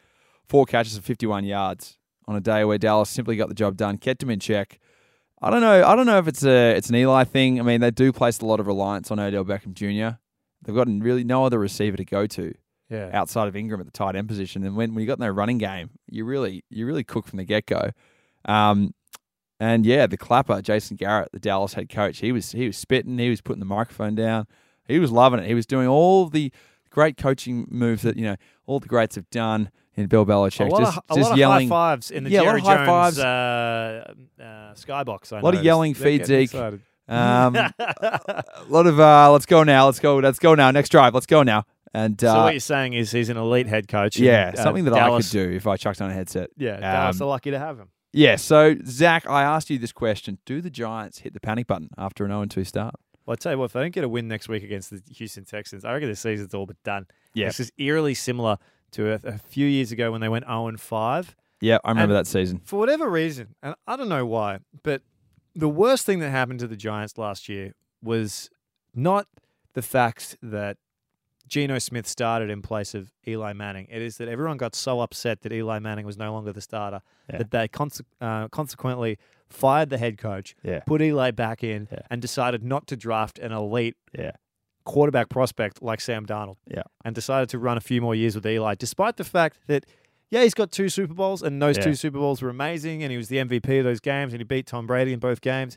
Speaker 2: four catches for 51 yards on a day where Dallas simply got the job done, kept him in check. I don't know. I don't know if it's a it's an Eli thing. I mean, they do place a lot of reliance on Odell Beckham Jr. They've got really no other receiver to go to
Speaker 1: yeah.
Speaker 2: outside of Ingram at the tight end position. And when, when you got no running game, you really you really cook from the get go. Um, and yeah, the clapper, Jason Garrett, the Dallas head coach, he was he was spitting, he was putting the microphone down, he was loving it. He was doing all the great coaching moves that you know all the greats have done in Bill Belichick.
Speaker 1: A lot,
Speaker 2: just
Speaker 1: of, a
Speaker 2: just
Speaker 1: lot of
Speaker 2: yelling,
Speaker 1: high fives in the
Speaker 2: Yeah, a lot
Speaker 1: Jerry
Speaker 2: of high
Speaker 1: Jones
Speaker 2: fives.
Speaker 1: Uh, uh, skybox. I
Speaker 2: a lot of yelling, feed Zeke.
Speaker 1: Excited.
Speaker 2: <laughs> Um, a lot of uh, let's go now, let's go, let's go now, next drive, let's go now. And
Speaker 1: so
Speaker 2: uh,
Speaker 1: what you're saying is he's an elite head coach. and,
Speaker 2: yeah,
Speaker 1: uh,
Speaker 2: something that
Speaker 1: Dallas,
Speaker 2: I could do if I chucked on a headset.
Speaker 1: Yeah, Dallas
Speaker 2: Um,
Speaker 1: are lucky to have him.
Speaker 2: Yeah, so Zach, I asked you this question: Do the Giants hit the panic button after an 0-2 start?
Speaker 1: Well, I tell you what, if they don't get a win next week against the Houston Texans, I reckon the season's all but done.
Speaker 2: Yeah.
Speaker 1: This is eerily similar to a, a few years ago when they went 0 and 5
Speaker 2: Yeah, I remember
Speaker 1: And-
Speaker 2: that season.
Speaker 1: For whatever reason, and I don't know why, but the worst thing that happened to the Giants last year was not the fact that Geno Smith started in place of Eli Manning. It is that everyone got so upset that Eli Manning was no longer the starter that they conse- uh, consequently fired the head coach,
Speaker 2: Yeah.
Speaker 1: put Eli back in, and decided not to draft an elite
Speaker 2: Yeah.
Speaker 1: quarterback prospect like Sam Darnold.
Speaker 2: Yeah.
Speaker 1: And decided to run a few more years with Eli, despite the fact that, yeah, he's got two Super Bowls, and those
Speaker 2: Yeah.
Speaker 1: two Super Bowls were amazing, and he was the MVP of those games, and he beat Tom Brady in both games.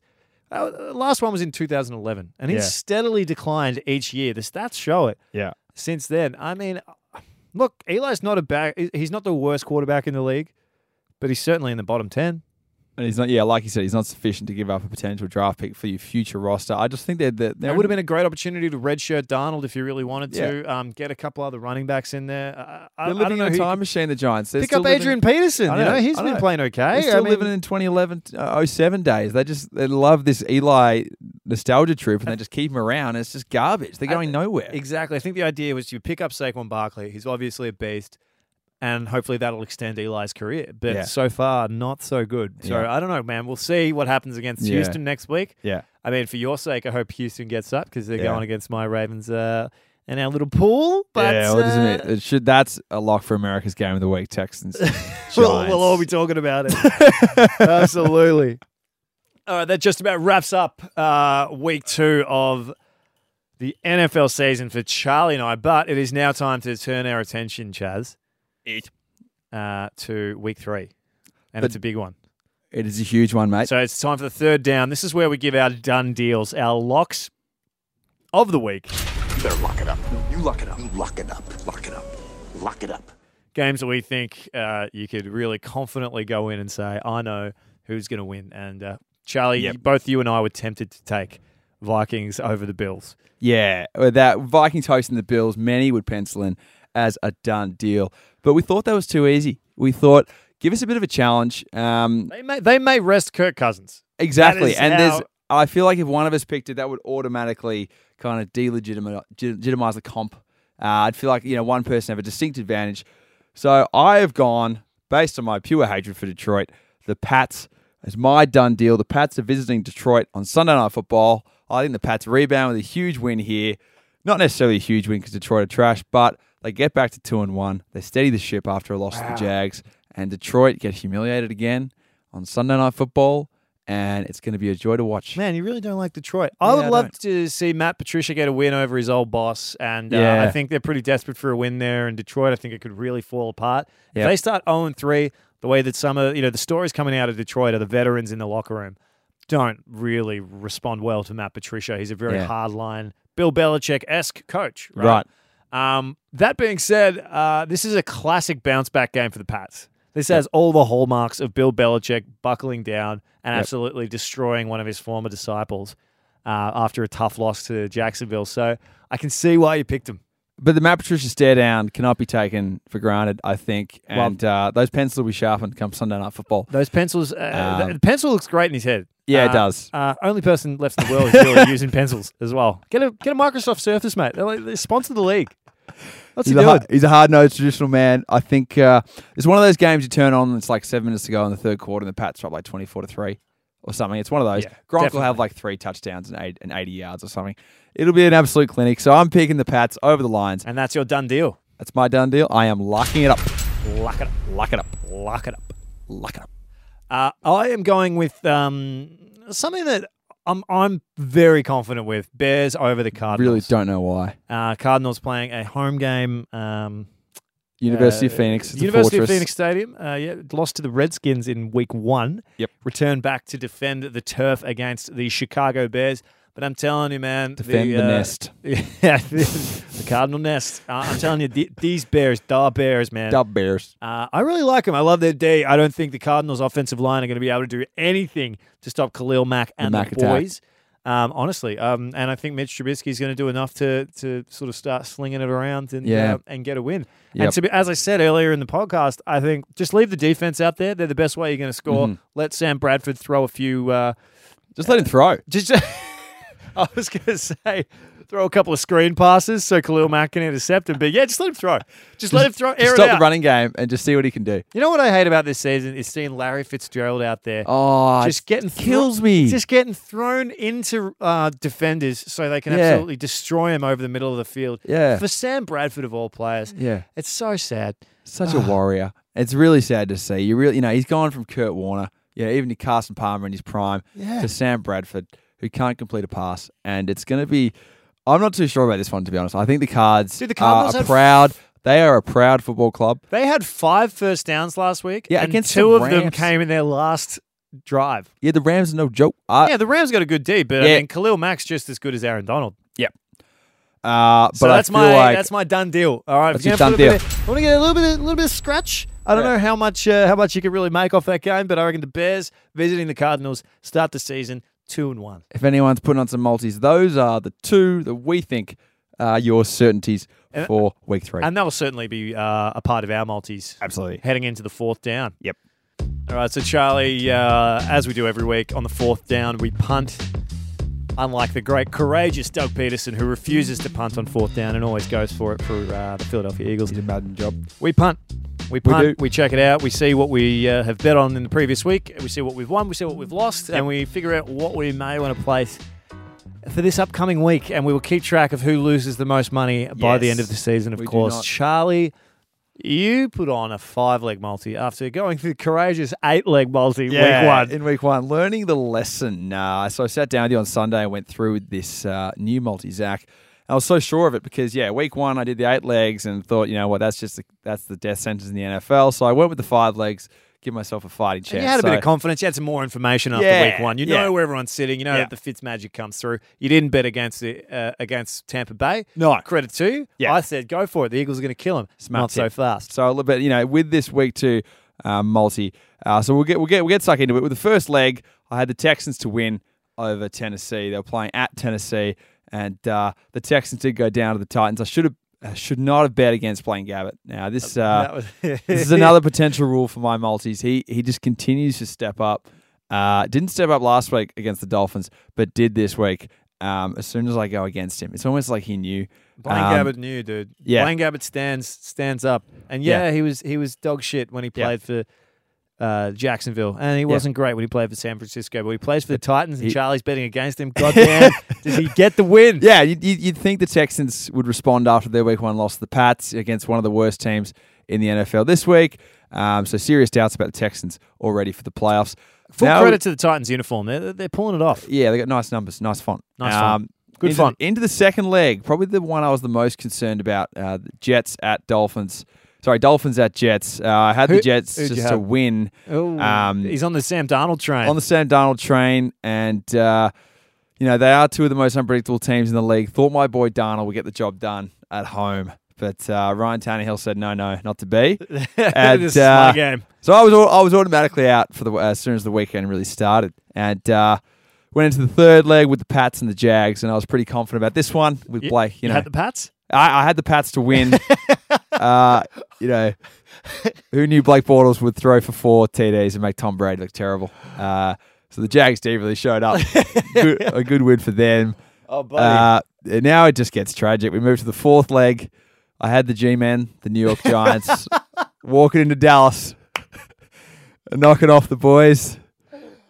Speaker 1: Uh, the last one was in 2011, and he
Speaker 2: Yeah.
Speaker 1: steadily declined each year. The stats show it
Speaker 2: Yeah.
Speaker 1: since then. I mean, look, Eli's not a back, he's not the worst quarterback in the league, but he's certainly in the bottom 10.
Speaker 2: And he's not, yeah, like you said, he's not sufficient to give up a potential draft pick for your future roster. I just think that that
Speaker 1: That would have been a great opportunity to redshirt Darnold if you really wanted to. Um, get a couple other running backs in there. Uh, I,
Speaker 2: They're
Speaker 1: I
Speaker 2: living
Speaker 1: don't know
Speaker 2: in a
Speaker 1: who you
Speaker 2: time machine. The Giants. They're
Speaker 1: pick
Speaker 2: still
Speaker 1: up
Speaker 2: living-
Speaker 1: Adrian Peterson.
Speaker 2: I
Speaker 1: you know, he's
Speaker 2: I
Speaker 1: been playing okay.
Speaker 2: They're still
Speaker 1: I mean,
Speaker 2: living in 2011, uh, 07 days. They just they love this Eli nostalgia troop, and they just keep him around. It's just garbage. They're going nowhere.
Speaker 1: exactly. I think the idea was you pick up Saquon Barkley. He's obviously a beast, and hopefully that'll extend Eli's career. But
Speaker 2: Yeah.
Speaker 1: so far, not so good. So
Speaker 2: Yeah.
Speaker 1: I don't know, man. We'll see what happens against
Speaker 2: Yeah.
Speaker 1: Houston next week.
Speaker 2: Yeah.
Speaker 1: I mean, for your sake, I hope Houston gets up because they're
Speaker 2: Yeah.
Speaker 1: going against my Ravens uh, in our little pool. But
Speaker 2: yeah, what does
Speaker 1: uh,
Speaker 2: it mean? It should that's a lock for America's game of the week, Texans.
Speaker 1: <laughs> We'll, we'll all be
Speaker 2: Giants.
Speaker 1: talking about it. Absolutely. All right, that just about wraps up uh, week two of the NFL season for Charlie and I. But it is now time to turn our attention, Chaz, uh, to week three. And
Speaker 2: But-
Speaker 1: it's a big one.
Speaker 2: It is a huge one, mate.
Speaker 1: So it's time for the third down. This is where we give our done deals, our locks of the week. You better lock it up. You lock it up. Lock it up. Lock it up. Lock it up. Games that we think uh, you could really confidently go in and say, I know who's going to win. And uh, Charlie,
Speaker 2: Yep.
Speaker 1: you- both you and I were tempted to take Vikings over the Bills.
Speaker 2: Yeah, with that Vikings hosting the Bills, many would pencil in as a done deal. But we thought that was too easy. We thought, give us a bit of a challenge. Um,
Speaker 1: They may, they may rest Kirk Cousins.
Speaker 2: exactly. And there's,
Speaker 1: how-
Speaker 2: I feel like if one of us picked it, that would automatically kind of delegitimize the comp. Uh, I'd feel like, you know, one person have a distinct advantage. So I have gone, based on my pure hatred for Detroit, the Pats as my done deal. The Pats are visiting Detroit on Sunday Night Football. I think the Pats rebound with a huge win here. Not necessarily a huge win because Detroit are trash, but they get back to two and one. They steady the ship after a loss to the Jags, and Detroit get humiliated again on Sunday Night Football, and it's going to be a joy to watch.
Speaker 1: Man, you really don't like Detroit. I
Speaker 2: Yeah,
Speaker 1: would
Speaker 2: I
Speaker 1: love
Speaker 2: don't.
Speaker 1: to see Matt Patricia get a win over his old boss, and uh, I
Speaker 2: Yeah.
Speaker 1: think they're pretty desperate for a win there. And Detroit, I think it could really fall apart if
Speaker 2: Yep.
Speaker 1: they start zero three. The way that some of you know the stories coming out of Detroit are the veterans in the locker room don't really respond well to Matt Patricia. He's a very
Speaker 2: Yeah.
Speaker 1: hard line Bill Belichick esque coach, right?
Speaker 2: Right.
Speaker 1: Um, that being said, uh, this is a classic bounce back game for the Pats. This has all the hallmarks of Bill Belichick buckling down and absolutely destroying one of his former disciples uh, after a tough loss to Jacksonville. So I can see why you picked him.
Speaker 2: But the Matt Patricia stare down cannot be taken for granted, I think. And uh, those pencils will be sharpened come Sunday Night Football.
Speaker 1: Those pencils, uh,
Speaker 2: Um,
Speaker 1: the pencil looks great in his head.
Speaker 2: Yeah, it
Speaker 1: Uh,
Speaker 2: does.
Speaker 1: Uh, only person left in the world who's
Speaker 2: <laughs>
Speaker 1: really using pencils as well. Get a get a Microsoft Surface, mate. They're, like, they sponsor the league. What's he
Speaker 2: He's a,
Speaker 1: doing?
Speaker 2: hard, he's a hard-nosed traditional man. I think uh, it's one of those games you turn on. and It's like seven minutes to go in the third quarter, and the Pats are up like twenty-four to three or something. It's one of those.
Speaker 1: Yeah,
Speaker 2: Gronk
Speaker 1: definitely.
Speaker 2: will have like three touchdowns and, eight, and eighty yards or something. It'll be an absolute clinic. So I'm picking the Pats over the Lions.
Speaker 1: And that's your done deal.
Speaker 2: That's my done deal. I am locking it up.
Speaker 1: Lock it up.
Speaker 2: Lock it up.
Speaker 1: Lock it up.
Speaker 2: Lock it up.
Speaker 1: Uh, I am going with um, something that I'm I'm very confident with. Bears over the
Speaker 2: Really
Speaker 1: Cardinals.
Speaker 2: don't know why.
Speaker 1: Uh, Cardinals playing a home game. Um,
Speaker 2: University of
Speaker 1: uh,
Speaker 2: Phoenix. It's
Speaker 1: University
Speaker 2: a
Speaker 1: of
Speaker 2: fortress.
Speaker 1: Phoenix Stadium. Uh, yeah, lost to the Redskins in Week One.
Speaker 2: Yep.
Speaker 1: Returned back to defend the turf against the Chicago Bears. But I'm telling you, man,
Speaker 2: Defend the
Speaker 1: uh,
Speaker 2: nest.
Speaker 1: <laughs> Yeah, the, Cardinal nest. Uh, I'm telling you, th- these Bears, da Bears, man.
Speaker 2: Dub Bears.
Speaker 1: Uh, I really like him. I love their day. I don't think the Cardinals' offensive line are going to be able to do anything to stop Khalil Mack and the,
Speaker 2: Mack attack.
Speaker 1: boys. Um, honestly, um, and I think Mitch Trubisky is going to do enough to to sort of start slinging it around and
Speaker 2: Yeah.
Speaker 1: uh, and get a win. And
Speaker 2: Yep.
Speaker 1: to be, as I said earlier in the podcast, I think just leave the defense out there. They're the best way you're going to score.
Speaker 2: Mm-hmm.
Speaker 1: Let Sam Bradford throw a few. Uh, <laughs>
Speaker 2: Just let him throw.
Speaker 1: just I was going to say Throw a couple of screen passes so Khalil Mack can intercept him. But yeah, just let him throw. Just let him throw. Air
Speaker 2: Just
Speaker 1: it
Speaker 2: stop
Speaker 1: out.
Speaker 2: the running game and just see what he can do.
Speaker 1: You know what I hate about this season is seeing Larry Fitzgerald out there.
Speaker 2: Oh,
Speaker 1: just getting
Speaker 2: it
Speaker 1: thro-
Speaker 2: kills me.
Speaker 1: Just getting thrown into uh, defenders so they can
Speaker 2: Yeah.
Speaker 1: absolutely destroy him over the middle of the field.
Speaker 2: Yeah.
Speaker 1: For Sam Bradford of all players.
Speaker 2: Yeah.
Speaker 1: It's so sad. <sighs>
Speaker 2: Such a warrior. It's really sad to see. You really, you know, he's gone from Kurt Warner, you know, even to Carson Palmer in his prime, to Sam Bradford, who can't complete a pass, and it's going to be. I'm not too sure about this one to be honest. I think the Cards
Speaker 1: Dude, the
Speaker 2: are
Speaker 1: Cardinals
Speaker 2: a
Speaker 1: have-
Speaker 2: proud. They are a proud football club.
Speaker 1: They had five first downs last week.
Speaker 2: Yeah,
Speaker 1: and
Speaker 2: against
Speaker 1: two
Speaker 2: the
Speaker 1: of them
Speaker 2: Rams.
Speaker 1: came in their last drive.
Speaker 2: Yeah, the Rams are no joke. I,
Speaker 1: Yeah, the Rams got a good D, but
Speaker 2: Yeah.
Speaker 1: I mean Khalil Mack's just as good as Aaron Donald.
Speaker 2: uh, but
Speaker 1: So
Speaker 2: I
Speaker 1: that's
Speaker 2: feel
Speaker 1: my
Speaker 2: like
Speaker 1: that's my done deal. All right, if
Speaker 2: That's
Speaker 1: you're
Speaker 2: your
Speaker 1: gonna
Speaker 2: done
Speaker 1: put a
Speaker 2: deal.
Speaker 1: bit of- I want to get a little bit, a little bit of scratch. I don't know how much, uh, how much you could really make off that game, but I reckon the Bears visiting the Cardinals start the season two and one.
Speaker 2: if anyone's putting on some multis, those are the two that we think are your certainties for week three.
Speaker 1: And that will certainly be uh, a part of our multis.
Speaker 2: Absolutely.
Speaker 1: Heading into the fourth down.
Speaker 2: Yep.
Speaker 1: All right, so Charlie, uh, as we do every week, on the fourth down, we punt. Unlike the great, courageous Doug Peterson, who refuses to punt on fourth down and always goes for it for uh, the Philadelphia Eagles.
Speaker 2: He's a Madden job.
Speaker 1: We punt. We punt. We,
Speaker 2: do.
Speaker 1: check it out. We see what we uh, have bet on in the previous week. We see what we've won. We see what we've lost, and we figure out what we may want to place for this upcoming week. And we will keep track of who loses the most money by the end of the season. Of
Speaker 2: We do
Speaker 1: course,
Speaker 2: not.
Speaker 1: Charlie, you put on a five-leg multi after going through courageous eight-leg multi week one.
Speaker 2: In week one, learning the lesson. Uh, so I sat down with you on Sunday and went through with this uh, new multi Zach. I was so sure of it because yeah, week one I did the eight legs and thought, you know what, that's just the, that's the death sentence in the NFL. So I went with the five legs, give myself a fighting chance.
Speaker 1: And you had a bit
Speaker 2: So-
Speaker 1: of confidence. You had some more information after
Speaker 2: Yeah,
Speaker 1: week one. You
Speaker 2: yeah.
Speaker 1: know where everyone's sitting. You know that the Fitz magic comes through. You didn't bet against the, uh, against Tampa Bay.
Speaker 2: No.
Speaker 1: credit to you.
Speaker 2: Yeah.
Speaker 1: I said go for it. The Eagles are going to kill him.
Speaker 2: Smart
Speaker 1: Not so
Speaker 2: tip.
Speaker 1: fast.
Speaker 2: So a little bit, you know, with this week two um, multi, uh, so we'll get we'll get we'll get stuck into it. With the first leg, I had the Texans to win over Tennessee. They were playing at Tennessee, and uh, the Texans did go down to the Titans. I should have I should not have bet against playing Gabbett. Now this uh,
Speaker 1: that was- <laughs>
Speaker 2: this is another potential rule for my multis. He he just continues to step up. Uh, didn't step up last week against the Dolphins, but did this week. Um, as soon as I go against him, it's almost like he knew.
Speaker 1: Blaine
Speaker 2: Um,
Speaker 1: Gabbert knew, dude.
Speaker 2: yeah.
Speaker 1: Blaine Gabbert stands stands up, and yeah,
Speaker 2: Yeah.
Speaker 1: he was he was dog shit when he
Speaker 2: Yeah.
Speaker 1: played for. Uh, Jacksonville, and he wasn't great when he played for San Francisco, but he plays for the Titans, and
Speaker 2: he-
Speaker 1: Charlie's betting against
Speaker 2: <laughs>
Speaker 1: him. Goddamn, does he get the win?
Speaker 2: Yeah, you'd, you'd you'd think the Texans would respond after their week one loss to the Pats against one of the worst teams in the NFL this week. Um, so serious doubts about the Texans already for the playoffs.
Speaker 1: Full
Speaker 2: Now-
Speaker 1: credit to the Titans uniform; they're they're pulling it off.
Speaker 2: yeah, they got nice numbers, nice font. Um,
Speaker 1: Nice font. Good
Speaker 2: into,
Speaker 1: font.
Speaker 2: Into the second leg, probably the one I was the most concerned about: uh, the Jets at Dolphins. Sorry, Dolphins at Jets. Uh, I had
Speaker 1: Who-
Speaker 2: the Jets
Speaker 1: who'd you
Speaker 2: just to
Speaker 1: have?
Speaker 2: win.
Speaker 1: Oh,
Speaker 2: Um,
Speaker 1: he's on the Sam Darnold train.
Speaker 2: on the Sam Donald train, and uh, you know they are two of the most unpredictable teams in the league. Thought my boy Darnold would get the job done at home, but uh, Ryan Tannehill said no, no, not to be.
Speaker 1: <laughs>
Speaker 2: and,
Speaker 1: This is my
Speaker 2: uh,
Speaker 1: game.
Speaker 2: So I was au- I was automatically out for the uh, as soon as the weekend really started, and uh, went into the third leg with the Pats and the Jags, and I was pretty confident about this one with Blake.
Speaker 1: You
Speaker 2: You, know,
Speaker 1: had the Pats.
Speaker 2: I, I had the Pats
Speaker 1: <laughs>
Speaker 2: to win. uh, you know, who knew Blake Bortles would throw for four TDs and make Tom Brady look terrible? Uh, so the Jags D really showed
Speaker 1: <laughs>
Speaker 2: up. good, a good win for them.
Speaker 1: Oh, buddy.
Speaker 2: Uh, and now it just gets tragic. We move to the fourth leg. I had the G-men, the New York
Speaker 1: <laughs>
Speaker 2: Giants, walking into Dallas, and knocking off the boys.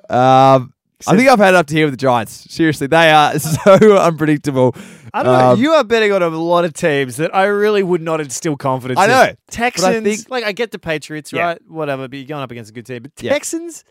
Speaker 2: Um, I think I've had it up to here with the Giants. Seriously, they are <laughs> so unpredictable.
Speaker 1: I don't know.
Speaker 2: Um,
Speaker 1: you are betting on a lot of teams that I really would not instill confidence.
Speaker 2: I know,
Speaker 1: In.
Speaker 2: but I
Speaker 1: Texans.
Speaker 2: think-
Speaker 1: like I get the Patriots,
Speaker 2: Yeah.
Speaker 1: right? Whatever. But you're going up against a good team. But
Speaker 2: Yeah.
Speaker 1: Texans.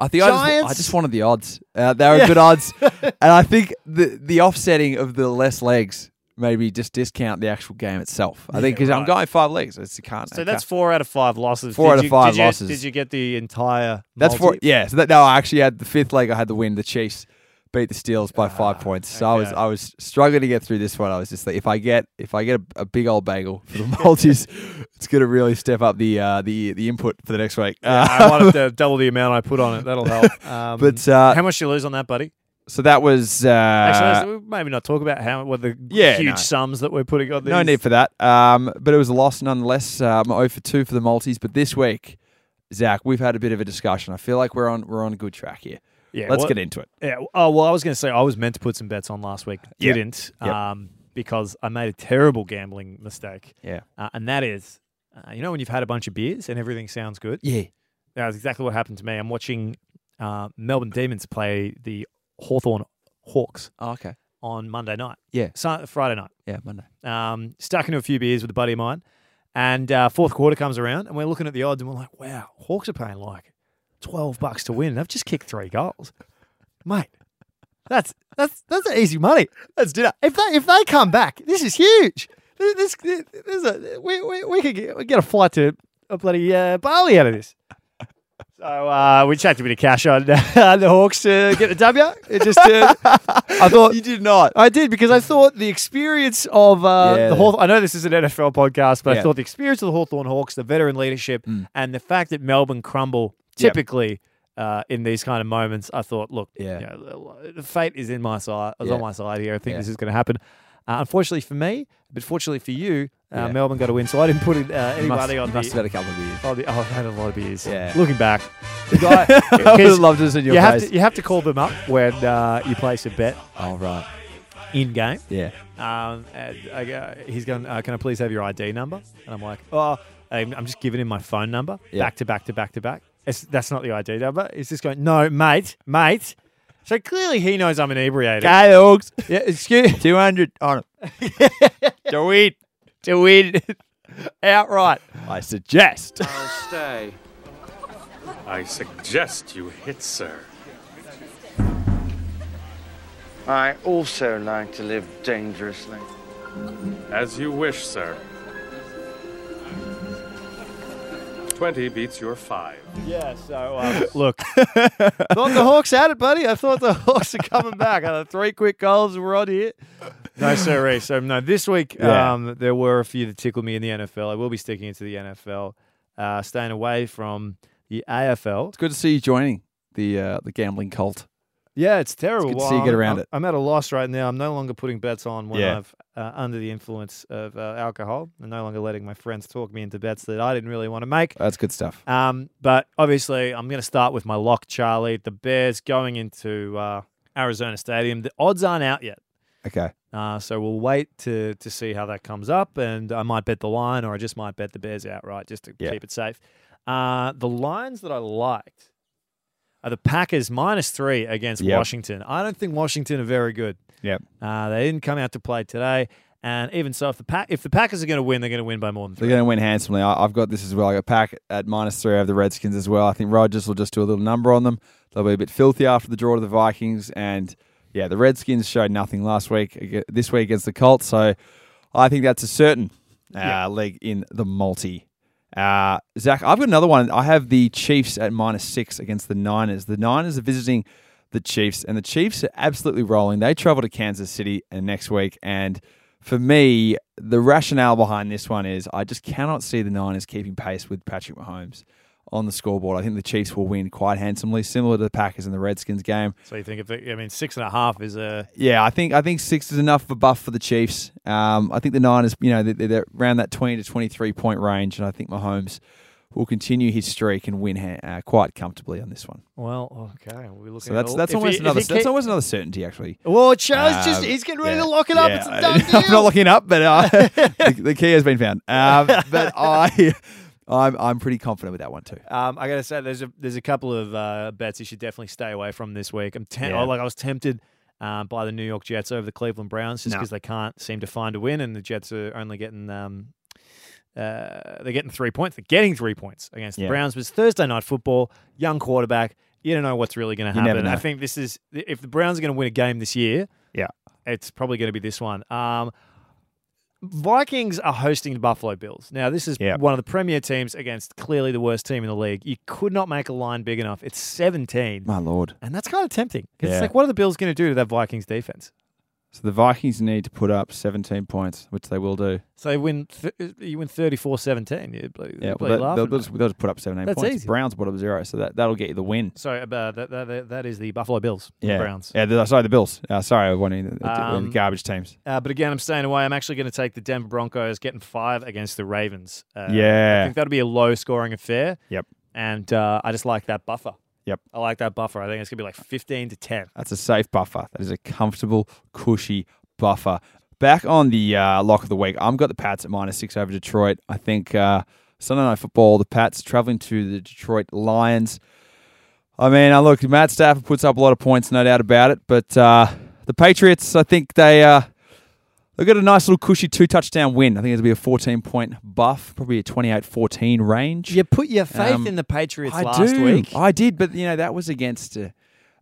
Speaker 2: I think I just, I
Speaker 1: Giants?
Speaker 2: just wanted the odds. Uh, they were
Speaker 1: Yeah. <laughs>
Speaker 2: good odds, and I think the the offsetting of the less legs maybe just discount the actual game itself. I think because I'm going five legs, it's you can't.
Speaker 1: So
Speaker 2: I
Speaker 1: that's
Speaker 2: can't-
Speaker 1: four out of five losses. Did
Speaker 2: Four out of
Speaker 1: you-
Speaker 2: five
Speaker 1: did you-
Speaker 2: losses.
Speaker 1: Did you get the entire?
Speaker 2: that's four.
Speaker 1: multi?
Speaker 2: Yeah. So that no, I actually had the fifth leg. I had the win. The Chiefs beat the Steelers by five points. So I was
Speaker 1: Ah, okay.
Speaker 2: I was struggling to get through this one. I was just like, if I get if I get a, a big old bagel for the
Speaker 1: <laughs>
Speaker 2: Maltese, it's gonna really step up the uh, the the input for the next week.
Speaker 1: I
Speaker 2: Uh,
Speaker 1: wanted to double the amount I put on it. That'll
Speaker 2: <laughs>
Speaker 1: help. Um,
Speaker 2: But, uh,
Speaker 1: how much you lose on that, buddy?
Speaker 2: so that was uh,
Speaker 1: Actually, let's- we'll maybe not talk about how what the
Speaker 2: Yeah,
Speaker 1: huge
Speaker 2: no.
Speaker 1: sums that we're putting on. These.
Speaker 2: oh No need for that. Um, but it was a loss nonetheless. Um, 0 for 2 for the Maltese. But this week, Zach, we've had a bit of a discussion. I feel like we're on we're on a good track here.
Speaker 1: Yeah,
Speaker 2: let's
Speaker 1: well-
Speaker 2: get into it.
Speaker 1: Yeah. Oh well, I was going to say I was meant to put some bets on last week.
Speaker 2: Yeah.
Speaker 1: Didn't.
Speaker 2: Yep.
Speaker 1: Um, because I made a terrible gambling mistake.
Speaker 2: Yeah,
Speaker 1: Uh, and that is, uh, you know, when you've had a bunch of beers and everything sounds good.
Speaker 2: yeah.
Speaker 1: That was exactly what happened to me. I'm watching uh, Melbourne Demons play the Hawthorn Hawks
Speaker 2: Oh, okay,
Speaker 1: on Monday night.
Speaker 2: Yeah.
Speaker 1: Su- Friday night.
Speaker 2: yeah. <laughs> Monday.
Speaker 1: Um, stuck into a few beers with a buddy of mine, and uh, fourth quarter comes around, and we're looking at the odds, and we're like, "Wow, Hawks are paying like twelve bucks to win. They've just kicked three goals, mate. That's that's that's easy money. That's dinner. If they if they come back, this is huge. This, this, this is a, we, we we could get, we get a flight to a bloody uh, Bali out of this." So uh, we chucked a bit of cash on <laughs> uh, the Hawks to get the W. It just uh, I thought
Speaker 2: You did not.
Speaker 1: I did because I thought the experience of uh,
Speaker 2: Yeah.
Speaker 1: the Hawthorn, I know this is an NFL podcast, but
Speaker 2: Yeah. Mm.
Speaker 1: I thought the experience of the Hawthorn Hawks, the veteran leadership, and the fact that Melbourne crumble
Speaker 2: Yep.
Speaker 1: typically uh, in these kind of moments, I thought, look,
Speaker 2: Yeah.
Speaker 1: you know, the fate is in my side. Is
Speaker 2: Yeah.
Speaker 1: on my side here. I think
Speaker 2: Yeah.
Speaker 1: this is going to happen. Uh, unfortunately for me, but fortunately for you, uh,
Speaker 2: Yeah.
Speaker 1: Melbourne got a win, so I didn't put in, uh,
Speaker 2: <laughs> You must,
Speaker 1: anybody
Speaker 2: you
Speaker 1: on
Speaker 2: must
Speaker 1: the.
Speaker 2: have had a couple of beers.
Speaker 1: on the- Oh, I've had a lot of beers.
Speaker 2: Yeah.
Speaker 1: Looking back,
Speaker 2: The guy, <laughs> I would have loved this in your
Speaker 1: you have,
Speaker 2: face.
Speaker 1: to, you have to call them up when uh, you place a bet
Speaker 2: oh right,
Speaker 1: in game.
Speaker 2: yeah.
Speaker 1: Um, and I go, he's going, uh, can I please have your ID number? And I'm like, oh, I'm I'm just giving him my phone number
Speaker 2: Yeah.
Speaker 1: back to back to back to back. It's, that's not the ID number. He's just going, no, mate, mate. So clearly he knows I'm inebriated.
Speaker 2: Guy Hawks,
Speaker 1: Yeah, excuse
Speaker 2: two hundred Oh, on him.
Speaker 1: to win, <laughs> to win <laughs> outright.
Speaker 2: I suggest.
Speaker 5: I suggest you hit, sir.
Speaker 10: I also like to live dangerously.
Speaker 5: As you wish, sir. 20 beats your 5.
Speaker 1: Yeah, so um, look, thought the Hawks had it, buddy. I thought the Hawks are coming back. Uh, three quick goals, and we're on here. No, sir, so no. This week,
Speaker 2: Yeah.
Speaker 1: um, there were a few that tickled me in the NFL. I will be sticking into the NFL, uh, staying away from the AFL.
Speaker 2: It's good to see you joining the uh, the gambling cult.
Speaker 1: Yeah, it's terrible.
Speaker 2: good to see you get
Speaker 1: I'm-
Speaker 2: around
Speaker 1: I'm,
Speaker 2: it.
Speaker 1: I'm at a loss right now. I'm no longer putting bets on when
Speaker 2: Yeah.
Speaker 1: I've uh, under the influence of uh, alcohol. I'm no longer letting my friends talk me into bets that I didn't really want to make.
Speaker 2: That's good stuff.
Speaker 1: Um, but obviously, I'm going to start with my lock, Charlie. The Bears going into uh, Arizona Stadium. The odds aren't out yet.
Speaker 2: Okay.
Speaker 1: Uh, so we'll wait to to see how that comes up, and I might bet the line, or I just might bet the Bears outright, just to
Speaker 2: Yeah.
Speaker 1: keep it safe. Uh, the lines that I liked are the Packers minus three against
Speaker 2: Yep.
Speaker 1: Washington. I don't think Washington are very good.
Speaker 2: Yep.
Speaker 1: Uh, they didn't come out to play today, and even so, if the pa- if the Packers are going to win, they're going to win by more than
Speaker 2: They're
Speaker 1: three.
Speaker 2: going to win handsomely. I, I've got this as well. I got Pack at minus three over the Redskins as well. I think Rogers will just do a little number on them. They'll be a bit filthy after the draw to the Vikings. And yeah, the Redskins showed nothing last week, ag- this week against the Colts. So I think that's a certain uh, leg in the multi. Uh, Zach, I've got another one. I have the Chiefs at minus six against the Niners. The Niners are visiting the Chiefs, and the Chiefs are absolutely rolling. They travel to Kansas City uh, next week, and for me, the rationale behind this one is I just cannot see the Niners keeping pace with Patrick Mahomes on the scoreboard. I think the Chiefs will win quite handsomely, similar to the Packers and the Redskins game.
Speaker 1: So you think if it, I mean six and a half is a
Speaker 2: Yeah, I think I think six is enough of a buff for the Chiefs. Um, I think the Niners, you know, they're, they're around that twenty to twenty-three point range, and I think Mahomes will continue his streak and win ha- uh, quite comfortably on this one.
Speaker 1: well, okay. We're looking
Speaker 2: So
Speaker 1: at
Speaker 2: that's
Speaker 1: all- if
Speaker 2: that's
Speaker 1: he-
Speaker 2: almost
Speaker 1: if
Speaker 2: another
Speaker 1: he
Speaker 2: that's
Speaker 1: keep-
Speaker 2: almost another certainty, actually.
Speaker 1: Well, Charles just
Speaker 2: Um,
Speaker 1: he's getting ready
Speaker 2: yeah.
Speaker 1: to lock it up. It's a done
Speaker 2: Yeah. <laughs> I'm
Speaker 1: deal.
Speaker 2: not locking up,
Speaker 1: <laughs>
Speaker 2: but uh, the, the key has been found. Um, but I, <laughs> I'm I'm pretty confident with that one too.
Speaker 1: Um, I gotta say, there's a there's a couple of uh, bets you should definitely stay away from this week. I'm tem-
Speaker 2: Yeah.
Speaker 1: oh, like I was tempted um, by the New York Jets over the Cleveland Browns just
Speaker 2: No.
Speaker 1: because they can't seem to find a win, and the Jets are only getting um, uh, they're getting three points. They're getting three points against
Speaker 2: Yeah.
Speaker 1: the Browns. But it's Thursday night football, young quarterback. You don't know what's really going to
Speaker 2: You never
Speaker 1: happen. I
Speaker 2: know.
Speaker 1: think this is if the Browns are going to win a game this year,
Speaker 2: Yeah.
Speaker 1: it's probably going to be this one. Um, Vikings are hosting the Buffalo Bills. Now, this is
Speaker 2: Yeah.
Speaker 1: one of the premier teams against clearly the worst team in the league. You could not make a line big enough. It's 17.
Speaker 2: My lord.
Speaker 1: And that's kind of tempting. 'cause
Speaker 2: Yeah.
Speaker 1: It's like, what are the Bills going to do to that Vikings defense?
Speaker 2: So the Vikings need to put up 17 points, which they will do.
Speaker 1: So they win th- you win 34 17. You're bloody,
Speaker 2: Yeah,
Speaker 1: you're bloody
Speaker 2: well, they- they'll,
Speaker 1: laughing.
Speaker 2: they'll just, they'll just put up 17
Speaker 1: That's
Speaker 2: points.
Speaker 1: easy.
Speaker 2: Browns put up zero, so that, that'll get you the win.
Speaker 1: so uh, that, that, that, that is the Buffalo Bills, the
Speaker 2: Yeah.
Speaker 1: Browns.
Speaker 2: Yeah, the, sorry, the Bills. Uh, sorry, I wanted the, the
Speaker 1: Um,
Speaker 2: garbage teams.
Speaker 1: Uh, but again, I'm staying away. I'm actually going to take the Denver Broncos getting five against the Ravens. Uh, I
Speaker 2: Yeah.
Speaker 1: think that'll be a low scoring affair.
Speaker 2: Yep.
Speaker 1: And uh, I just like that buffer.
Speaker 2: Yep.
Speaker 1: I like that buffer. I think it's going to be like 15 to 10.
Speaker 2: That's a safe buffer. That is a comfortable, cushy buffer. Back on the uh, lock of the week, I've got the Pats at minus six over Detroit. I think uh, Sunday Night Football, the Pats traveling to the Detroit Lions. I mean, I look, Matt Stafford puts up a lot of points, no doubt about it. But uh, the Patriots, I think they uh, they got a nice little cushy two touchdown win. I think it'll be a 14 point buff, probably a 28 14 range.
Speaker 1: You put your faith
Speaker 2: Um,
Speaker 1: in the Patriots
Speaker 2: I
Speaker 1: last
Speaker 2: do.
Speaker 1: week.
Speaker 2: I did, but you know that was against a,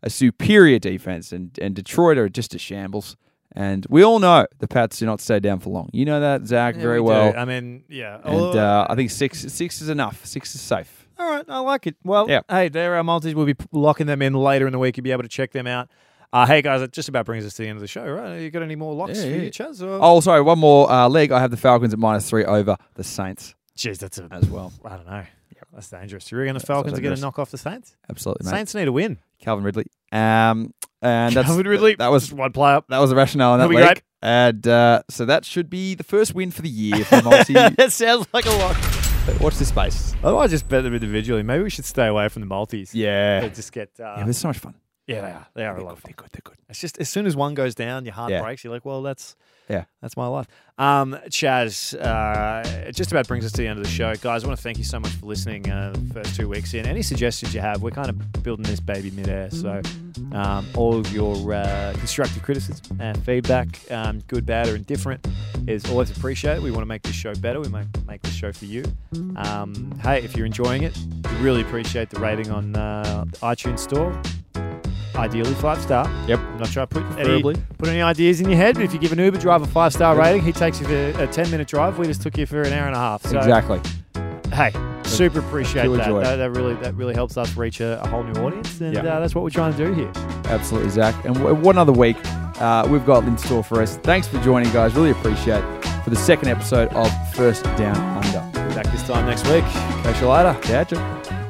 Speaker 2: a superior defense, and and Detroit are just a shambles. And we all know the Pats do not stay down for long. You know that Zach
Speaker 1: Yeah,
Speaker 2: very
Speaker 1: we do. uh,
Speaker 2: well.
Speaker 1: I mean, yeah. Oh,
Speaker 2: and uh, I think six six is enough. Six is safe.
Speaker 1: All right, I like it. Well,
Speaker 2: Yeah.
Speaker 1: hey, there are multis. We'll be p- locking them in later in the week. You'll be able to check them out. Uh, hey, guys, that just about brings us to the end of the show, right? You got any more locks for you, Chaz? Or-
Speaker 2: Oh, sorry, one more uh, leg. I have the Falcons at minus three over the Saints.
Speaker 1: Jeez, that's a,
Speaker 2: as well.
Speaker 1: I don't know. That's dangerous. You reckon the Falcons are going to
Speaker 2: dangerous.
Speaker 1: knock off the Saints?
Speaker 2: Absolutely, mate.
Speaker 1: Saints need a win.
Speaker 2: Calvin Ridley. Um, and
Speaker 1: <laughs>
Speaker 2: that's
Speaker 1: Calvin Ridley,
Speaker 2: That was
Speaker 1: just one play
Speaker 2: <laughs>
Speaker 1: up.
Speaker 2: That was the rationale in
Speaker 1: That'll
Speaker 2: that
Speaker 1: be
Speaker 2: leg.
Speaker 1: great.
Speaker 2: And uh, so that should be the first win for the year for
Speaker 1: <laughs>
Speaker 2: Multi.
Speaker 1: that sounds like a lock.
Speaker 2: Watch this space.
Speaker 1: Otherwise, just bet them individually. Maybe we should stay away from the multis.
Speaker 2: Yeah.
Speaker 1: They just get. Uh,
Speaker 2: Yeah, but it's so much fun.
Speaker 1: yeah, they are. They are a lot of fun.
Speaker 2: They're good. They're good.
Speaker 1: It's just as soon as one goes down, your heart
Speaker 2: Yeah.
Speaker 1: breaks. You're like, well, that's
Speaker 2: Yeah.
Speaker 1: that's my life. Um, Chaz, uh, it just about brings us to the end of the show, guys. I want to thank you so much for listening. Uh, the first two weeks in, any suggestions you have, we're kind of building this baby midair. So, um, all of your uh, constructive criticism and feedback, um, good, bad, or indifferent, is always appreciated. We want to make this show better. We make make this show for you. Um, hey, if you're enjoying it, we really appreciate the rating on uh, the iTunes Store ideally five star.
Speaker 2: Yep.
Speaker 1: I'm not trying to put any,
Speaker 2: Preferably.
Speaker 1: put any ideas in your head, but if you give an Uber driver a five star rating, he takes you for a 10 minute drive. We just took you for an hour and a half. So,
Speaker 2: Exactly.
Speaker 1: hey, super appreciate
Speaker 2: pure
Speaker 1: that.
Speaker 2: joy.
Speaker 1: that. that really that really helps us reach a, a whole new audience, and
Speaker 2: Yeah.
Speaker 1: uh, that's what we're trying to do here.
Speaker 2: Absolutely, Zach. And w- one other week uh, we've got in store for us. Thanks for joining, guys. Really appreciate it for the second episode of First Down Under.
Speaker 1: Back this time next week.
Speaker 2: Catch you later. Catch you.